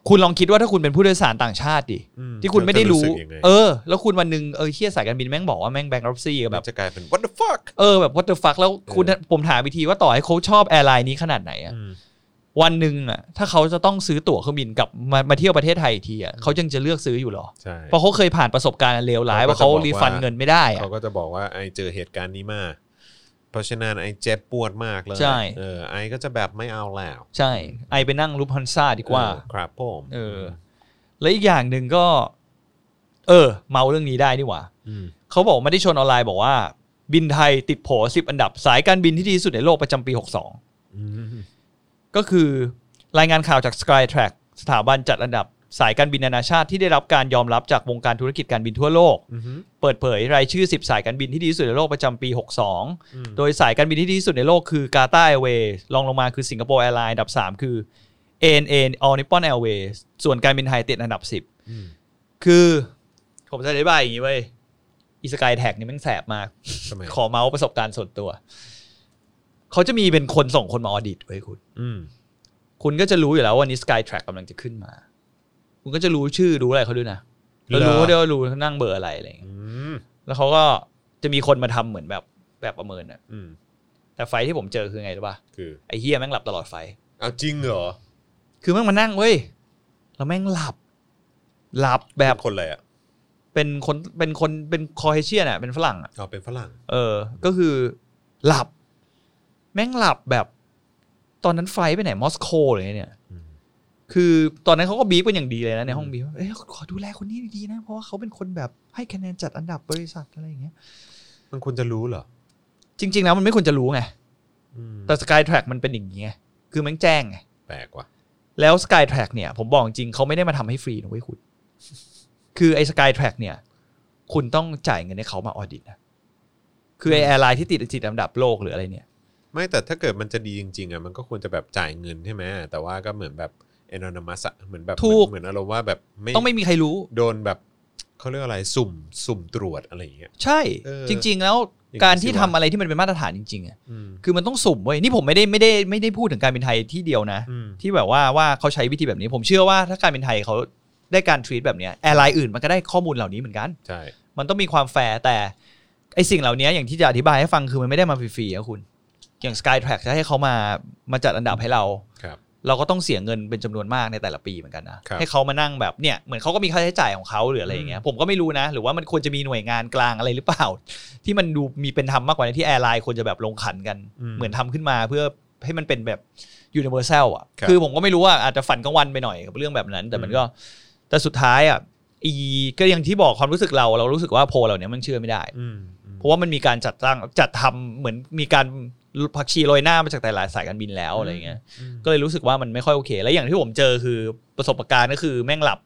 [SPEAKER 2] คุณลองคิดว่าถ้าคุณเป็นผู้โดยสารต่างชาติดิ
[SPEAKER 1] อืม
[SPEAKER 2] ที่คุณไม่ได้รู้
[SPEAKER 1] จะสึกยังไง
[SPEAKER 2] เออ แล้วคุณวันหนึ่งเออเชี่ยสายการบินแม่งบอกว่าแม่งแบงก์รับซี่
[SPEAKER 1] มั
[SPEAKER 2] แบบ
[SPEAKER 1] นจะกลายเป็น what the fuck
[SPEAKER 2] เออแบบ what the fuck แล้วคุณผมถามอีกทีว่าต่อให้เขาชอบแอร์ไลน์นี้ขนาดไหนอ่ะ
[SPEAKER 1] อืม
[SPEAKER 2] วันหนึ่งอ่ะถ้าเขาจะต้องซื้อตั๋วเครื่องบินกลับมามาเที่ยวประเทศไทยอีกทีอ่ะเขายังจะเลือกซื้ออยู่เหรอ
[SPEAKER 1] ใช่
[SPEAKER 2] เพราะเขาเคยผ่านประสบการณ์อันเลวร้ายว่าเขารีฟันเงินไม่ได้อ่ะ
[SPEAKER 1] เขาก็จะบอกว่าไอเจอเหตุการณ์นี้มา เพราะฉะนั้นไอเจ็บปวดมากเลย
[SPEAKER 2] ใช่
[SPEAKER 1] เออไอก็จะแบบไม่เอาแล้ว
[SPEAKER 2] ใช่ ไอไปนั่งรูปฮันซ่าดีกว่า
[SPEAKER 1] เออครับผม
[SPEAKER 2] เออ และอีกอย่างหนึ่งก็ เออ เมาเรื่องนี้ได้นี่หว่า
[SPEAKER 1] ม
[SPEAKER 2] เขาบอกไม่ได้ชนออนไลน์บอกว่า บินไทยติดโผสิบอันดับสายการบินที่ดีที่สุดในโลกประจำปี
[SPEAKER 1] อืม
[SPEAKER 2] 62 ก็คือรายงานข่าวจาก Skytrack สถาบันจัดอันดับสายการบินนานาชาติที่ได้รับการยอมรับจากวงการธุรกิจการบินทั่วโลก
[SPEAKER 1] อืม
[SPEAKER 2] เปิดเผยรายชื่อ 10 สายการบินที่ดีที่สุดในโลกประจำปี 62
[SPEAKER 1] อืม
[SPEAKER 2] โดยสายการบินที่ดีที่สุดในโลกคือกาตาร์แอร์เวย์รองลงมาคือสิงคโปร์แอร์ไลน์อันดับ 3 คือ ANA All Nippon Airways ส่วนการบินไทยติดอันดับ
[SPEAKER 1] อืม
[SPEAKER 2] 10 คือ ผมจะอธิบายอย่างนี้เว้ยอีสกายแท็กนี่แมันแสบมาก
[SPEAKER 1] ทำไม
[SPEAKER 2] ขอเมาส์ประสบการณ์ส่วนตัว เขาจะมีเป็นคนส่งคนมาออดิตไว้ยคุณ
[SPEAKER 1] อืม
[SPEAKER 2] คุณก็จะรู้อยู่แล้วว่าวันนี้ Sky Track กำลังจะขึ้นมา คุณก็จะรู้ชื่อรู้อะไรเขาด้วยนะแล้วรู้ด้วยว่ารู้นั่งเบอร์อะไรอะไรอย่างเงี้ย
[SPEAKER 1] อืม
[SPEAKER 2] แล้วเขาก็จะมีคนมาทำเหมือนแบบแบบประเมินอะ
[SPEAKER 1] อืม
[SPEAKER 2] แต่ไฟล์ที่ผมเจอคือไงรู้ป่ะ
[SPEAKER 1] คือ
[SPEAKER 2] ไอ้เฮียแม่งหลับตลอดไฟ
[SPEAKER 1] เอาจริงเหรอ
[SPEAKER 2] คือแม่งมานั่งเว้ย แล้วแม่งหลับ หลับแบบ
[SPEAKER 1] คนอะไรอ่ะ
[SPEAKER 2] เป็นคน เป็นคน เป็นคอเฮเชียนอ่ะ เป็นฝรั่งอ่ะ
[SPEAKER 1] เอาเป็นฝรั่ง
[SPEAKER 2] เออ ก็คือหลับ แม่งหลับแบบ ตอนนั้นไฟล์ไปไหนมอสโกเลยเนี่ย
[SPEAKER 1] อืม
[SPEAKER 2] คือตอนนั้นเขาก็บีบกันอย่างดีเลยนะในห้องบีบว่าเอ้ยขอดูแลคนนี้ดีๆนะ เพราะว่าเขาเป็นคนแบบให้คะแนนจัดอันดับบริษัทอะไรอย่างเงี้ย
[SPEAKER 1] มันควรจะรู้เหรอ
[SPEAKER 2] จริง ๆ แล้วมันไม่ควรจะรู้ไง
[SPEAKER 1] อืม
[SPEAKER 2] แต่ Skytrack มันเป็นอย่างนี้ไง คือแม่งแจ้งไง
[SPEAKER 1] แปลกว่ะ
[SPEAKER 2] แล้ว Skytrack เนี่ย ผมบอกจริงเขาไม่ได้มาทำให้ฟรีนะเว้ยคุณ คือไอ้ Skytrack เนี่ย คุณต้องจ่ายเงินให้เขามาออดิตนะ คือไอ้แอร์ไลน์ที่ติดติดอันดับโลกหรืออะไรเนี่ย
[SPEAKER 1] ไม่แต่ถ้าเกิดมันจะดีจริงๆอ่ะมันก็ควรจะแบบจ่ายเงินใช่ไหมแต่ว่าก็เหมือนแบบ a n o n y m o u s อะเหมือนแบบ
[SPEAKER 2] ถูก
[SPEAKER 1] เหมือนอารมณ์ว่าแบบไม่
[SPEAKER 2] ต้องไม่มีใครรู้
[SPEAKER 1] โดนแบบเขาเรียกอะไรสุ่มสุ่มตรวจอะไรอย่างเงี้ย
[SPEAKER 2] ใช่
[SPEAKER 1] เออ
[SPEAKER 2] จริง ๆ แล้ว
[SPEAKER 1] อย่างนี้
[SPEAKER 2] การที่
[SPEAKER 1] สิวะ
[SPEAKER 2] ทำอะไรที่มันเป็นมาตรฐานจริงๆอะ
[SPEAKER 1] อืม
[SPEAKER 2] คือมันต้องสุ่มเว้ย นี่ผมไม่ได้ไม่ได้ไม่ได้พูดถึงการบินไทยที่เดียวนะ
[SPEAKER 1] อืม
[SPEAKER 2] ที่แบบว่าว่าเขาใช้วิธีแบบนี้ ผมเชื่อว่าถ้าการบินไทยเขาได้การทรีตแบบเนี้ยแอร์ไลน์อื่นมันก็ได้ข้อมูลเหล่านี้เหมือนกัน
[SPEAKER 1] ใช่
[SPEAKER 2] มันต้องมีความแฟร์แต่ไอสิ่งเหล่านี้อย่างที่จะอธิบายให้ฟังคือมันไม่ได้มาฟรีๆนะคุณ อย่าง Skytrack จะให้เขามามาจัดอันดับให้เรา
[SPEAKER 1] ครับ
[SPEAKER 2] เราก็ต้องเสียเงินเป็นจำนวนมากในแต่ละปีเหมือนกันนะครับ ให้เขามานั่งแบบเนี่ยเหมือนเขาก็มีค่าใช้จ่ายของเขาหรืออะไรอย่างเงี้ยผมก็ไม่รู้นะ หรือว่ามันควรจะมีหน่วยงานกลางอะไรหรือเปล่า ที่มันดูมีเป็นธรรมมากกว่านี้ที่แอร์ไลน์ควรจะแบบลงขันกัน เหมือนทำขึ้นมาเพื่อให้มันเป็นแบบยูนิเวอร์แซลอ่ะ
[SPEAKER 1] ครับ
[SPEAKER 2] คือผมก็ไม่รู้ว่าอาจจะฝันกลางวันไปหน่อยกับเรื่องแบบนั้น แต่มันก็ แต่สุดท้ายอ่ะอีก็อย่างที่บอกความรู้สึกเราเรารู้สึกว่าโพลเหล่าเนี้ยมันเชื่อไม่ได้
[SPEAKER 1] อืม
[SPEAKER 2] เพราะว่ามันมีการจัดตั้งจัดทำเหมือนมีการ ผักชีโรยหน้ามาจากแต่หลายสายการบินแล้วอะไรอย่างเงี้ย ก็เลยรู้สึกว่ามันไม่ค่อยโอเค แล้วอย่างที่ผมเจอคือประสบการณ์ก็คือแม่งหลับ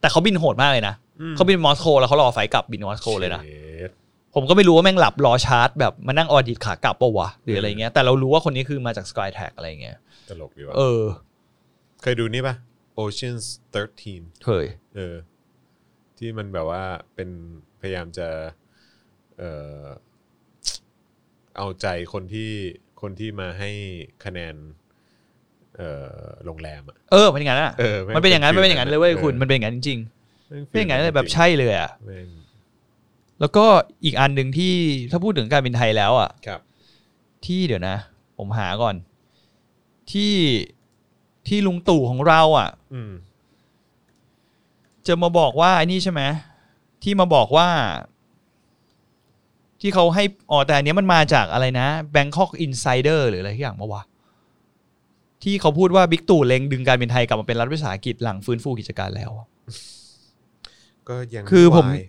[SPEAKER 2] แต่เขาบินโหดมากเลยนะเขาบินมอสโกแล้วเขารอไฟกลับบินมอสโกเลยนะ
[SPEAKER 1] Shit
[SPEAKER 2] ผมก็ไม่รู้ว่าแม่งหลับรอชาร์จแบบมานั่งออดิตขากลับปะวะหรืออะไรเงี้ย แต่เรารู้ว่าคนนี้คือมาจาก SkyTag อะไรเงี้ย
[SPEAKER 1] ตลกดีว่ะ
[SPEAKER 2] เออ
[SPEAKER 1] เคยดูนี่ป่ะ Ocean's 13
[SPEAKER 2] เคย
[SPEAKER 1] เออที่มันแบบว่าเป็นพยายามจะเออเอาใจคนที่คนที่มาให้คะแนนเออโรงแรมอะ
[SPEAKER 2] เออมันเป็นอย่างนั้นอ่ะ
[SPEAKER 1] เออแม่ง
[SPEAKER 2] มันเป็นอย่างนั้น
[SPEAKER 1] เป็
[SPEAKER 2] มัน
[SPEAKER 1] นฟิล
[SPEAKER 2] เป็นอย่างนั้นเลยเว้ย
[SPEAKER 1] เออ
[SPEAKER 2] คุณมันเป็นอย่างนั้นจริงๆเป็นอย่างนั้นเลยแบบ
[SPEAKER 1] จริๆ
[SPEAKER 2] ใช่เลยอ่ะ
[SPEAKER 1] แม่ง
[SPEAKER 2] แล้วก็อีกอันหนึ่งที่ถ้าพูดถึงการบินไทยแล้วอ่ะ
[SPEAKER 1] ครับ
[SPEAKER 2] ที่เดี๋ยวนะ ผมหาก่อน ที่ที่ลุงตู่ของเราอ่ะ
[SPEAKER 1] อืม
[SPEAKER 2] จะมาบอกว่าไอ้นี่ใช่ไหมที่มาบอกว่า ที่เขาให้อ๋อแต่อันเนี้ยมันมาจากอะไรนะ Bangkok Insider หรืออะไรที่อย่างมาวะที่เขาพูดว่าบิ๊กตู่เล็งดึงการบินไทยกลับมาเป็นรัฐวิสาหกิจหลังฟื้นฟูกิจการแล้ว
[SPEAKER 1] ก็ยัง
[SPEAKER 2] คือผม
[SPEAKER 1] ไวาย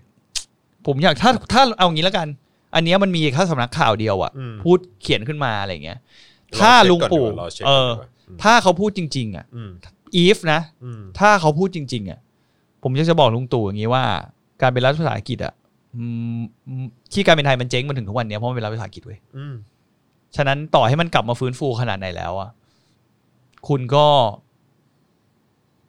[SPEAKER 2] ผมอยากถ้าถ้าเอางี้แล้วกัน อันเนี้ยมันมีแค่สำนักข่าวเดียวอะ
[SPEAKER 1] อืม
[SPEAKER 2] พูดเขียนขึ้นมาอะไรอย่างเงี้ย
[SPEAKER 1] รอ
[SPEAKER 2] ถ้า
[SPEAKER 1] เช็ค
[SPEAKER 2] ลุง
[SPEAKER 1] ก่อน
[SPEAKER 2] ปู่
[SPEAKER 1] ดีกว่ารอเช็ค
[SPEAKER 2] เอ
[SPEAKER 1] ก่น
[SPEAKER 2] อ
[SPEAKER 1] ดีกว่าม
[SPEAKER 2] ถ้าเขาพูดจริง ๆอะ
[SPEAKER 1] อืม
[SPEAKER 2] if นะ
[SPEAKER 1] อืม
[SPEAKER 2] ถ้าเขาพูดจริง ๆ อ่ะ ผมอยากจะบอกลุงตู่อย่างนี้ว่า การเป็นรัฐวิสาหกิจอ่ะอืมอืมที่การเป็นไทยมันเจ๊งมาถึงทุกวันเนี้ยเพราะมันเป็นรัฐวิสาหกิจเว้ย
[SPEAKER 1] อืม
[SPEAKER 2] ฉะนั้นต่อให้มันกลับมาฟื้นฟูขนาดไหนแล้วอ่ะคุณก็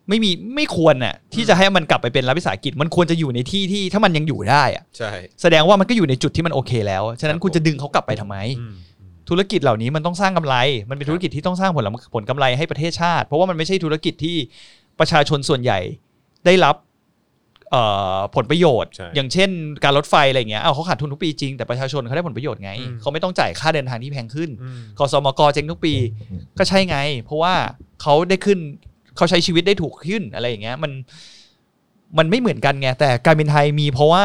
[SPEAKER 2] ไม่มีไม่ควรน่ะ ที่จะให้มันกลับไปเป็นรัฐวิสาหกิจ มันควรจะอยู่ในที่ที่ถ้ามันยังอยู่ได้อ่ะ
[SPEAKER 1] ใช่
[SPEAKER 2] แสดงว่ามันก็อยู่ในจุดที่มันโอเคแล้วฉะนั้นคุณจะดึงเขากลับไปทำไม
[SPEAKER 1] อืมอืม
[SPEAKER 2] ธุรกิจเหล่านี้มันต้องสร้างกำไร มันเป็น
[SPEAKER 1] ครับ
[SPEAKER 2] ธุรกิจที่ต้องสร้างผลผลกำไรให้ประเทศชาติ เพราะว่ามันไม่ใช่ธุรกิจที่ประชาชนส่วนใหญ่ได้รับเอ่อผลประโยชน์
[SPEAKER 1] ใช่
[SPEAKER 2] อย่างเช่น การรถไฟอะไรอย่างเงี้ยเอาวเขาขาดทุนทุกปีจริง แต่ประชาชนเขาได้ผลประโยชน์ไง
[SPEAKER 1] อืม
[SPEAKER 2] เขาไม่ต้องจ่ายค่าเดินทางที่แพงขึ้น
[SPEAKER 1] อืม
[SPEAKER 2] กสมกเจ๊งทุกปี ก็ใช่ไง เพราะว่าเขาได้ขึ้นเขาใช้ชีวิตได้ถูกขึ้นอะไรอย่างเงี้ยมันมันไม่เหมือนกันไงแต่การบินไทยมีเพราะว่า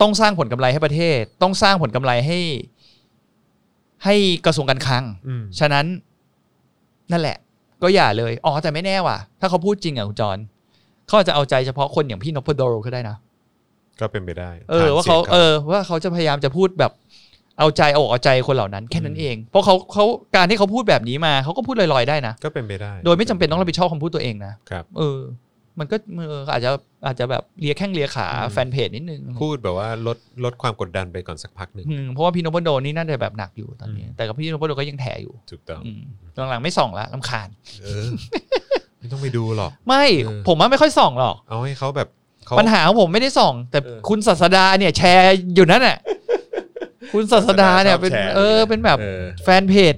[SPEAKER 2] ต้องสร้างผลกำไรให้ประเทศ ต้องสร้างผลกำไรให้ ให้กระทรวงการคลัง
[SPEAKER 1] อืม
[SPEAKER 2] ฉะนั้นนั่นแหละ ก็อย่าเลยอ๋อแต่ไม่แน่ว่ะ ถ้าเขาพูดจริงอ่ะคุณจอนเขาอาจจะเอาใจเฉพาะคนอย่างพี่นพดลก็ได้นะ
[SPEAKER 1] ก็เป็นไปได้
[SPEAKER 2] เออ
[SPEAKER 1] ฐน
[SPEAKER 2] ว่าเขา
[SPEAKER 1] สียง
[SPEAKER 2] เออว่าเขาจะพยายามจะพูดแบบเอาใจเอาอกเอาใจคนเหล่านั้นแค่นั้นเอง เพราะเขาเขาการที่เขาพูดแบบนี้มาเขาก็พูดลอยๆได้นะ
[SPEAKER 1] ก็เป็นไปได้
[SPEAKER 2] โดยไม่จำเป็นต้องรับผิดชอบคำพูดตัวเองนะครับ เออ มันก็เอออาจจะอาจจะแบบเลียแข้งเลียขา
[SPEAKER 1] อืม
[SPEAKER 2] แฟนเพจนิดนึง
[SPEAKER 1] พูดแบบว่าลดลดความกดดันไปก่อนสักพักหนึ่ง
[SPEAKER 2] อืมเพราะว่าพี่นพดลนี่น่าจะแบบหนักอยู่ตอนนี้
[SPEAKER 1] อืม
[SPEAKER 2] แต่กับพี่นพดลก็ยังแถอยู่
[SPEAKER 1] ถูกต้อง
[SPEAKER 2] อืมหลังๆไม่ส่องละลำคาญ
[SPEAKER 1] เออไม่ต้องไปดูหรอก
[SPEAKER 2] ไม่
[SPEAKER 1] เออ
[SPEAKER 2] ผมว่าไม่ค่อยส่องหรอก
[SPEAKER 1] เอาให้เขาแบบเขา
[SPEAKER 2] ปัญหาของผมไม่ได้ส่อง แต่
[SPEAKER 1] เออ
[SPEAKER 2] คุณศาสดาเนี่ย แชร์อยู่นั่นแหละคุณศาสดาเนี่ย
[SPEAKER 1] ศาสดาชอบ
[SPEAKER 2] เป็น
[SPEAKER 1] แชร์
[SPEAKER 2] เออเป็นแบบ
[SPEAKER 1] เออ
[SPEAKER 2] แฟนเพจ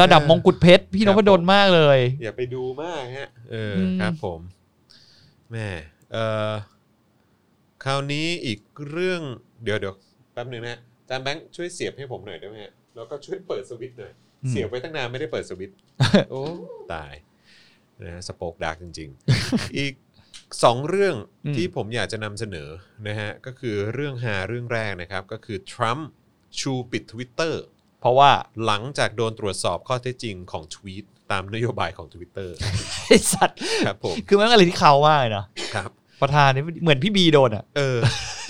[SPEAKER 2] ระดับ
[SPEAKER 1] เออ
[SPEAKER 2] มงกุฎเพชร
[SPEAKER 1] ค
[SPEAKER 2] พี่
[SPEAKER 1] น รับ
[SPEAKER 2] พดล
[SPEAKER 1] ผม
[SPEAKER 2] มากเลย
[SPEAKER 1] อย่าไปดูมากฮะ เออ
[SPEAKER 2] ม
[SPEAKER 1] ครับผมแม่เออคราวนี้อีกเรื่องเดี๋ยวเดี๋ยวแป๊บหนึ่งนะฮะอาจารย์แบงค์ช่วยเสียบให้ผมหน่อยได้ไหมฮะแล้วก็ช่วยเปิดสวิตช์หน่อยเสียบไว้ตั้งนานไม่ได้เปิดส วิตช์ โอ้ตายนะฮะสโปกดาร์กจริง ๆ อีกสองเรื่อง
[SPEAKER 2] อืม
[SPEAKER 1] ที่ผมอยากจะนำเสนอนะฮะก็คือเรื่องหาเรื่องแรกนะครับ ก็คือทรัมป์ชูปิด Twitter
[SPEAKER 2] เพราะ ว่า
[SPEAKER 1] หลังจากโดนตรวจสอบข้อเท็จจริงของทวีตตามนโยบายของ Twitter
[SPEAKER 2] ไอ้สัตว์
[SPEAKER 1] ครับผม
[SPEAKER 2] คือมันอะไรที่เขามากเลยนะครับ ประธานนี่เหมือนพี่บีโดนอ่ะ
[SPEAKER 1] เออ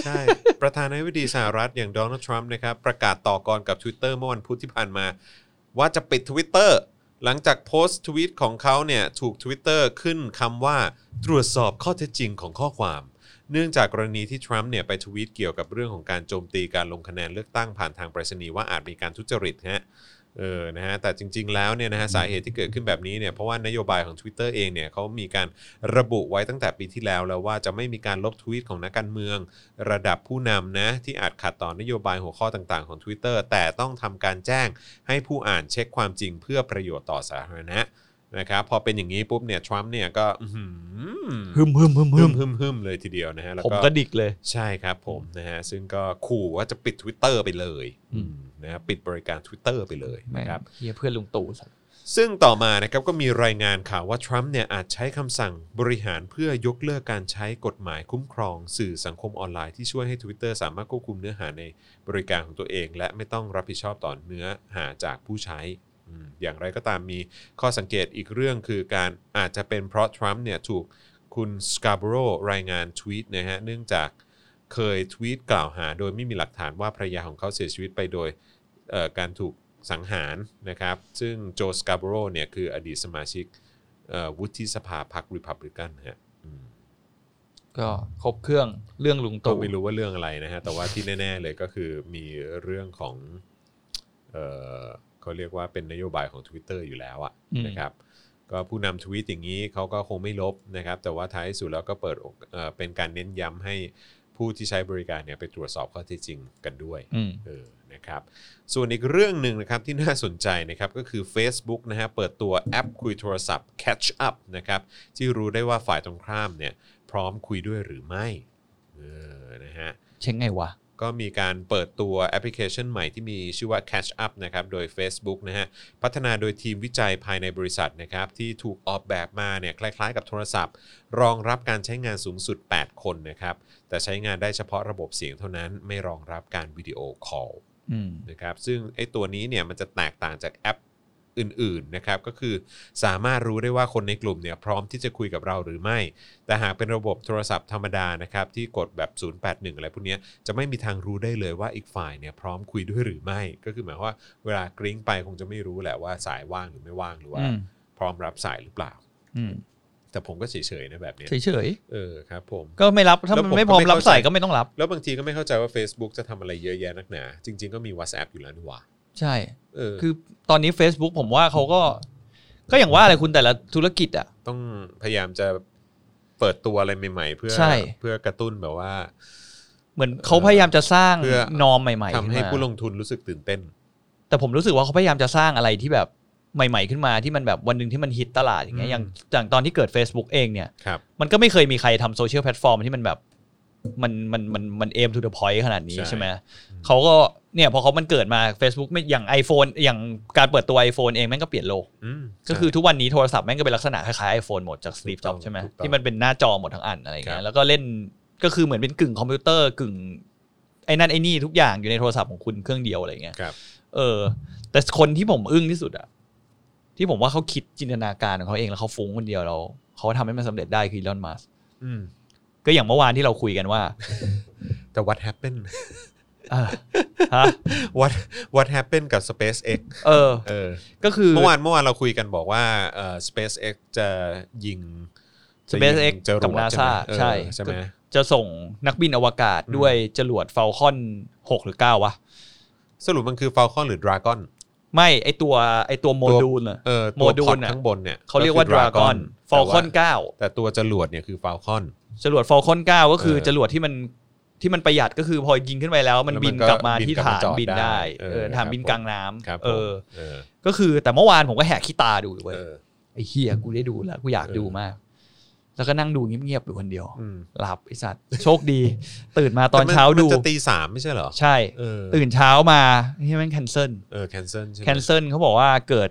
[SPEAKER 1] ใช่ ประธานาธิบดีสหรัฐอย่างโดนัลด์ทรัมป์นะครับ ประกาศต่อกรกับ Twitter เมื่อวันพุธที่ผ่านมา ว่าจะปิด Twitter หลังจากโพสต์ทวีตของเขาเนี่ย ถูก Twitter ขึ้นคำว่าตรวจสอบข้อเท็จจริงของข้อความ เนื่องจากกรณีที่ทรัมป์เนี่ย ไปทวีตเกี่ยวกับเรื่องของการโจมตีการลงคะแนนเลือกตั้งผ่านทางไปรษณีย์ว่าอาจมีการทุจริตฮะ เออ นะฮะ แต่จริง ๆ แล้วเนี่ยนะฮะสาเหตุที่เกิดขึ้นแบบนี้เนี่ย เพราะว่านโยบายของ Twitter เองเนี่ยเขามีการระบุไว้ตั้งแต่ปีที่แล้วแล้วว่าจะไม่มีการลบทวีตของนักการเมือง ระดับผู้นำนะ ที่อาจขัดต่อนโยบายหัวข้อต่างๆของ Twitter แต่ต้องทำการแจ้งให้ผู้อ่านเช็คความจริงเพื่อประโยชน์ต่อสาธารณะนะครับพอเป็นอย่างนี้ปุ๊บเนี่ยทรัมป์เนี่ยก็อื้อหือ
[SPEAKER 2] ฮึมฮึมฮึม
[SPEAKER 1] ฮึ
[SPEAKER 2] ฮึ
[SPEAKER 1] ม
[SPEAKER 2] ม
[SPEAKER 1] ฮึมฮึมเลยทีเดียวนะฮะแล้ว
[SPEAKER 2] ผมก็ดิกเลย
[SPEAKER 1] ใช่ครับผมนะฮะซึ่งก็ขู่ว่าจะปิด Twitter ไปเลย
[SPEAKER 2] อืม
[SPEAKER 1] นะฮะปิดบริการ Twitter ไปเลยนะครับ
[SPEAKER 2] แม่งเฮียเพื่อนลุงตู่สัตว์
[SPEAKER 1] ซึ่งต่อมานะครับก็มีรายงานข่าวว่าทรัมป์เนี่ยอาจใช้คำสั่งบริหารเพื่อยกเลิกการใช้กฎหมายคุ้มครอง สื่อสังคมออนไลน์ที่ช่วยให้ Twitter สามารถควบคุมเนื้อหาในบริการของตัวเอง และไม่ต้องรับผิดชอบต่อเนื้อหาจากผู้ใช้อืมอย่างไรก็ตามมีข้อสังเกตอีกเรื่องคือการอาจจะเป็นเพราะทรัมป์เนี่ยถูกคุณสคาร์โบรรายงานทวีตนะฮะเนื่องจากเคยทวีตกล่าวหา โดยไม่มีหลักฐานว่าภรรยาของเขาเสียชีวิตไปโดย เอ่อการถูก สังหารนะครับ ซึ่งโจสกาโบโรเนี่ยคืออดีตสมาชิกเอ่อวุฒิสภาพรรคริพับลิกันฮะอืม
[SPEAKER 2] ก็ครบเครื่องเรื่องลุง
[SPEAKER 1] ก็
[SPEAKER 2] ตู่
[SPEAKER 1] ไม่รู้ว่าเรื่องอะไรนะฮะแต่ว่าที่แน่ ๆเลยก็คือมีเรื่องของเอ่อเขาเรียกว่าเป็นนโยบายของ Twitter อยู่แล้วอะนะครับก็ผู้นำทวีตอย่างนี้เขาก็คงไม่ลบนะครับ แต่ว่าท้ายสุดแล้วก็เปิดโอกเอ่อเป็นการเน้นย้ำให้ผู้ที่ใช้บริการเนี่ยไปตรวจสอบข้อเท็จจริงกันด้วย
[SPEAKER 2] อืม
[SPEAKER 1] เออ นะครับ ส่วนอีกเรื่องหนึ่งนะครับที่น่าสนใจนะครับก็คือ Facebook นะฮะเปิดตัวแอปคุยโทรศัพท์ Catch Up นะครับที่รู้ได้ว่าฝ่ายตรงข้ามเนี่ยพร้อมคุยด้วยหรือไม่เออนะฮะ
[SPEAKER 2] เช็คไงวะ
[SPEAKER 1] ก็มีการเปิดตัวแอปพลิเคชันใหม่ที่มีชื่อว่า Catch Up นะครับโดย Facebook นะฮะพัฒนาโดยทีมวิจัยภายในบริษัทนะครับที่ถูกออกแบบมาเนี่ยคล้ายๆกับโทรศัพท์ รองรับการใช้งานสูงสุด 8 คนนะครับแต่ใช้งานได้เฉพาะระบบเสียงเท่านั้นไม่รองรับการวิดีโอคอล
[SPEAKER 2] อืม
[SPEAKER 1] นะครับซึ่งไอ้ตัวนี้เนี่ยมันจะแตกต่างจากแอปอื่นๆนะครับก็คือสามารถรู้ได้ว่าคนในกลุ่มเนี่ยพร้อมที่จะคุยกับเราหรือไม่ แต่หากเป็นระบบโทรศัพท์ธรรมดานะครับที่กดแบบ 081 อะไรพวกเนี้ยจะไม่มีทางรู้ได้เลยว่าอีกฝ่ายเนี่ยพร้อมคุยด้วยหรือไม่ ก็คือหมายความว่าเวลากริ้งไปคงจะไม่รู้แหละว่าสายว่างหรือไม่ว่างหรือว่า
[SPEAKER 2] อืม
[SPEAKER 1] พร้อมรับสายหรือเปล่า
[SPEAKER 2] อืม
[SPEAKER 1] แต่ผมก็เฉยๆนะแบบเนี้ย
[SPEAKER 2] เฉย
[SPEAKER 1] เออครับผม
[SPEAKER 2] ๆก็ไม่รับถ้า
[SPEAKER 1] แล้วน ผ
[SPEAKER 2] มั
[SPEAKER 1] ม
[SPEAKER 2] ไม่พร้อม
[SPEAKER 1] ก็ไม่
[SPEAKER 2] รับ
[SPEAKER 1] เข้าใจ
[SPEAKER 2] ใส่ก็ไม่ต้องรับ
[SPEAKER 1] แล้วบางทีก็ไม่เข้าใจว่า Facebook จะทำอะไรเยอะแยะนักหนาจริง ๆก็มี WhatsApp อยู่แล้วนี่หว่า
[SPEAKER 2] ใช่
[SPEAKER 1] เออ
[SPEAKER 2] คือตอนนี้ Facebook ผมว่าเขาก็ ก็อย่างว่าอะไรคุณแต่ละธุรกิจอ่ะ
[SPEAKER 1] ต้องพยายามจะเปิดตัวอะไรใหม่ ๆ เพื่อ
[SPEAKER 2] ใช่
[SPEAKER 1] เพื่อกระตุ้นแบบว่า
[SPEAKER 2] เหมือนเขาพยายามจะสร้าง
[SPEAKER 1] เพื่อ
[SPEAKER 2] นอมใหม่ๆ
[SPEAKER 1] ทำ
[SPEAKER 2] ขึ้น
[SPEAKER 1] ให้
[SPEAKER 2] มา
[SPEAKER 1] ผู้ลงทุนรู้สึกตื่นเต้น
[SPEAKER 2] แต่ผมรู้สึกว่าเขาพยายามจะสร้างอะไรที่แบบใหม่ ๆขึ้นมาที่มันแบบวันหนึ่งที่มันฮิตตลาดอย่างเงี้ย
[SPEAKER 1] อืม
[SPEAKER 2] อย่างอย่างตอนที่เกิด Facebook เองเนี่ย
[SPEAKER 1] ครับ
[SPEAKER 2] มันก็ไม่เคยมีใครทำโซเชียลแพลตฟอร์มที่มันแบบมันมันมันมันเอมทูเดอะพอยต์ขนาดนี้
[SPEAKER 1] ใช่
[SPEAKER 2] ใช่ไหมเขาก็เนี่ยพอเขามันเกิดมา Facebook ไม่อย่าง iPhone อย่างการเปิดตัว iPhone เองแม่งก็เปลี่ยนโลก
[SPEAKER 1] อืม
[SPEAKER 2] ก็คือ
[SPEAKER 1] ใช่
[SPEAKER 2] ทุกวันนี้โทรศัพท์แม่งก็เป็นลักษณะคล้ายๆ iPhone หมดจาก Steve
[SPEAKER 1] ถูกต้อ
[SPEAKER 2] Jobs
[SPEAKER 1] ง
[SPEAKER 2] ใช่ไหม
[SPEAKER 1] ถูกต้อง
[SPEAKER 2] ที่มันเป็นหน้าจอหมดทั้งอันอะไรอย่าง
[SPEAKER 1] ครั
[SPEAKER 2] เงี้
[SPEAKER 1] บ
[SPEAKER 2] ยแล้วก็เล่นก็คือเหมือนเป็นกึ่งคอมพิวเตอร์กึ่งไอ้นั่นไอ้นี่ทุกอย่างอยู่ในโทรศัพท์ของคุณเครื่องเดียวอะไรอย่างเงี้ย
[SPEAKER 1] ครับ
[SPEAKER 2] เออ แต่คนที่ผมอึ้งที่สุดอะที่ผมว่าเขาคิดจินตนาการของเขาเองแล้วเขาฟุ้งคนเดียวแล้วเขาทำให้มันสำเร็จได้คือ Elon Musk
[SPEAKER 1] อืม
[SPEAKER 2] ก็อย่างเมื่อวานที่เราคุยกันว่า
[SPEAKER 1] แต่ what happened
[SPEAKER 2] เออฮะ
[SPEAKER 1] what what happened กับ SpaceX
[SPEAKER 2] เออ
[SPEAKER 1] เออ
[SPEAKER 2] ก็คือ
[SPEAKER 1] เมื่อวานเมื่อวานเราคุยกันบอกว่าเอ่อ SpaceX จะยิงจะยิง
[SPEAKER 2] SpaceX
[SPEAKER 1] จรวด
[SPEAKER 2] กับ NASA
[SPEAKER 1] ใช่
[SPEAKER 2] ใช่
[SPEAKER 1] ไหมเออใช่ไหม
[SPEAKER 2] จะส่งนักบินอวกาศ
[SPEAKER 1] อืม
[SPEAKER 2] ด้วยจรวด Falcon 6 หรือ 9 วะ
[SPEAKER 1] สรุปมันคือ Falcon หรือ Dragon
[SPEAKER 2] ไม่ ไอตัวไอตัวโมดูลอะ
[SPEAKER 1] เออตัว
[SPEAKER 2] โมดูล
[SPEAKER 1] พอด
[SPEAKER 2] น่ะ
[SPEAKER 1] ข้างบนเนี่ย
[SPEAKER 2] เขาเรียกว่า
[SPEAKER 1] คือ
[SPEAKER 2] Dragon Falcon
[SPEAKER 1] แต่ว่า
[SPEAKER 2] 9
[SPEAKER 1] แต่ตัวจรวดเนี่ยคือ Falcon
[SPEAKER 2] จรวด Falcon 9 ก็คือ
[SPEAKER 1] เออ
[SPEAKER 2] จรวดที่มันที่มันประหยัดก็คือพอยิงขึ้นไปแล้ว มัน
[SPEAKER 1] แล้วมัน
[SPEAKER 2] บิน
[SPEAKER 1] ก็
[SPEAKER 2] กลับมา
[SPEAKER 1] บิน
[SPEAKER 2] ที่
[SPEAKER 1] กลั
[SPEAKER 2] ฐาม
[SPEAKER 1] บาน จอด
[SPEAKER 2] บิน
[SPEAKER 1] ได้
[SPEAKER 2] ได้
[SPEAKER 1] เออ
[SPEAKER 2] เออ
[SPEAKER 1] ค
[SPEAKER 2] ฐาน
[SPEAKER 1] รับ
[SPEAKER 2] บิน
[SPEAKER 1] ผม
[SPEAKER 2] กลางน้ำ
[SPEAKER 1] ครับผม
[SPEAKER 2] เออ
[SPEAKER 1] เออ
[SPEAKER 2] ก็คือแต่เมื่อวานผมก็แหกขี้ตาดูอยู่เว้ย
[SPEAKER 1] เออ
[SPEAKER 2] ไอ้เฮียกูได้ดูแล้ว กูอยาก
[SPEAKER 1] เออ
[SPEAKER 2] ดูมาก แล้วก็นั่งดูเงียบๆอยู่คนเดียว
[SPEAKER 1] อืม
[SPEAKER 2] หลับไอสัตว์ โชคดี ตื่นมาตอนเช้า
[SPEAKER 1] แมั
[SPEAKER 2] ดู
[SPEAKER 1] มันจะตีสามไม่ใช่เหรอ
[SPEAKER 2] ใช่
[SPEAKER 1] เออ
[SPEAKER 2] ตื่นเช้ามาเฮียแม่งแคนเซิล
[SPEAKER 1] เออ cancel ใช่ไหม
[SPEAKER 2] แคนเซิลเขาบอกว่าเกิด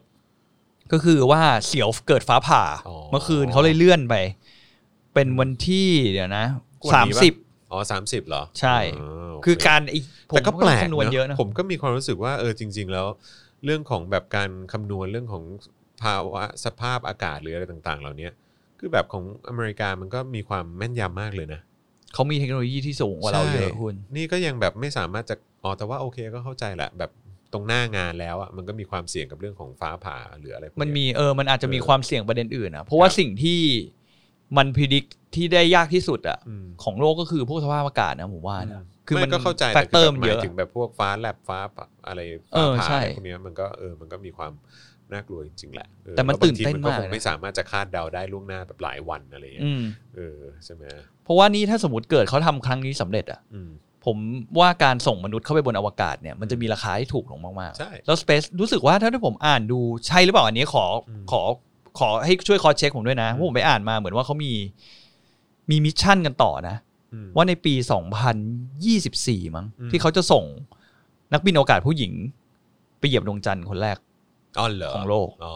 [SPEAKER 2] ก็คือว่าเสียวเกิดฟ้าผ่า
[SPEAKER 1] อ๋อ
[SPEAKER 2] เมื่อคืนเขาเลยเลื่อนไป เป็นวันที่เดี๋ยวนะ
[SPEAKER 1] กว่
[SPEAKER 2] สาม
[SPEAKER 1] นี้ปะ
[SPEAKER 2] สิบ
[SPEAKER 1] อ๋อสามสิบเหรอ
[SPEAKER 2] ใช่
[SPEAKER 1] อ๋อโเ
[SPEAKER 2] คือการไอ้ผม
[SPEAKER 1] แต่ก็แปลก
[SPEAKER 2] คำนวณเยอะนะ
[SPEAKER 1] ผมก็มีความรู้สึกว่าเออจริง ๆ แล้ว เรื่องของแบบการคำนวณเรื่องของภาวะสภาพอากาศหรืออะไรต่าง ๆ เหล่านี้คือแบบของอเมริกามันก็มีความแม่นยำมากเลยนะ
[SPEAKER 2] เขามีเทคโนโลยีที่สูงกว่าเราเยอะ
[SPEAKER 1] ใช่
[SPEAKER 2] คุณ
[SPEAKER 1] นี่ก็ยังแบบไม่สามารถจะอ๋อแต่ว่าโอเคก็เข้าใจแหละแบบตรงหน้างานแล้วอ่ะมันก็มีความเสี่ยงกับเรื่องของฟ้าผ่าหรืออะไรพวกเย
[SPEAKER 2] มันมีเออ มันอาจจะมี
[SPEAKER 1] เออ
[SPEAKER 2] ความเสี่ยงประเด็นอื่นนะเพราะว่า
[SPEAKER 1] ครับ
[SPEAKER 2] สิ่งที่มันพิจิตที่ได้ยากที่สุดอะ
[SPEAKER 1] อืม
[SPEAKER 2] ของโลกก็คือพวกสภาพอากาศนะผมว่านะ
[SPEAKER 1] คือมันก็เข้าใจ
[SPEAKER 2] แฟกเตอร์
[SPEAKER 1] แต่
[SPEAKER 2] มัน
[SPEAKER 1] คืแบบห
[SPEAKER 2] เยอะ
[SPEAKER 1] มายถึงแบบพวกฟ้าแลบฟ้าปะอะไร
[SPEAKER 2] เอ
[SPEAKER 1] ฟ้า
[SPEAKER 2] อ
[SPEAKER 1] ผ่า
[SPEAKER 2] ใช่
[SPEAKER 1] อะไรพวกเนี้ยมันก็เออมันก็มีความน่ากลัวจริงๆแหละเออ
[SPEAKER 2] แต่มัน
[SPEAKER 1] ล้วบงที
[SPEAKER 2] ตื่นเต้นมาก
[SPEAKER 1] คง
[SPEAKER 2] นะ
[SPEAKER 1] ไม่สามารถจะคาดเดาได้ล่วงหน้าแบบหลายวันอะไรอย่างเงี้ย
[SPEAKER 2] อืม
[SPEAKER 1] เออใช่ไหม
[SPEAKER 2] เพราะว่านี่ถ้าสมมติเกิดเขาทำครั้งนี้สำเร็จอะ
[SPEAKER 1] อืม
[SPEAKER 2] ผมว่าการส่งมนุษย์เข้าไปบนอวกาศเนี่ยมันจะมีราคาที่ถูกลงมาก
[SPEAKER 1] ใช่
[SPEAKER 2] ๆแล้ว Space รู้สึกว่าถ้าที่ผมอ่านดูใช่หรือเปล่าอันนี้ขอ
[SPEAKER 1] อืม
[SPEAKER 2] ขอขอให้ช่วยคอเช็คผมด้วยนะ
[SPEAKER 1] อืม
[SPEAKER 2] เพราะผมไปอ่านมาเหมือนว่าเขามีมีมิชชั่นกันต่อนะ
[SPEAKER 1] อืม
[SPEAKER 2] ว่าในปี 2024 มั้ง
[SPEAKER 1] อืม
[SPEAKER 2] ที่เขาจะส่งนักบินอวกาศผู้หญิง ไปเหยียบดวงจันทร์คนแรก
[SPEAKER 1] อ๋อเหรอ
[SPEAKER 2] ของโลก
[SPEAKER 1] อ๋อ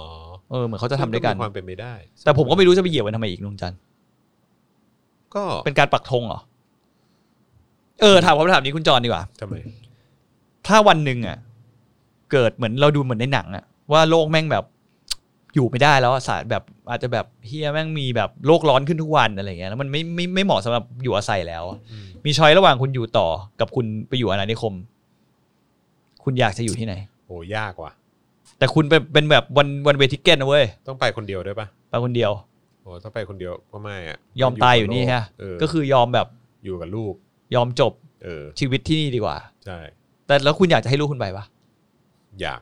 [SPEAKER 2] เออเหมือนเขาจะทำด้วยกัน
[SPEAKER 1] มีความเป็นไปได้
[SPEAKER 2] แต่ผมก็ไม่รู้จะไปเหยียบมันทำไมอีกดวงจันทร์
[SPEAKER 1] ก็
[SPEAKER 2] เป็นการปักธงเหรอ เออถามคำถามนี้คุณจรดีกว่า
[SPEAKER 1] ทำไม
[SPEAKER 2] ถ้าวันหนึ่งอ่ะ เกิดเหมือนเราดูเหมือนในหนังอ่ะว่าโลกแม่งแบบ อยู่ไม่ได้แล้วอะสารแบบอาจจะแบบเฮียแม่งมีแบบโลกร้อนขึ้นทุกวันอะไรเงี้ยแล้วมันไม่ไม่ไม่เหมาะสำหรับอยู่อาศัยแล้วอะ
[SPEAKER 1] อืม
[SPEAKER 2] มีช้อยระหว่างคุณอยู่ต่อกับคุณไปอยู่อาณานิคม คุณอยากจะอยู่ที่ไหน
[SPEAKER 1] โหยากว่ะ
[SPEAKER 2] แต่คุณเป็นเป็นแบบวันวันเวทิเกตนะเว้ย
[SPEAKER 1] ต้องไปคนเดียวด้วยปะ
[SPEAKER 2] ไปคนเดียว
[SPEAKER 1] โอ้ถ้าไปคนเดียวก็ไม่อะ
[SPEAKER 2] ยอมตายอยู่นี่ฮะ
[SPEAKER 1] เออ
[SPEAKER 2] ก็คือยอมแบบ
[SPEAKER 1] อยู่กับลูก
[SPEAKER 2] ยอมจบ
[SPEAKER 1] เออ
[SPEAKER 2] ชีวิตที่นี่ดีกว่า
[SPEAKER 1] ใช่
[SPEAKER 2] แต่แล้วคุณอยากจะให้ลูกคุณไปปะ
[SPEAKER 1] อยาก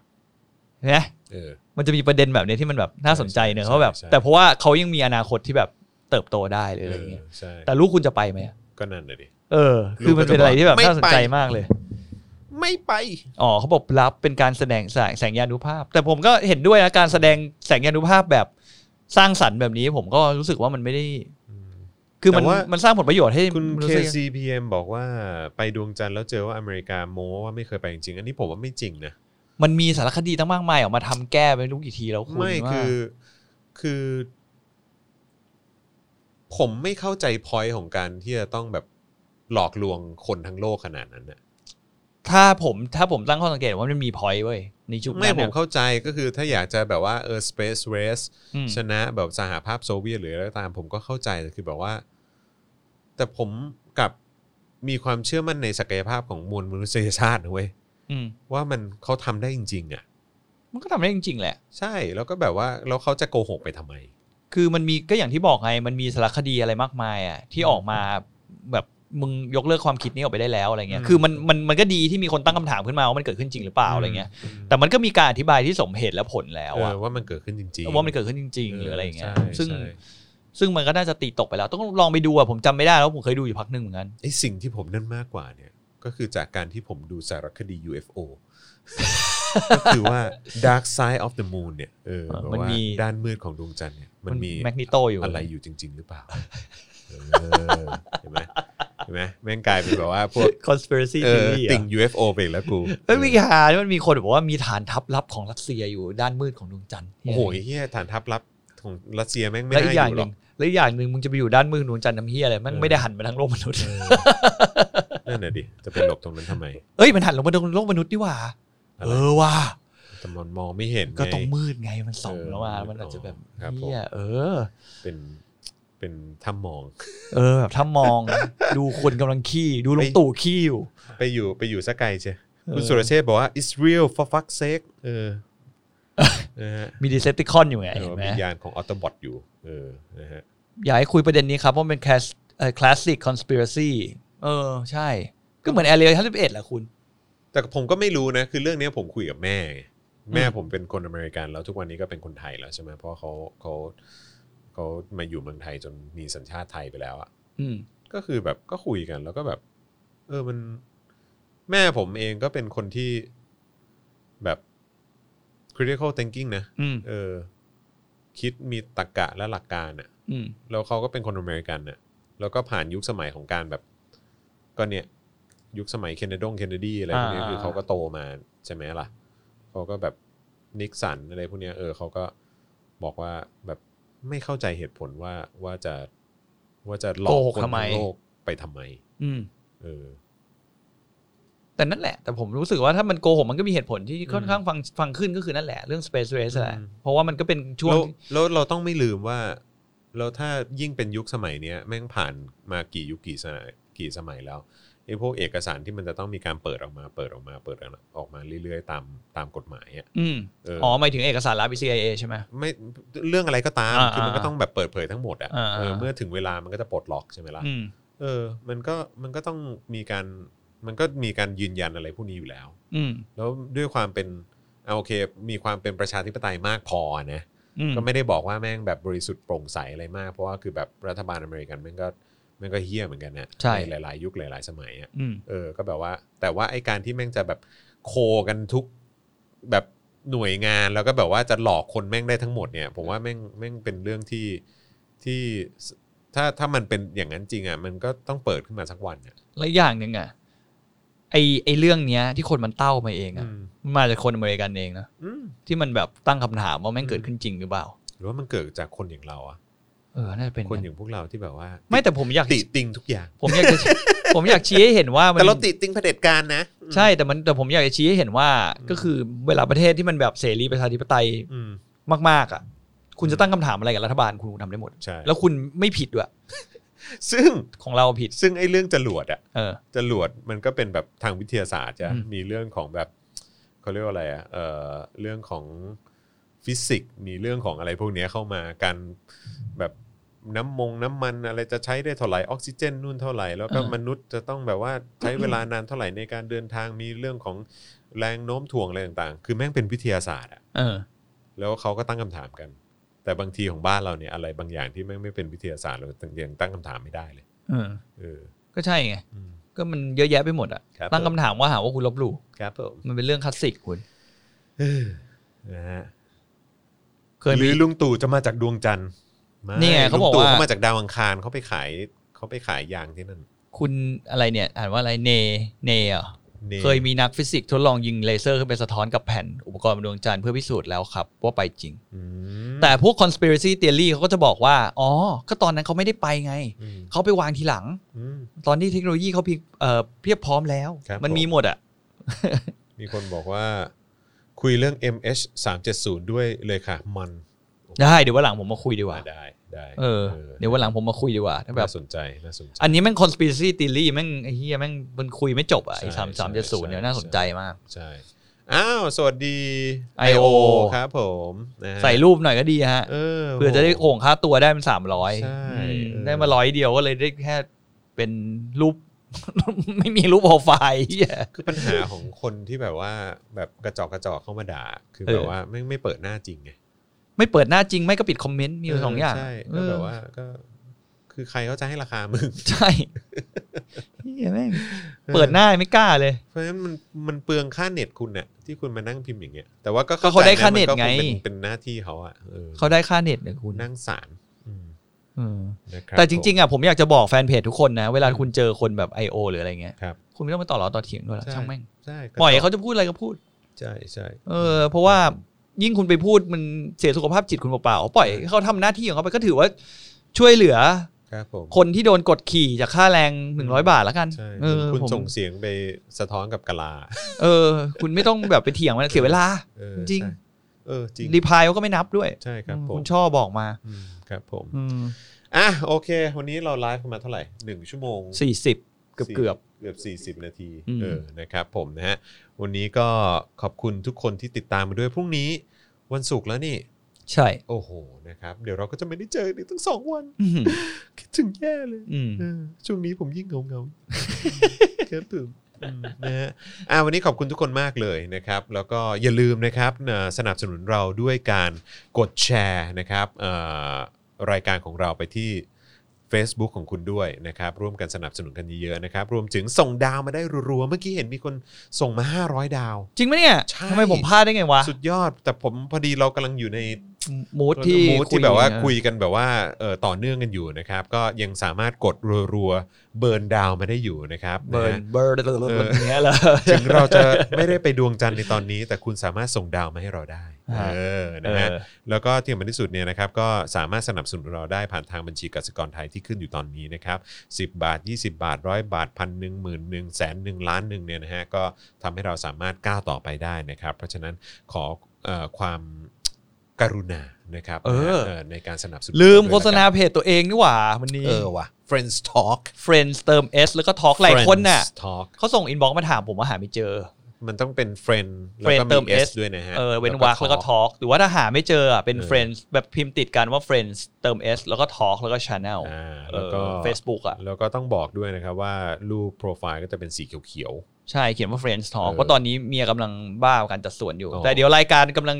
[SPEAKER 2] เห็นไหม
[SPEAKER 1] เออ
[SPEAKER 2] มันจะมีประเด็นแบบเนี้ยที่มันแบบน่าสนใจเนอะ
[SPEAKER 1] ใช่
[SPEAKER 2] เพราะแบบ
[SPEAKER 1] ใช่
[SPEAKER 2] แต่เพราะว่าเขายังมีอนาคตที่แบบเติบโตได้หรืออะไรอย่างเงี้ย
[SPEAKER 1] เออใช่
[SPEAKER 2] แต่ลูกคุณจะไปไหมอะ
[SPEAKER 1] ก็นั่นเลยดิ
[SPEAKER 2] เออ คือมันเป็นอะไรที่แบบน่าสนใจมากเลย
[SPEAKER 1] ไม่ไป
[SPEAKER 2] อ๋อเขาบอกรับเป็นการแสดงแสงแสงยานุภาพ แต่ผมก็เห็นด้วยนะการแสดงแสงยานุภาพแบบสร้างสรรค์แบบนี้ ผมก็รู้สึกว่ามันไม่ได้ คือมัน
[SPEAKER 1] แต่ว่า
[SPEAKER 2] มันสร้างผลประโยชน์ให้
[SPEAKER 1] คุณ
[SPEAKER 2] มนุษย
[SPEAKER 1] KCPM บอกว่าไปดวงจันทร์แล้วเจอว่าอเมริกาโม้ว่าไม่เคยไปจริงๆอันนี้ผมว่าไม่จริงนะ
[SPEAKER 2] มันมีสารคดีตั้งมากมายออกมาทำแก้ไปรู้กี่ทีแล้วคุณ
[SPEAKER 1] ไม่
[SPEAKER 2] ว่า
[SPEAKER 1] คือคือ ผมไม่เข้าใจพอยของการที่จะต้องแบบหลอกลวงคนทั้งโลกขนาดนั้นนะ
[SPEAKER 2] ถ้าผมถ้าผมตั้งข้อสังเกตว่ามันมีพอยต์เว้ยในจุดนั้น
[SPEAKER 1] ไม่ผม
[SPEAKER 2] อะ
[SPEAKER 1] เข้าใจก็คือถ้าอยากจะแบบว่าเออ space race
[SPEAKER 2] อืม
[SPEAKER 1] ชนะแบบสหภาพโซเวียตหรืออะไรก็ตามผมก็เข้าใจแต่คือแบบว่า แต่ผมกลับมีความเชื่อมั่นในศักยภาพของมวลมนุษยชาตินะเว้ย
[SPEAKER 2] อืม
[SPEAKER 1] ว่ามันเขาทำได้จริง ๆ อ่ะ
[SPEAKER 2] มันก็ทำได้จริง ๆ แหละ
[SPEAKER 1] ใช่แล้วก็แบบว่าแล้วเขาจะโกหกไปทำไม
[SPEAKER 2] คือมันมีก็อย่างที่บอกไงมันมีสารคดีอะไรมากมายอ่ะที่ออกมาแบบมึงยกเลิกความคิดนี้ออกไปได้แล้วอะไรเงี้ย
[SPEAKER 1] อืม
[SPEAKER 2] คือมันมันมันก็ดีที่มีคนตั้งคำถามขึ้นมาว่ามันเกิดขึ้นจริงหรือเปล่าอะไรเงี้ย แต่มันก็มีการอธิบายที่สมเหตุและผลแล้ว
[SPEAKER 1] เอ
[SPEAKER 2] อะ
[SPEAKER 1] อว่ามันเกิดขึ้นจริง ๆ
[SPEAKER 2] ว่ามันเกิดขึ้นจริง ๆ หรืออะไรอย่างเงี้ย
[SPEAKER 1] ใช่
[SPEAKER 2] ซึ่ง
[SPEAKER 1] ใช่
[SPEAKER 2] ซึ่งมันก็น่าจะตีตกไปแล้ว ต้องลองไปดูอะผมจำไม่ได้แล้วผมเคยดูอยู่พักหนึ่งเหมือนกัน
[SPEAKER 1] ไอสิ่งที่ผมนั่นมากกว่าเนี่ย ก็คือจากการที่ผมดูสารคดี UFO ก็คือว่า Dark Side of the Moon เนี่ยเออ
[SPEAKER 2] เออ
[SPEAKER 1] แบบ
[SPEAKER 2] มัน
[SPEAKER 1] ว่า
[SPEAKER 2] มี
[SPEAKER 1] ด้านมืดของดวงจันทร์เนี่ยมันมี
[SPEAKER 2] แมกนิโตอยู่
[SPEAKER 1] อะไรอยู่จริง ๆ หรือเปล่าเออเห็นไหมเห็นไหมแม่งกลายเป็นแบบว่า พวก
[SPEAKER 2] คอน spiracy
[SPEAKER 1] เออ
[SPEAKER 2] theory
[SPEAKER 1] ติ่ง
[SPEAKER 2] อะ
[SPEAKER 1] UFO ไปอีกแล้วกู
[SPEAKER 2] เฮ้ยมี ข่าวที่มันมีคนบอกว่ามีฐานทัพลับของรัสเซียอยู่ด้านมืดของดวงจันทร์
[SPEAKER 1] โอ้โหไอ้เฮียฐานทัพลับของรัสเซียแม่งไม่
[SPEAKER 2] และ
[SPEAKER 1] น่า
[SPEAKER 2] อีก
[SPEAKER 1] อ
[SPEAKER 2] อย่าง
[SPEAKER 1] ยู่
[SPEAKER 2] ห
[SPEAKER 1] หร
[SPEAKER 2] นึ่
[SPEAKER 1] อก
[SPEAKER 2] งและอีกอย่างหนึ่งมึงจะไปอยู่ด้านมืดของดวงจันทร์ทำเฮียอะไรแมัน
[SPEAKER 1] เออ
[SPEAKER 2] ไม่ได้หันไปทางโลกมนุษย์
[SPEAKER 1] เออนั่นแหะดิจะไปหลบตรงนั้นทำไม
[SPEAKER 2] เอ้ยมันหันลงมาทางโลกมนุษย์ดีหว่า
[SPEAKER 1] อะไร
[SPEAKER 2] เออว่ะ
[SPEAKER 1] แต่มันมองไม่เห็นไ
[SPEAKER 2] ก็ต้องมืดไงมันส่องแล้วมา
[SPEAKER 1] เออ
[SPEAKER 2] มันอาจจะแบบ
[SPEAKER 1] ครับผม
[SPEAKER 2] เฮียเออ
[SPEAKER 1] เป็นเป็นถ้ำมอง
[SPEAKER 2] เออแบบถ้ามอง ดูคนกำลังขี้ ดูลุงตู่ขี้อยู่
[SPEAKER 1] ไปอยู่ไปอยู่สักไกลเชีย
[SPEAKER 2] เออ
[SPEAKER 1] คุณสุรเชษฐ์บอกว่า it's real for fuck sake เออ นะฮะ
[SPEAKER 2] มีดีเซปติคอนอยู่ไง
[SPEAKER 1] เอ
[SPEAKER 2] เห็
[SPEAKER 1] อน
[SPEAKER 2] ไหม
[SPEAKER 1] วิญญาณของออตบอทอยู่ เออนะฮะ
[SPEAKER 2] อยากให้คุยประเด็นนี้ครับว่ามันเป็นคลาสสิกคอน spiracy เออ ใช่ ก็เหมือนแอเรียล51แหละคุณ
[SPEAKER 1] แต่ผมก็ไม่รู้นะ คือเรื่องเนี้ยผมคุยกับแม่ไงแม่ผมเป็นคนอเมริกัน แล้วทุกวันนี้ก็เป็นคนไทยแล้วใช่ไหมเพราะเขาเขาเขามาอยู่เมืองไทยจนมีสัญชาติไทยไปแล้วอะ
[SPEAKER 2] อืม
[SPEAKER 1] ก็คือแบบก็คุยกันแล้วก็แบบ เออมันแม่ผมเองก็เป็นคนที่แบบ critical thinking นะ
[SPEAKER 2] อืม
[SPEAKER 1] เออ คิดมีตรรกะและหลักการอะ่ะ
[SPEAKER 2] อืม
[SPEAKER 1] แล้วเขาก็เป็นคนอเมริกันน่ะ แล้วก็ผ่านยุคสมัยของการแบบ ก็เนี่ย ยุคสมัยเคนเนดงเคนเนดีอะไรพวกเนี้ย
[SPEAKER 2] อ่า
[SPEAKER 1] คือเขาก็โตมาใช่ไหมล่ะเขาก็แบบนิกสันอะไรพวกเนี้ยเออเขาก็บอกว่าแบบไม่เข้าใจเหตุผลว่าว่าจะว่าจะหลอกคนทั้งโลกไปทำไม
[SPEAKER 2] อืม
[SPEAKER 1] เออ
[SPEAKER 2] แต่นั่นแหละ แต่ผมรู้สึกว่าถ้ามันโกหกมันก็มีเหตุผลที่ค่อนข้างฟังฟังขึ้นก็คือนั่นแหละ เรื่อง space race แหละ
[SPEAKER 1] อืม
[SPEAKER 2] เพราะว่ามันก็เป็นช่วง
[SPEAKER 1] แล้วแล้วเราต้องไม่ลืมว่าแล้วถ้ายิ่งเป็นยุคสมัยเนี้ยแม่งผ่านมากี่ยุคกี่สมัยกี่สมัยแล้วไอ้พวกเอกสารที่มันจะต้องมีการเปิดออกมาเปิดออกมาเปิดออกมาเรื่อยๆ ตามตามกฎหมายอ่ะ
[SPEAKER 2] อืม
[SPEAKER 1] เอออ
[SPEAKER 2] อ๋อหมายถึงเอกสารลับ CIA ใช่ไหม
[SPEAKER 1] ไม่เรื่องอะไรก็ตาม
[SPEAKER 2] อ่า
[SPEAKER 1] คือมันก็
[SPEAKER 2] อ่า
[SPEAKER 1] ต้องแบบเปิดเผยทั้งหมดอ่ะ
[SPEAKER 2] อ่าอ่า
[SPEAKER 1] เออเมื่อถึงเวลามันก็จะปลดล็อกใช่ไหมล่ะ
[SPEAKER 2] อืม
[SPEAKER 1] เออ มันก็มันก็ต้องมีการมันก็มีการยืนยันอะไรพวกนี้อยู่แล้ว
[SPEAKER 2] อืม
[SPEAKER 1] แล้วด้วยความเป็นเอาโอเค มีความเป็นประชาธิปไตยมากพอนะ
[SPEAKER 2] อืม
[SPEAKER 1] ก็ไม่ได้บอกว่าแม่งแบบบริสุทธิ์โปร่งใสอะไรมาก เพราะว่าคือแบบรัฐบาลอเมริกันแม่งก็แม่งก็เฮี้ยเหมือนกันนะ
[SPEAKER 2] ใช่
[SPEAKER 1] นหลาย ๆ ยุคหลาย ๆ สมัยอ่ะ
[SPEAKER 2] อืม
[SPEAKER 1] เออก็แบบว่า แต่ว่าไอการที่แม่งจะแบบโคกันทุกแบบหน่วยงานแล้วก็แบบว่าจะหลอกคนแม่งได้ทั้งหมดเนี่ย ผมว่าแม่งแม่งเป็นเรื่องที่ที่สถ้าถ้ามันเป็นอย่างนั้นจริงอ่ะมันก็ต้องเปิดขึ้นมาสักวันอ่ะ
[SPEAKER 2] และอย่างหนึ่งอ่ะไอไอเรื่องเนี้ย ที่คนมันเต้ามาเอง
[SPEAKER 1] อื
[SPEAKER 2] อ่ะ
[SPEAKER 1] ม
[SPEAKER 2] มันมาจากคนอเมริกันเองนะ
[SPEAKER 1] อืม
[SPEAKER 2] ที่มันแบบตั้งคำถามว่าแม่งเกิดขึ้นจริงหรือเปล่า
[SPEAKER 1] หรือว่ามันเกิดจากคนอย่างเราอ่ะ
[SPEAKER 2] เออน่าจะเป็น
[SPEAKER 1] คนอย่างพวกเราที่แบบว่า
[SPEAKER 2] ไม่แต่ผมอยาก
[SPEAKER 1] ติติงทุกอย่าง
[SPEAKER 2] ผมอยากจะ ผมอยากชี้ให้เห็นว่ามัน
[SPEAKER 1] แต่เราติติงเผด็จการนะ
[SPEAKER 2] ใช่แต่มันแต่ผมอยากจะชี้ให้เห็นว่า
[SPEAKER 1] อืม
[SPEAKER 2] ก็คือเวลาประเทศที่มันแบบเสรีประชาธิปไตย
[SPEAKER 1] อืม
[SPEAKER 2] มากๆอ่ะ คุณจะตั้งคำถามอะไรกับรัฐบาลคุณทำได้หมด
[SPEAKER 1] ใช่
[SPEAKER 2] แล้วคุณไม่ผิดด้วย
[SPEAKER 1] ซึ่ง
[SPEAKER 2] ของเราผิด
[SPEAKER 1] ซึ่งไอ้เรื่องจรวดอะ
[SPEAKER 2] เออ
[SPEAKER 1] จรวดมันก็เป็นแบบทางวิทยาศาสตร์จะ
[SPEAKER 2] อืม
[SPEAKER 1] มีเรื่องของแบบ เขาเรียกว่าอะไรอะเอ่อเรื่องของฟิสิกส์มีเรื่องของอะไรพวกเนี้ยเข้ามาการแบบน้ำมงน้ำมันอะไรจะใช้ได้เท่าไหร่ออกซิเจนนู่นเท่าไหร่แล้วก็
[SPEAKER 2] เออ
[SPEAKER 1] มนุษย์จะต้องแบบว่าใช้เวลานานเท่าไหร่ในการเดินทางมีเรื่องของแรงโน้มถ่วงอะไรต่างๆ คือแม่งเป็นวิทยาศาสตร์อะ
[SPEAKER 2] เออ
[SPEAKER 1] แล้วเขาก็ตั้งคำถามกัน แต่บางทีของบ้านเราเนี่ยอะไรบางอย่างที่แม่งไม่เป็นวิทยาศาสตร์เรายังตั้งคำถามไม่ได้เลย
[SPEAKER 2] เออ
[SPEAKER 1] เออ
[SPEAKER 2] ก็ใช่ไง
[SPEAKER 1] อืม
[SPEAKER 2] ก็มันเยอะแยะไปหมดอะ
[SPEAKER 1] ครับ
[SPEAKER 2] ตั้งคำถามว่าหาว่าคุณลบหลู่
[SPEAKER 1] ครับผม
[SPEAKER 2] มันเป็นเรื่องคลาสสิกคุณ
[SPEAKER 1] นะฮะ
[SPEAKER 2] เคย
[SPEAKER 1] หรื
[SPEAKER 2] มี
[SPEAKER 1] อลุงตู่จะมาจากดวงจันทร์ม่
[SPEAKER 2] นี่ไงเขาบอก
[SPEAKER 1] ลุตู่
[SPEAKER 2] ว่า
[SPEAKER 1] เขามาจากดาวอังคารเขาไปขายเขาไปขายยางที่นั่น
[SPEAKER 2] คุณอะไรเนี่ย อ่านว่าอะไรเนเนเหรอ่ะ
[SPEAKER 1] นี่
[SPEAKER 2] เคยมีนักฟิสิกส์ทดลองยิงเลเซอร์ขึ้นไปสะท้อนกับแผ่น อุปกรณ์บนดวงจันทร์เพื่อพิสูจน์แล้วครับ ว่าไปจริง
[SPEAKER 1] อืม
[SPEAKER 2] แต่พวก conspiracy theory เขาก็จะบอกว่า อ๋อ ก็ตอนนั้นเขาไม่ได้ไปไง
[SPEAKER 1] อืม
[SPEAKER 2] เขาไปวางทีหลัง
[SPEAKER 1] อืม
[SPEAKER 2] ตอนที่เทคโนโลยีเขาเพียงเอ่อเพียบพร้อมแล้ว
[SPEAKER 1] ครับ
[SPEAKER 2] มัน
[SPEAKER 1] ผม
[SPEAKER 2] มีหมดอ่ะ
[SPEAKER 1] มีคนบอกว่า คุยเรื่อง MH 370 ด้วยเลยค่ะ มัน
[SPEAKER 2] ได้เดี๋ยววันหลังผมมาคุยดีกว่า
[SPEAKER 1] ได้ได้
[SPEAKER 2] เออ เดี๋ยววันหลังผมมาคุยดีกว่าถ้าแบบ
[SPEAKER 1] น่าสนใจน่าสนใจ
[SPEAKER 2] อันนี้แม่ง conspiracy theory แม่งไอ้เฮียแม่งมันคุยไม่จบอ่ะไอ้
[SPEAKER 1] ใช่
[SPEAKER 2] สามสาม
[SPEAKER 1] ใช่
[SPEAKER 2] เจ็ดศูนย์เนี่ยน่า
[SPEAKER 1] ใช่
[SPEAKER 2] สนใจมาก
[SPEAKER 1] ใช่ อ้าว สวัสดี
[SPEAKER 2] IO
[SPEAKER 1] ครับผมนะฮะ
[SPEAKER 2] ใส่รูปหน่อยก็ดีฮะ
[SPEAKER 1] เออ
[SPEAKER 2] เพื่อจะได้โอ่งค่าตัวได้เป็นสามร้อย
[SPEAKER 1] ใช่เออ
[SPEAKER 2] ได้มาร้อยเดียวก็เลยได้แค่เป็นรูป ไม่มีรูปโปรไฟล์เหี้ย
[SPEAKER 1] คือปัญหาของคนที่แบบว่าแบบกระจอกกระจอกเข้ามาด่า คือ
[SPEAKER 2] เออ
[SPEAKER 1] แบบว่าไม่ไม่เปิดหน้าจริงไง
[SPEAKER 2] ไม่เปิดหน้าจริงไม่ก็ปิดคอมเมนต์มีอยู่สองอย่าง
[SPEAKER 1] ใช่ก็แบบว่าก็ คือใครเขาจะให้ราคามึง
[SPEAKER 2] ใช่ เฮียแม่ง เปิดหน้าไม่กล้าเลย
[SPEAKER 1] เพราะฉะนั้นมันมันเปลืองค่าเน็ตคุณเนี่ยที่คุณมานั่งพิมพ์อย่างเงี้ย แต่ว่าก็
[SPEAKER 2] ก็เขาได้
[SPEAKER 1] ใจ
[SPEAKER 2] ค่าเน็ต
[SPEAKER 1] มัก็ค
[SPEAKER 2] ไง
[SPEAKER 1] เป็นเป็นหน้าที่เขาอ่ะเออ
[SPEAKER 2] เขาได้ค่าเน็ตเนี่ยคุณ
[SPEAKER 1] นั่งสารอืม
[SPEAKER 2] อืม
[SPEAKER 1] นะครับ
[SPEAKER 2] แต่จริง ๆอ่ะผมอยากจะบอกแฟนเพจทุกคนนะ เวลาคุณเจอคนแบบ I.O. หรืออะไรเงี้ย
[SPEAKER 1] ครับ
[SPEAKER 2] คุณไม่ต้องมาต่อรอต่อเถียงด้วยละ
[SPEAKER 1] ใช่
[SPEAKER 2] ช่างแม่ง
[SPEAKER 1] ใช่
[SPEAKER 2] ปล่อยให้เขาจะพูดอะไรก็พูด
[SPEAKER 1] ใช่ใช่
[SPEAKER 2] เออเพราะว่ายิ่งคุณไปพูดมันเสียสุขภาพจิตคุณเปล่าๆปล่อยให้เขาทำหน้าที่ของเขาไปก็ถือว่าช่วยเหลือ
[SPEAKER 1] ครับผม
[SPEAKER 2] คนที่โดนกดขี่จากค่าแรง 100 บาทแล้วกัน
[SPEAKER 1] ใช่
[SPEAKER 2] เออ
[SPEAKER 1] คุณ
[SPEAKER 2] ผม
[SPEAKER 1] ส่งเสียงไปสะท้อนกับกะลา
[SPEAKER 2] เออ คุณไม่ต้องแบบไปเถียงมันเสียเวลา
[SPEAKER 1] เออ
[SPEAKER 2] จริง
[SPEAKER 1] ใช่เออจริง
[SPEAKER 2] รีพายเขาก็ไม่นับด้วย
[SPEAKER 1] ใช่ครับผ
[SPEAKER 2] คุ
[SPEAKER 1] ม
[SPEAKER 2] ณช่อบอกมา
[SPEAKER 1] อืมครับผม
[SPEAKER 2] อืม
[SPEAKER 1] อ่ะโอเค วันนี้เราไลฟ์กันมาเท่าไหร่หนึ่งชั่วโมง
[SPEAKER 2] สี่สิบเกือบเกือบ
[SPEAKER 1] เกือบ 40 นาที
[SPEAKER 2] อืม
[SPEAKER 1] เออนะครับผมนะฮะวันนี้ก็ขอบคุณทุกคนที่ติดตามมาด้วยพรุ่งนี้วันศุกร์แล้วนี่
[SPEAKER 2] ใช่
[SPEAKER 1] โอ้โหนะครับเดี๋ยวเราก็จะไม่ได้เจออีกตั้งสองวัน
[SPEAKER 2] อืม
[SPEAKER 1] คิดถึงแย่เลย
[SPEAKER 2] อืม
[SPEAKER 1] เออช่วงนี้ผมยิ่งเงาเงาๆ ครับผมอืมนะฮะอ่าวันนี้ขอบคุณทุกคนมากเลยนะครับ แล้วก็อย่าลืมนะครับเอ่อสนับสนุนเราด้วยการกดแชร์นะครับเอ่อรายการของเราไปที่ Facebook ของคุณด้วยนะครับ ร่วมกันสนับสนุนกันเยอะๆนะครับ รวมถึงส่งดาวมาได้รัวๆเมื่อกี้เห็นมีคนส่งมา 500 ดาว
[SPEAKER 2] จริงไหมเนี่ย
[SPEAKER 1] ใช่
[SPEAKER 2] ทำไมผมพลาดได้ไงวะ
[SPEAKER 1] สุดยอด แต่ผมพอดีเรากำลังอยู่ใน
[SPEAKER 2] มูดที่
[SPEAKER 1] มูดที่
[SPEAKER 2] ย
[SPEAKER 1] แบบว่า
[SPEAKER 2] เออ
[SPEAKER 1] คุยกันแบบว่าเอ่อต่อเนื่องกันอยู่นะครับ ก็ยังสามารถกดรัวๆเบิร์นดาวมาได้อยู่นะครับ
[SPEAKER 2] เบิร์นะ
[SPEAKER 1] ฮะ
[SPEAKER 2] เบิร์นเบิร์น
[SPEAKER 1] เออ
[SPEAKER 2] เบิร์นอย่างเงี้ยเหรอ
[SPEAKER 1] ถึงเราจะไม่ได้ไปดวงจันทร์ในตอนนี้ แต่คุณสามารถส่งดาวมาให้เราได้
[SPEAKER 2] อ่า
[SPEAKER 1] เออนะฮะ
[SPEAKER 2] เออ
[SPEAKER 1] แล้วก็ที่สำคัญที่สุดเนี่ยนะครับก็สามารถสนับสนุนเราได้ผ่านทางบัญชีกสิกรไทยที่ขึ้นอยู่ตอนนี้นะครับ10 บาท 20 บาทร้อยบาทพันหนึ่งหมื่นหนึ่งแสนหนึ่งล้านหนึ่งเนี่ยนะฮะก็ทำให้เราสามารถก้าวต่อไปได้นะครับเพราะฉะนั้นขอเอ่อความกรุณานะครับ
[SPEAKER 2] เออ
[SPEAKER 1] เในการสนับสนุน
[SPEAKER 2] ลืม
[SPEAKER 1] ด้วยะ
[SPEAKER 2] โฆษณา
[SPEAKER 1] ครับ
[SPEAKER 2] เพจตัวเองนี่หว่าวันนี้
[SPEAKER 1] เออว่ะ Friends Talk
[SPEAKER 2] Friends เติม S แล้วก็ Talk หลายคนน่ะ
[SPEAKER 1] Friends Talk
[SPEAKER 2] เขาส่งอินบ็อกมาถามผมว่าหาไม่เจอ
[SPEAKER 1] มันต้องเป็น friend แล้วก็
[SPEAKER 2] friend เติม
[SPEAKER 1] S
[SPEAKER 2] S
[SPEAKER 1] ด้วยนะฮะ
[SPEAKER 2] เออเว้นวรรคแล้วก็
[SPEAKER 1] ขอ
[SPEAKER 2] Talk หรือว่าถ้าหาไม่เจออ่ะเป็น
[SPEAKER 1] เออ
[SPEAKER 2] Friends แบบพิมพ์ติดกันว่า Friends เติม S แล้วก็ Talk แล้วก็ Channel
[SPEAKER 1] อ่า
[SPEAKER 2] เอ
[SPEAKER 1] แล้ว
[SPEAKER 2] อ
[SPEAKER 1] ก็
[SPEAKER 2] Facebook อ่ะ
[SPEAKER 1] แล้วก็ต้องบอกด้วยนะครับว่ารูปโปรไฟล์ก็จะเป็นสีเขียว
[SPEAKER 2] ใช่เขียนว่า Friends Talk
[SPEAKER 1] เออ
[SPEAKER 2] เพราะตอนนี้เมียกำลังบ้ากับการจัดส่วนอยู่
[SPEAKER 1] อ๋อ
[SPEAKER 2] แต่เดี๋ยวรายการกำลัง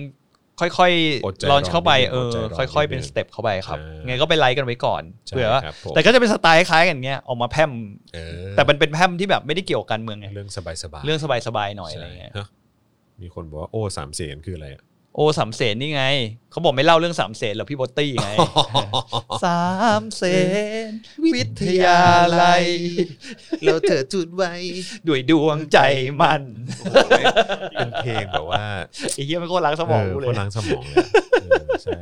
[SPEAKER 2] ค่อย
[SPEAKER 1] อดใจ
[SPEAKER 2] ๆลอนช์เข้าไป
[SPEAKER 1] รอนิดนึง
[SPEAKER 2] เออ
[SPEAKER 1] ดใจรอนิดนึง
[SPEAKER 2] ค่อย ๆ เป็นสเต็ปเข้าไปครับ
[SPEAKER 1] อ่า
[SPEAKER 2] ไงก็ไปไลค์กันไว้ก่อน
[SPEAKER 1] ใช่
[SPEAKER 2] เผื่อว่า
[SPEAKER 1] ครับผม
[SPEAKER 2] แต่ก็จะเป็นสไตล์คล้ายๆกันเงี้ยออกมาแพร่ม
[SPEAKER 1] ๆเออ
[SPEAKER 2] แต่มันเป็นแพร่มที่แบบไม่ได้เกี่ยวกับการเมืองไง
[SPEAKER 1] เรื่องสบายสบาย
[SPEAKER 2] เรื่องสบายๆหน่อยอะไรเงี้ย
[SPEAKER 1] มีคนบอกว่าโอ้สามเสียนคืออะไรอะ
[SPEAKER 2] โอสามเสนนี่ไง เขาบอกไม่เล่าเรื่องสามเสนหรอกพี่บอตตี้ ไง สามเสนวิทยาลั ย
[SPEAKER 1] เราเธอจุดไว้
[SPEAKER 2] ด้วยดวงใจมัน
[SPEAKER 1] เป็นเพลงแบบว่า
[SPEAKER 2] ไอ้เหี้ยมันโคตรล้างสมองกูเล
[SPEAKER 1] ค
[SPEAKER 2] ย
[SPEAKER 1] นล้างสมองเลยอะเออใช่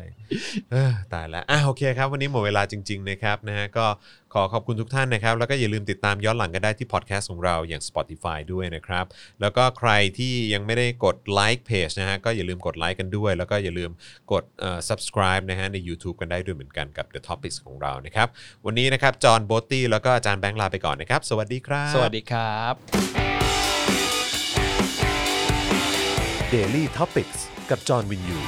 [SPEAKER 1] เออตายแล้วอ่ะโอเคครับ วันนี้หมดเวลาจริง ๆ นะครับนะฮะก็ขอขอบคุณทุกท่านนะครับ แล้วก็อย่าลืมติดตามย้อนหลังกันได้ที่พอดแคสต์ของเราอย่าง Spotify ด้วยนะครับ แล้วก็ใครที่ยังไม่ได้กดไลค์เพจนะฮะก็อย่าลืมกดไลค์กันด้วย แล้วก็อย่าลืมกดเอ่อ subscribe นะฮะใน YouTube กันได้ด้วยเหมือนกันกับ The Topics ของเรานะครับ วันนี้นะครับจอห์นโบตตี้แล้วก็อาจารย์แบงค์ลาไปก่อนนะครับ สวัสดีครับ
[SPEAKER 2] สวัสดีครับ
[SPEAKER 1] Daily t o p i c กกับจอห์นวินยู